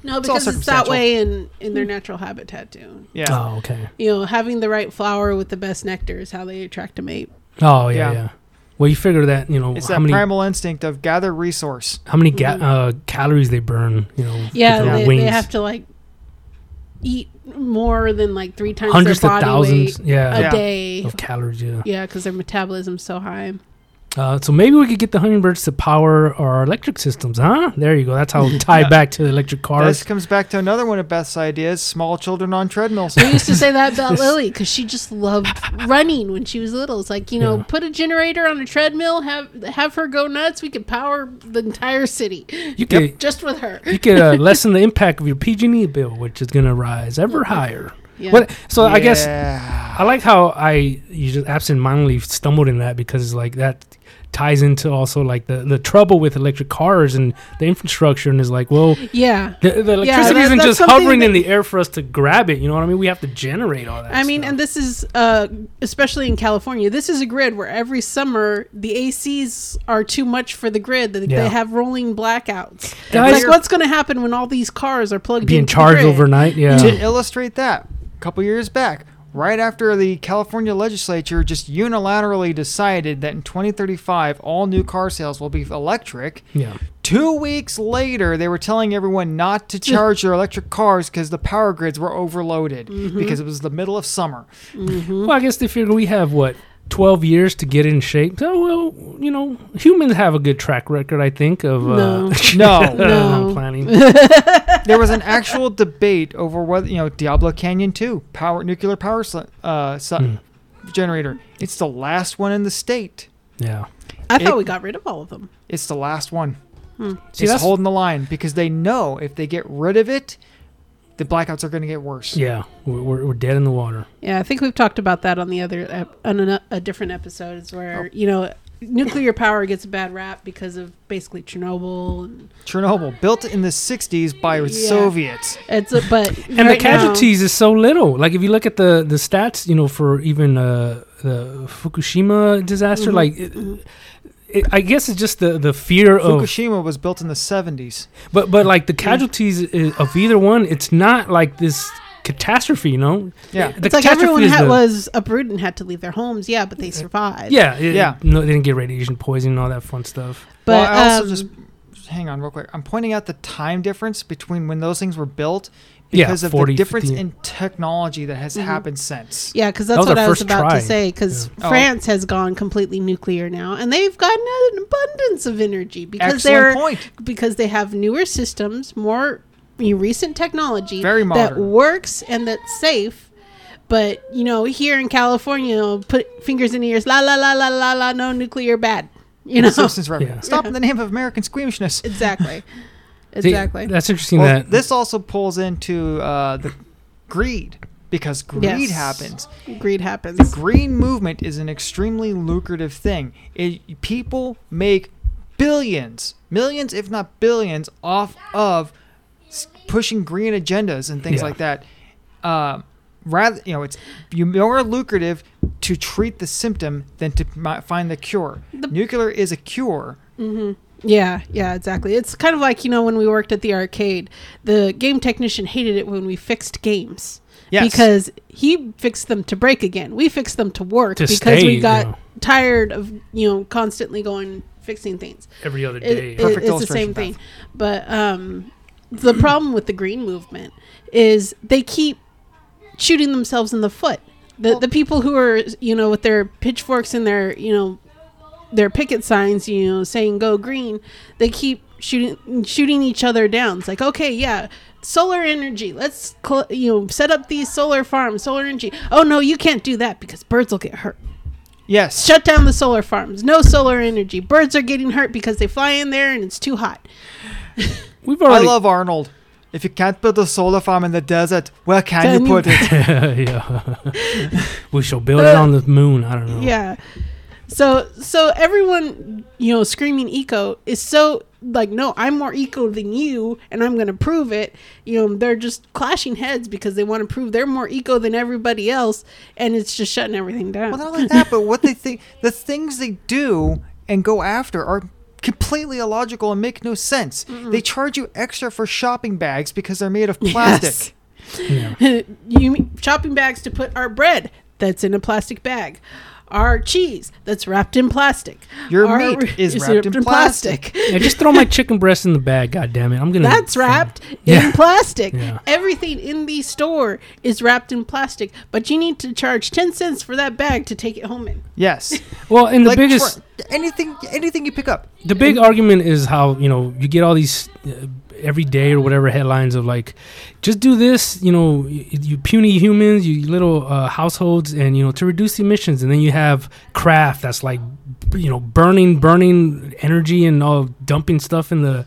Speaker 2: No,
Speaker 1: It's all
Speaker 2: because it's, that
Speaker 1: circumstantial.
Speaker 2: way in in their natural habitat too.
Speaker 1: yeah.
Speaker 3: Oh, okay.
Speaker 2: You know, having the right flower with the best nectar is how they attract a mate.
Speaker 3: Oh, yeah, yeah.
Speaker 1: Yeah.
Speaker 3: Well, you figure that you know
Speaker 1: it's
Speaker 3: how
Speaker 1: that
Speaker 3: many
Speaker 1: primal instinct of gather resource.
Speaker 3: how many ga- uh, calories they burn. You know, with
Speaker 2: Yeah,
Speaker 3: their
Speaker 2: they,
Speaker 3: wings.
Speaker 2: they have to like eat more than like three times
Speaker 3: hundreds
Speaker 2: their
Speaker 3: of
Speaker 2: body
Speaker 3: thousands.
Speaker 2: weight
Speaker 3: Yeah,
Speaker 2: a
Speaker 1: Yeah.
Speaker 2: day.
Speaker 3: of calories. Yeah.
Speaker 2: Yeah, because their metabolism's so high.
Speaker 3: Uh, so maybe we could get the hummingbirds to power our electric systems, huh? There you go. That's how we tie back to the electric
Speaker 1: This
Speaker 3: cars.
Speaker 1: comes back to another one of Beth's ideas: small children on treadmills.
Speaker 2: I used to say that about Lily because she just loved running when she was little. It's like you know,
Speaker 3: Yeah.
Speaker 2: put a generator on a treadmill, have have her go nuts. We could power the entire city
Speaker 3: You could
Speaker 2: just with her.
Speaker 3: you could uh, lessen the impact of your PG&E E bill, which is going to rise ever higher.
Speaker 2: Yeah.
Speaker 3: What? So I guess
Speaker 1: Yeah.
Speaker 3: I like how I you just absentmindedly stumbled in that because like that ties into also like the, the trouble with electric cars and the infrastructure and is like well
Speaker 2: Yeah.
Speaker 3: the, the electricity
Speaker 2: that-
Speaker 3: isn't
Speaker 2: that's
Speaker 3: just
Speaker 2: something
Speaker 3: hovering
Speaker 2: that-
Speaker 3: in the air for us to grab it you know what I mean we have to generate all that
Speaker 2: I mean,
Speaker 3: stuff.
Speaker 2: and this is uh, especially in California. This is a grid where every summer the ACs are too much for the grid. That
Speaker 3: Yeah.
Speaker 2: they have rolling blackouts.
Speaker 3: Guys-
Speaker 2: like, what's going to happen when all these cars are plugged
Speaker 3: being
Speaker 2: into the
Speaker 3: charged
Speaker 2: grid?
Speaker 3: overnight yeah
Speaker 1: To illustrate that, a couple years back, right after the California legislature just unilaterally decided that in 2035 all new car sales will be electric,
Speaker 3: yeah
Speaker 1: Two weeks later, they were telling everyone not to charge their electric cars because the power grids were overloaded because it was the middle of summer.
Speaker 3: well I guess they figure we have what 12 years to get in shape so well you know humans have a good track record I think of
Speaker 2: No.
Speaker 3: uh,
Speaker 1: No,
Speaker 2: No.
Speaker 3: I'm planning
Speaker 1: there was an actual debate over whether you know Diablo Canyon Two power nuclear power sl- uh, su-
Speaker 3: Hmm.
Speaker 1: generator. It's the last one in the state.
Speaker 3: yeah
Speaker 2: I thought
Speaker 1: It-
Speaker 2: we got rid of all of them.
Speaker 1: It's the last one.
Speaker 3: See,
Speaker 1: it's
Speaker 3: that's-
Speaker 1: holding the line because they know if they get rid of it, the blackouts are going to get worse.
Speaker 3: yeah we're, we're, we're dead in the water
Speaker 2: Yeah, I think we've talked about that on the other ep- on an, a different episodes where you know nuclear power gets a bad rap because of basically Chernobyl. And
Speaker 1: Chernobyl, built in the '60s by
Speaker 2: Yeah.
Speaker 1: Soviets.
Speaker 2: it's a, but
Speaker 3: and
Speaker 2: right
Speaker 3: the
Speaker 2: now-
Speaker 3: casualties is so little. Like if you look at the the stats, you know, for even uh, the Fukushima disaster,
Speaker 2: Mhm,
Speaker 3: like. It, it, I guess it's just the, the fear of,
Speaker 1: Fukushima was built in the '70s.
Speaker 3: but but like the casualties i- of either one, it's not like this catastrophe, you know.
Speaker 1: Yeah.
Speaker 3: the
Speaker 2: it's like
Speaker 3: catastrophe
Speaker 2: everyone
Speaker 3: is
Speaker 2: had,
Speaker 3: the-
Speaker 2: was uprooted and had to leave their homes. Yeah, but they survived.
Speaker 3: Yeah, it-
Speaker 1: Yeah.
Speaker 3: No, they didn't get radiation poisoning and all that fun stuff.
Speaker 2: but
Speaker 1: well, I also
Speaker 2: um,
Speaker 1: just hang on real quick. I'm pointing out the time difference between when those things were built
Speaker 3: Yeah,
Speaker 1: because of
Speaker 3: 40,
Speaker 1: the difference
Speaker 3: 50.
Speaker 1: in technology that has
Speaker 2: Mhm.
Speaker 1: happened since.
Speaker 2: Yeah, because
Speaker 3: That
Speaker 2: that's
Speaker 3: was
Speaker 2: what
Speaker 3: our
Speaker 2: I was
Speaker 3: first
Speaker 2: about
Speaker 3: try.
Speaker 2: to say. Because
Speaker 1: Yeah. Oh.
Speaker 2: France has gone completely nuclear now, and they've gotten an abundance of energy because
Speaker 1: Excellent
Speaker 2: they're
Speaker 1: point.
Speaker 2: because they have newer systems, more recent technology
Speaker 1: Very
Speaker 2: that
Speaker 1: modern.
Speaker 2: works and that's safe. But you know, here in California, put fingers in ears, la la la la la la, no nuclear bad. You know,
Speaker 1: Simpsons reference.
Speaker 3: Yeah.
Speaker 1: Stop in the name of American squeamishness.
Speaker 2: exactly,
Speaker 3: See,
Speaker 2: exactly.
Speaker 3: that's interesting.
Speaker 1: Well,
Speaker 3: that
Speaker 1: this also pulls into uh, the greed because greed
Speaker 2: Yes.
Speaker 1: happens.
Speaker 2: Greed happens.
Speaker 1: The green movement is an extremely lucrative thing. It, people make billions, millions, if not billions, off of s- pushing green agendas and things
Speaker 3: Yeah.
Speaker 1: like that. Uh, rather, you know, it's you more lucrative to treat the symptom than to mi- find the cure.
Speaker 2: The- mm-hmm.
Speaker 1: Nuclear is a cure.
Speaker 2: Yeah, yeah, exactly. It's kind of like, you know, when we worked at the arcade, the game technician hated it when we fixed games.
Speaker 1: Yes.
Speaker 2: Because he fixed them to break again. We fixed them to work
Speaker 3: To
Speaker 2: because
Speaker 3: stay,
Speaker 2: we
Speaker 3: you
Speaker 2: got
Speaker 3: know.
Speaker 2: tired of, you know, constantly going fixing things.
Speaker 3: every other
Speaker 2: It-
Speaker 3: day.
Speaker 2: it-
Speaker 1: Perfect
Speaker 2: it's the
Speaker 1: illustration,
Speaker 2: same thing. But um, the problem with the green movement is they keep shooting themselves in the foot. The the people who are you know with their pitchforks and their you know their picket signs you know saying go green, they keep shooting shooting each other down. It's like okay yeah. Solar energy. Let's cl- you know set up these solar farms. Solar energy. Oh no, you can't do that because birds will get hurt
Speaker 1: Yes.
Speaker 2: shut down the solar farms. No solar energy. Birds are getting hurt because they fly in there and it's too hot.
Speaker 3: We've
Speaker 1: I
Speaker 3: already.
Speaker 1: love Arnold. If you can't build a solar farm in the desert, where can
Speaker 2: Then
Speaker 1: you
Speaker 2: you-
Speaker 1: put it?
Speaker 3: yeah. we shall build it on the moon. I
Speaker 1: Oh.
Speaker 3: don't know.
Speaker 2: Uh, Yeah. So so everyone, you know, screaming eco is so like no, I'm more eco than you and I'm going to prove it. You know, they're just clashing heads because they want to prove they're more eco than everybody else and it's just shutting everything down.
Speaker 1: Well, not like that, but what they think, the things they do and go after are completely illogical and make no sense. They charge you extra for shopping bags because they're made of plastic.
Speaker 2: Yes.
Speaker 3: Yeah.
Speaker 2: you mean shopping bags to put our bread that's in a plastic bag our cheese that's wrapped in plastic
Speaker 1: Your
Speaker 2: Our-
Speaker 1: meat is wrapped in plastic.
Speaker 3: Yeah, just throw my chicken breast in the bag. God damn it! I'm gonna.
Speaker 2: that's wrapped
Speaker 3: Hmm. Yeah.
Speaker 2: in plastic
Speaker 3: Yeah.
Speaker 2: everything in the store is wrapped in plastic but you need to charge 10 cents for that bag to take it home in
Speaker 1: Yes.
Speaker 3: Well, and the
Speaker 1: like
Speaker 3: biggest,
Speaker 1: tr- anything anything you pick up.
Speaker 3: the big argument is how you know you get all these uh, every day or whatever headlines of like, just do this. You know, you, you puny humans, you little uh, households, and you know to reduce emissions. And then you have craft that's like, b- you know, burning, burning energy and all dumping stuff in the.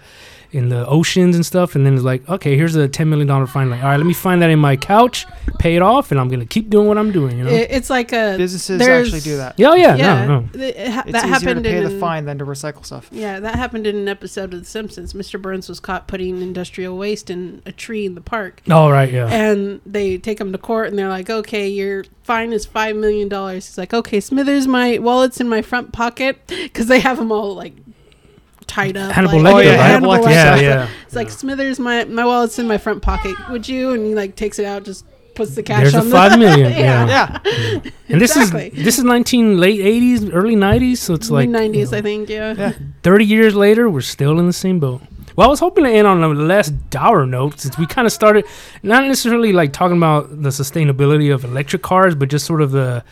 Speaker 3: In the oceans and stuff, and then it's like, okay, here's a ten million dollar fine. Like, all right, let me find that in my couch, pay it off, and I'm gonna keep doing what I'm doing. You know?
Speaker 2: It- it's like a
Speaker 1: Businesses
Speaker 2: there's-
Speaker 1: actually do that.
Speaker 3: yeah, oh, yeah,
Speaker 2: yeah
Speaker 3: no, no.
Speaker 2: th- it ha-
Speaker 1: It's
Speaker 2: that
Speaker 1: easier to
Speaker 2: happened
Speaker 1: pay
Speaker 2: in
Speaker 1: the fine than to recycle stuff.
Speaker 2: Yeah, that happened in an episode of The Simpsons. Mr. Burns was caught putting industrial waste in a tree in the park.
Speaker 3: All Oh, right, yeah.
Speaker 2: And they take him to court and they're like, okay, your fine is $5 million. He's like, okay, Smithers, my wallet's in my front pocket because they have them all like tied up.
Speaker 3: Hannibal
Speaker 2: like,
Speaker 3: Lecter,
Speaker 1: Oh, yeah,
Speaker 3: right?
Speaker 1: Hannibal Lecter.
Speaker 3: Yeah,
Speaker 2: Lecter.
Speaker 3: yeah.
Speaker 2: It's like, Smithers, my, my wallet's in my front pocket. Would you? And he like takes it out, just puts the cash
Speaker 3: There's
Speaker 2: on
Speaker 3: the five million.
Speaker 2: Yeah.
Speaker 3: yeah.
Speaker 1: Yeah.
Speaker 3: and this
Speaker 2: exactly.
Speaker 3: is this is 19 late 80s, early 90s. So it's
Speaker 2: the
Speaker 3: like
Speaker 2: 90s,
Speaker 3: you
Speaker 2: I think. Yeah.
Speaker 1: Yeah.
Speaker 3: know, 30 years later, we're still in the same boat. Well, I was hoping to end on a less dour note since we kind of started not necessarily like talking about the sustainability of electric cars, but just sort of the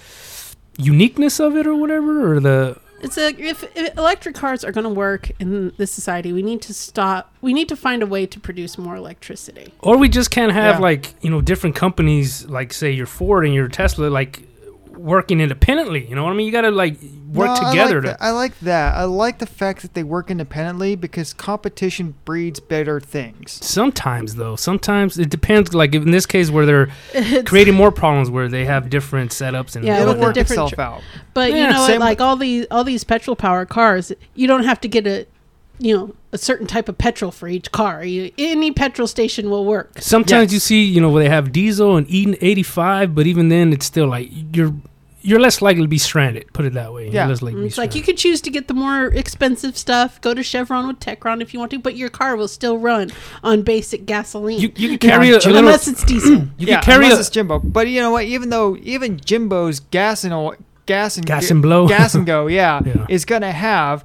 Speaker 3: uniqueness of it or whatever, or the
Speaker 2: It's like if, if electric cars are going to work in this society, we need to stop. We need to find a way to produce more electricity.
Speaker 3: or we just can't have
Speaker 1: Yeah.
Speaker 3: like you know different companies like say your Ford and your Tesla like working independently. You know what I mean? You got to like work
Speaker 1: No, I like,
Speaker 3: together to
Speaker 1: that. I like that. I like the fact that they work independently because competition breeds better things.
Speaker 3: Sometimes though, sometimes it depends. Like in this case, where they're creating more problems, where they have different setups and
Speaker 2: Yeah,
Speaker 1: It'll
Speaker 2: with the
Speaker 1: work
Speaker 2: different
Speaker 1: itself
Speaker 2: tr-
Speaker 1: out.
Speaker 2: But
Speaker 3: Yeah,
Speaker 2: you know,
Speaker 1: same
Speaker 2: what, like all these all these petrol powered cars, you don't have to get a you know a certain type of petrol for each car. You, any petrol station will work.
Speaker 3: Sometimes
Speaker 1: Yes.
Speaker 3: you see, you know, where they have diesel and Eden 85, but even then, it's still like you're you're less likely to be stranded. Put it that way.
Speaker 1: Yeah.
Speaker 3: You're less likely to be
Speaker 2: It's like you
Speaker 3: stranded.
Speaker 2: could choose to get the more expensive stuff. Go to Chevron with Techron if you want to, but your car will still run on basic gasoline.
Speaker 3: you you could carry a, a little.
Speaker 2: unless it's diesel.
Speaker 3: You
Speaker 1: yeah,
Speaker 3: could carry
Speaker 1: unless
Speaker 3: a
Speaker 1: it's Jimbo. But you know what? Even though even Jimbo's gas and oil, gas and
Speaker 3: gas and blow.
Speaker 1: gas and go, yeah,
Speaker 3: Yeah.
Speaker 1: is gonna have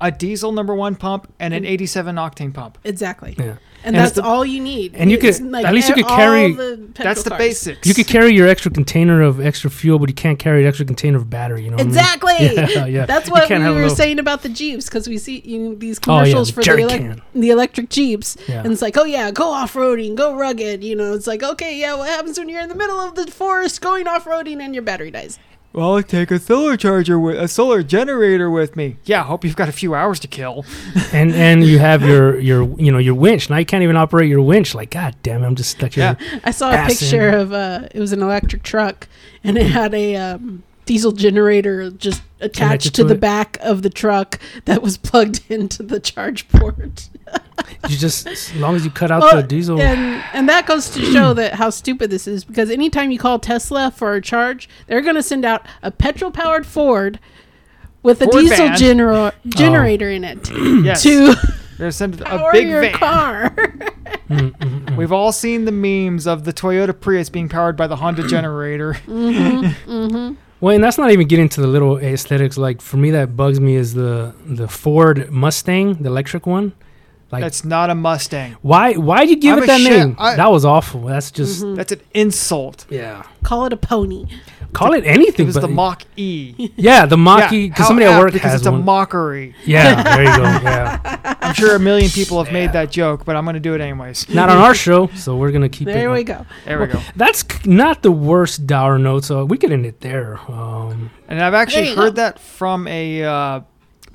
Speaker 1: a diesel number one pump and an 87 octane pump.
Speaker 2: Exactly.
Speaker 3: Yeah.
Speaker 2: And,
Speaker 3: And
Speaker 2: that's
Speaker 3: it's the-
Speaker 2: all you need.
Speaker 3: and you
Speaker 2: It's
Speaker 3: could- at least you could carry-
Speaker 1: That's the
Speaker 2: basic.
Speaker 1: basics.
Speaker 3: You could carry your extra container of extra fuel, but you can't carry an extra container of battery. You know what I mean?
Speaker 2: Exactly.
Speaker 3: Mm. Yeah, yeah.
Speaker 2: That's
Speaker 3: You
Speaker 2: what we
Speaker 3: can't have a
Speaker 2: were
Speaker 3: little-
Speaker 2: saying about the Jeeps because we see you know, these
Speaker 3: Oh yeah,
Speaker 2: commercials
Speaker 3: the
Speaker 2: for the,
Speaker 3: jerry
Speaker 2: elec-
Speaker 3: can.
Speaker 2: the electric Jeeps.
Speaker 3: Yeah.
Speaker 2: And it's like, oh yeah, go off roading, go rugged. You know, it's like, okay, yeah, what happens when you're in the middle of the forest going off roading and your battery dies?
Speaker 1: Well, I take a solar charger with a solar generator with me. Yeah, hope you've got a few hours to kill.
Speaker 3: and and you have your your you know your winch. Now you can't even operate your winch. Like God damn, it, I'm just stuck here.
Speaker 2: I saw a
Speaker 3: Ass in.
Speaker 2: picture of uh, it was an electric truck and it had a um, diesel generator just attached
Speaker 3: Connected
Speaker 2: to,
Speaker 3: to
Speaker 2: the
Speaker 3: it.
Speaker 2: back of the truck that was plugged into the charge port.
Speaker 3: You just as long as you cut out
Speaker 2: Well,
Speaker 3: the diesel.
Speaker 2: and and that goes to show that how stupid this is because anytime you call Tesla for a charge, they're going to send out a petrol-powered Ford with a
Speaker 1: Ford
Speaker 2: diesel
Speaker 1: van.
Speaker 2: genero- generator in it
Speaker 1: yes.
Speaker 2: to
Speaker 1: They're sending a
Speaker 2: power
Speaker 1: big
Speaker 2: your
Speaker 1: van.
Speaker 2: car.
Speaker 3: Mm, mm, mm.
Speaker 1: We've all seen the memes of the Toyota Prius being powered by the Honda generator.
Speaker 3: Well, and that's not even getting to the little aesthetics. Like for me, that bugs me is the the Ford Mustang, the electric one. Like
Speaker 1: That's not a Mustang.
Speaker 3: why why did you give
Speaker 1: I'm
Speaker 3: it that
Speaker 1: asha-
Speaker 3: name?
Speaker 1: I-
Speaker 3: that was awful. That's just
Speaker 2: Mhm.
Speaker 1: That's an insult.
Speaker 3: yeah.
Speaker 2: Call it a pony.
Speaker 3: Call it
Speaker 1: It
Speaker 3: anything.
Speaker 1: was
Speaker 3: but
Speaker 1: the Mach E.
Speaker 3: yeah, the Mach
Speaker 1: Yeah, how
Speaker 3: E. Because somebody at
Speaker 1: apt,
Speaker 3: work
Speaker 1: because
Speaker 3: has
Speaker 1: it's
Speaker 3: one.
Speaker 1: a mockery.
Speaker 3: yeah, there you go. Yeah,
Speaker 1: I'm sure a million people have made
Speaker 3: Yeah.
Speaker 1: that joke, but I'm going to do it anyways.
Speaker 3: not on our show, so we're gonna keep it.
Speaker 2: There
Speaker 3: up.
Speaker 2: we go.
Speaker 1: There we go.
Speaker 3: That's c- not the worst dour note, so we could end it there. Um,
Speaker 1: And I've actually
Speaker 2: There you
Speaker 1: heard
Speaker 2: go.
Speaker 1: that from a uh,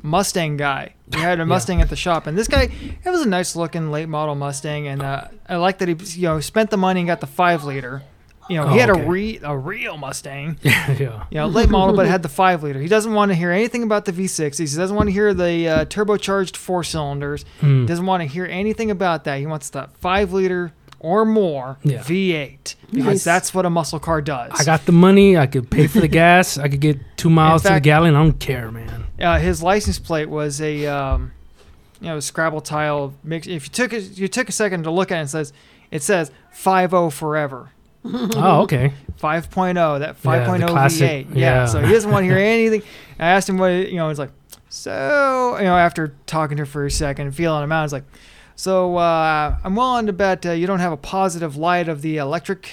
Speaker 1: Mustang guy. We had a Mustang at the shop, and this guy, it was a nice looking late model Mustang, and uh, I like that he, you know, spent the money and got the five liter. You know, he
Speaker 3: Oh,
Speaker 1: had
Speaker 3: okay.
Speaker 1: a re a real Mustang,
Speaker 3: yeah.
Speaker 1: you know, late model, but it had the five liter. He doesn't want to hear anything about the V6. He doesn't want to hear the uh, turbocharged four cylinders.
Speaker 3: Mm.
Speaker 1: Doesn't want to hear anything about that. He wants the five liter or more
Speaker 3: Yeah.
Speaker 1: V8 because
Speaker 2: Nice.
Speaker 1: that's what a muscle car does.
Speaker 3: I got the money. I could pay for the gas. I could get two miles to the
Speaker 1: fact-
Speaker 3: gallon. I don't care, man.
Speaker 1: uh, his license plate was a um, you know Scrabble tile mix. If you took a, you took a second to look at it, it says it says five zero forever.
Speaker 3: Oh, okay.
Speaker 1: 5.0 oh, that 5.0
Speaker 3: classic,
Speaker 1: V8 yeah.
Speaker 3: yeah.
Speaker 1: so he doesn't want to hear anything And I asked him what you know he's like so you know after talking to her for a second and feeling him out he's like so uh, I'm willing to bet uh, you don't have a positive light of the electric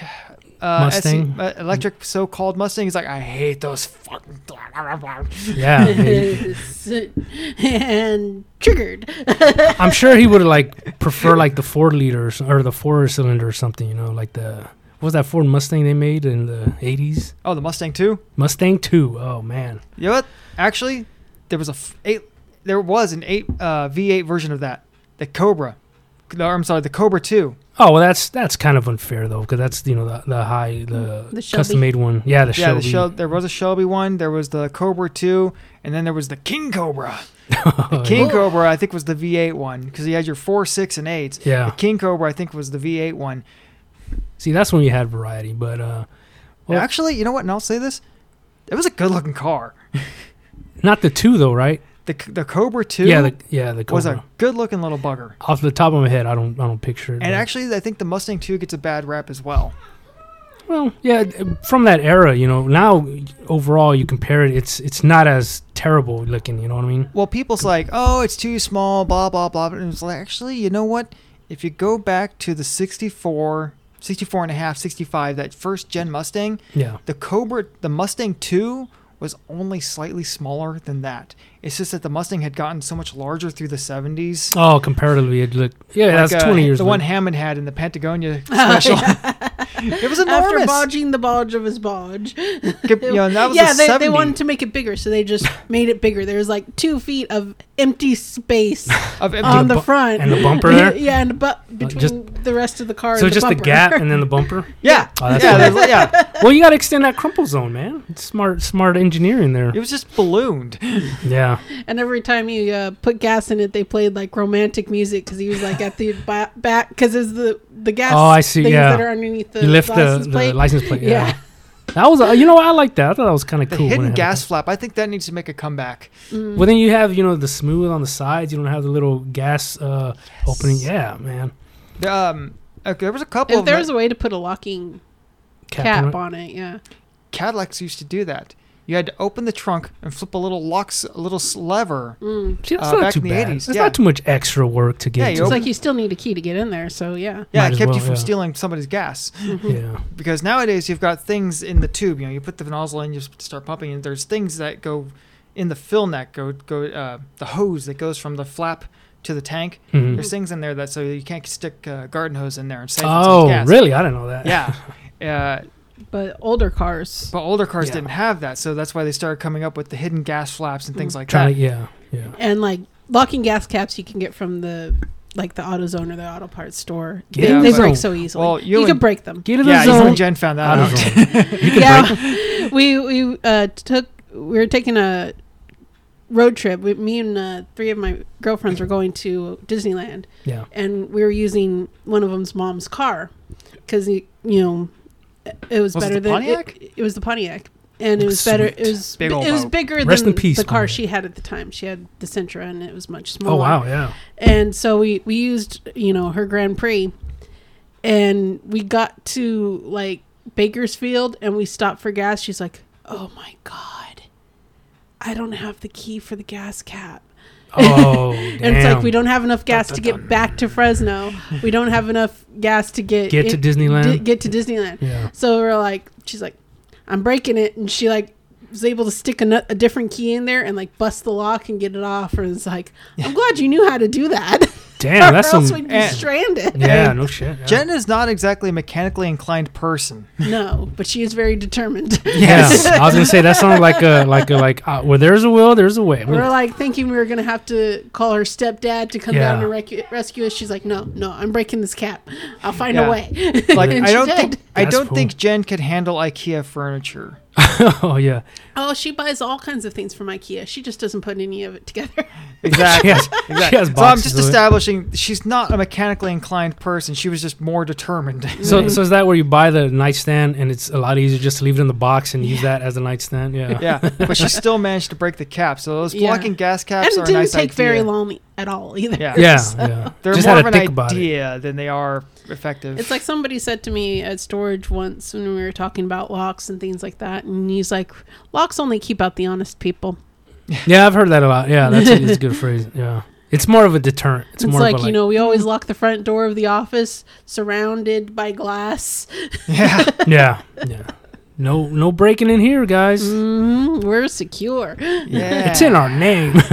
Speaker 1: uh, SC
Speaker 3: Mustang?
Speaker 1: uh, electric so-called Mustang he's like I hate those fucking
Speaker 3: Yeah. man.
Speaker 2: and triggered.
Speaker 3: I'm sure he would like prefer like the four liter or so- or the four cylinder or something. You know, like the what was that Ford Mustang they made in the '80s?
Speaker 1: oh the Mustang too
Speaker 3: Mustang Two. Oh man.
Speaker 1: You know what? Actually, there was a f- eight. There was an eight uh, V8 version of that. The Cobra. No, I'm sorry, the Cobra Two.
Speaker 3: Oh well, that's that's kind of unfair though, because that's you know the, the high the,
Speaker 2: The Shelby.
Speaker 3: custom made one. Yeah, the
Speaker 1: Yeah,
Speaker 3: Shelby.
Speaker 1: the Shel- there was a Shelby one. There was the Cobra Two, and then there was the King Cobra. The King
Speaker 2: Oh.
Speaker 1: Cobra, I think, was the V8 one because you had your four, six, and eights.
Speaker 3: yeah.
Speaker 1: The King Cobra, I think, was the V8 one.
Speaker 3: See, that's when you had variety, but uh, Well-
Speaker 1: Actually, you know what? And I'll say this: it was a good-looking car.
Speaker 3: not the two though, right?
Speaker 1: The C- the Cobra Two.
Speaker 3: Yeah, the, yeah, the
Speaker 1: was
Speaker 3: Cobra.
Speaker 1: a good-looking little bugger.
Speaker 3: Off the top of my head, I don't, I don't picture it.
Speaker 1: And
Speaker 3: but-
Speaker 1: actually, I think the Mustang Two gets a bad rap as well.
Speaker 3: well, yeah, d- from that era, you know. Now, overall, you compare it, it's it's not as terrible looking. You know what I mean?
Speaker 1: well, people's like, oh, it's too small, blah, blah, blah. And it's like, actually, you know what? If you go back to the 64, 64 and a half, 65, that first gen Mustang,
Speaker 3: Yeah,
Speaker 1: the Cobra, the Mustang 2 was only slightly smaller than that. It's just that the Mustang had gotten so much larger through the 70s.
Speaker 3: Oh, comparatively, it looked. Yeah,
Speaker 1: Like,
Speaker 3: that's
Speaker 1: uh,
Speaker 3: twenty years.
Speaker 1: The
Speaker 3: later.
Speaker 1: one Hammond had in the Patagonia special. it was
Speaker 2: Oh, After
Speaker 1: enormous.
Speaker 2: bodging the bodge of his bodge.
Speaker 1: you know, and that was
Speaker 2: yeah,
Speaker 1: the
Speaker 2: they,
Speaker 1: 70s.
Speaker 2: they wanted to make it bigger, so they just made it bigger. There was like two feet of empty space
Speaker 1: of empty-
Speaker 2: on the,
Speaker 3: bu-
Speaker 2: front.
Speaker 3: and the bumper there.
Speaker 2: yeah, and but between
Speaker 3: just-
Speaker 2: the rest of the car.
Speaker 3: so
Speaker 2: and
Speaker 3: just
Speaker 2: the,
Speaker 3: the
Speaker 2: bumper.
Speaker 3: gap and then the bumper.
Speaker 1: yeah,
Speaker 3: Oh, that's
Speaker 1: yeah,
Speaker 3: cool.
Speaker 1: there's- yeah.
Speaker 3: well, you got to extend that crumple zone, man. It's smart, smart engineering there.
Speaker 1: It was just ballooned.
Speaker 3: Yeah,
Speaker 2: And every time you uh, put gas in it, they played like romantic music because he was like at the ba- back because it's the the gas.
Speaker 3: Oh, I see,
Speaker 2: Things
Speaker 3: yeah.
Speaker 2: that are underneath the
Speaker 3: you lift the,
Speaker 2: license plate.
Speaker 3: the license plate. Yeah.
Speaker 2: Yeah.
Speaker 3: That was, uh, you know, what? I like that. I thought that was kind of
Speaker 1: The
Speaker 3: cool. when it
Speaker 1: hidden
Speaker 3: happened.
Speaker 1: gas flap. I think that needs to make a comeback.
Speaker 2: Mm.
Speaker 3: Well, then you have you know the smooth on the sides. You don't have the little gas uh, opening. Yeah, man.
Speaker 1: The, Um, okay, there was a couple
Speaker 2: if
Speaker 1: of
Speaker 2: there
Speaker 1: the-
Speaker 2: was a way to put a locking
Speaker 3: Cap
Speaker 2: cap
Speaker 3: on it.
Speaker 2: on it, yeah.
Speaker 1: Cadillacs used to do that. You had to open the trunk and flip a little locks, a little s- lever.
Speaker 2: Mm.
Speaker 3: See, that's
Speaker 1: Uh,
Speaker 3: not
Speaker 1: back
Speaker 3: too
Speaker 1: in the
Speaker 3: bad.
Speaker 1: 80s,
Speaker 3: It's
Speaker 1: yeah.
Speaker 3: not too much extra work to get.
Speaker 1: you
Speaker 2: It's
Speaker 3: to.
Speaker 1: open-
Speaker 2: like you still need a key to get in there. So yeah.
Speaker 1: Yeah,
Speaker 3: Might
Speaker 1: it
Speaker 3: as
Speaker 1: kept you
Speaker 3: well,
Speaker 1: from
Speaker 3: yeah.
Speaker 1: stealing somebody's gas.
Speaker 3: yeah.
Speaker 1: because nowadays you've got things in the tube. You know, you put the nozzle in, you s- start pumping, and there's things that go in the fill neck, go go uh, the hose that goes from the flap to the tank.
Speaker 3: Mhm.
Speaker 1: There's things in there that so you can't stick uh, garden hose in there and save it some
Speaker 3: Oh,
Speaker 1: gas.
Speaker 3: really? I didn't know that.
Speaker 1: Yeah. Uh,
Speaker 2: But older cars.
Speaker 1: but older cars
Speaker 3: Yeah.
Speaker 1: didn't have that, so that's why they started coming up with the hidden gas flaps and things like that.
Speaker 3: Mm. Trying to, yeah, yeah.
Speaker 2: and like locking gas caps you can get from the like the AutoZone or the auto parts store. They,
Speaker 1: Yeah,
Speaker 2: they
Speaker 1: but-
Speaker 2: break so easily.
Speaker 1: well, you
Speaker 2: you
Speaker 1: and-
Speaker 2: can break them.
Speaker 3: Get in the
Speaker 1: yeah, even
Speaker 3: zone.
Speaker 1: Jen found that
Speaker 3: Out of
Speaker 1: out.
Speaker 3: zone.
Speaker 2: yeah, we we uh, took we were taking a road trip. We, me and uh, three of my girlfriends were going to Disneyland,
Speaker 3: yeah.
Speaker 2: and we were using one of them's mom's car because you know it was,
Speaker 1: Was it
Speaker 2: better
Speaker 1: the
Speaker 2: than
Speaker 1: Pontiac?
Speaker 2: It, it was the Pontiac, and it was better. It
Speaker 3: Sweet.
Speaker 2: was
Speaker 1: Big ol'
Speaker 2: it was
Speaker 1: boat.
Speaker 2: bigger
Speaker 3: Rest
Speaker 2: than
Speaker 3: in peace,
Speaker 2: the car
Speaker 3: Pontiac.
Speaker 2: she had at the time. She had the Sentra, and it was much smaller
Speaker 3: Oh wow, yeah.
Speaker 2: and so we we used you know her grand prix and we got to like bakersfield and we stopped for gas she's like oh my god i don't have the key for the gas cap
Speaker 3: Oh, damn.
Speaker 2: and it's like we don't have enough gas
Speaker 1: Dun,
Speaker 2: to
Speaker 1: dun,
Speaker 2: get
Speaker 1: dun.
Speaker 2: back to fresno we don't have enough gas to get
Speaker 3: get to
Speaker 2: in- di-
Speaker 3: Disneyland.
Speaker 2: get to disneyland
Speaker 3: yeah.
Speaker 2: so we're like she's like i'm breaking it and she like was able to stick a, nu- a different key in there and like bust the lock and get it off and it's like i'm glad you knew how to do that
Speaker 3: Damn,
Speaker 2: or
Speaker 3: that's
Speaker 2: else
Speaker 3: some. eh.
Speaker 2: we'd be
Speaker 1: and-
Speaker 2: stranded.
Speaker 3: Yeah,
Speaker 1: and
Speaker 3: no shit. Yeah.
Speaker 1: Jen is not exactly a mechanically inclined person.
Speaker 2: No, but she is very determined.
Speaker 3: Yes, I was gonna say that sounded like a like a like uh, where there's a will, there's a way.
Speaker 2: We're like thinking we were gonna have to call her stepdad to come
Speaker 3: Yeah.
Speaker 2: down and recu- rescue us. She's like, "No, no, I'm breaking this cap. I'll find
Speaker 1: Yeah.
Speaker 2: a way."
Speaker 1: Like
Speaker 2: And
Speaker 1: I
Speaker 2: she
Speaker 1: don't
Speaker 2: did.
Speaker 1: think I
Speaker 3: That's
Speaker 1: don't
Speaker 3: cool.
Speaker 1: think Jen could handle IKEA furniture.
Speaker 3: oh yeah,
Speaker 2: Oh, she buys all kinds of things from IKEA. She just doesn't put any of it together.
Speaker 1: Exactly.
Speaker 3: she has, she
Speaker 1: Exactly.
Speaker 3: has
Speaker 1: so I'm
Speaker 3: boxes.
Speaker 1: just
Speaker 3: of it.
Speaker 1: establishing she's not a mechanically inclined person. She was just more determined.
Speaker 3: So, so is that where you buy the nightstand and it's a lot easier just to leave it in the box and use that as a nightstand? Yeah.
Speaker 1: yeah, but she still managed to break the cap. So those
Speaker 2: Yeah.
Speaker 1: blocking gas
Speaker 2: and
Speaker 1: caps
Speaker 2: it
Speaker 1: are a
Speaker 2: didn't
Speaker 1: nice
Speaker 2: take
Speaker 1: idea.
Speaker 2: very long at all either.
Speaker 1: Yeah,
Speaker 3: Yeah. yeah.
Speaker 1: They're
Speaker 3: just
Speaker 1: more
Speaker 3: had
Speaker 1: of
Speaker 3: to
Speaker 1: an
Speaker 3: think about it.
Speaker 1: idea than they are effective.
Speaker 2: It's like somebody said to me at storage once when we were talking about locks and things like that, and he's like, "Locks only keep out the honest people."
Speaker 3: Yeah, I've heard that a lot. Yeah, that's a, it's a good phrase. Yeah. It's more of a deterrent. It's,
Speaker 2: It's,
Speaker 3: more
Speaker 2: like,
Speaker 3: of a, Hmm.
Speaker 2: you know, we always lock the front door of the office surrounded by glass.
Speaker 1: yeah,
Speaker 3: Yeah. Yeah. No no breaking in here, guys.
Speaker 2: hmm We're secure.
Speaker 1: yeah.
Speaker 3: It's in our name.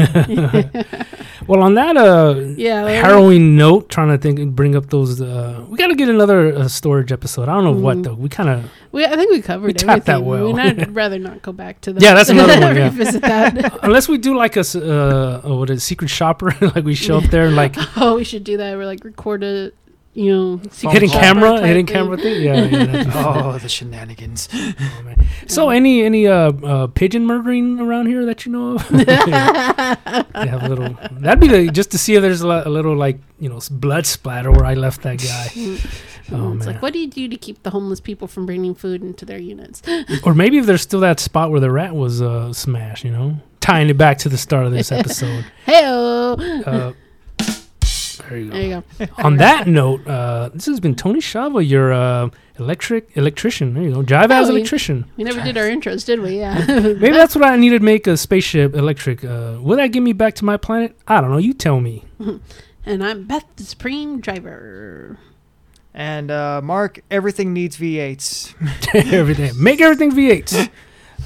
Speaker 3: well, on that uh
Speaker 2: Yeah. like-
Speaker 3: harrowing note, trying to think and bring up those uh we got to get another uh, storage episode. I don't know what
Speaker 2: Mhm.
Speaker 3: though. We kind of
Speaker 2: We, I think we covered
Speaker 3: We
Speaker 2: everything.
Speaker 3: tapped that well.
Speaker 2: We'd not- rather not go back to that.
Speaker 3: Yeah, that's another one, yeah.
Speaker 2: Revisit that.
Speaker 3: unless we do like a s- uh uh, what a secret shopper like we show up there and like
Speaker 2: oh, we should do that. We're like record a, you know, secret
Speaker 3: hidden
Speaker 1: call.
Speaker 2: shopper
Speaker 3: camera,
Speaker 2: type
Speaker 3: hidden
Speaker 2: thing.
Speaker 3: camera thing. Yeah. yeah that'd be fun.
Speaker 1: Oh, the shenanigans.
Speaker 3: Oh, man. So any any uh, uh pigeon murdering around here that you know of? they have a little. That'd be the, just to see if there's a, li- a little like you know s- blood splatter where I left that guy, Oh,
Speaker 2: Mm. it's
Speaker 3: man.
Speaker 2: like, what do you do to keep the homeless people from bringing food into their units?
Speaker 3: or maybe if there's still that spot where the rat was uh smashed. You know, tying it back to the start of this episode.
Speaker 2: Hey,
Speaker 3: Uh, there you go.
Speaker 2: there you go.
Speaker 3: On that note, uh, this has been Tony Shava, your uh, electric electrician. There you go, jive as
Speaker 2: Oh, we-
Speaker 3: electrician.
Speaker 2: We never did our intros, did we? Yeah.
Speaker 3: Maybe that's what I need to make a spaceship electric. Uh, will that get me back to my planet? I don't know. You tell me.
Speaker 2: and I'm Beth, the Supreme Driver.
Speaker 1: And uh, Mark, everything needs V8s.
Speaker 3: everything. Make everything V8s.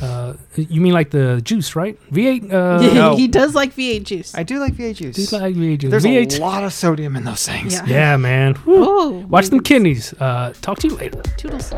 Speaker 3: Uh, you mean like the juice, right? V8. Uh,
Speaker 1: no.
Speaker 2: he does like V8 juice.
Speaker 1: I do like V8
Speaker 3: do you
Speaker 1: juice.
Speaker 3: like V8 juice?
Speaker 1: There's
Speaker 3: V8.
Speaker 1: a lot of sodium in those things.
Speaker 2: Yeah.
Speaker 3: Yeah, man. Whew.
Speaker 2: Oh,
Speaker 3: Watch them kidneys. Uh, talk to you later.
Speaker 2: Toodles.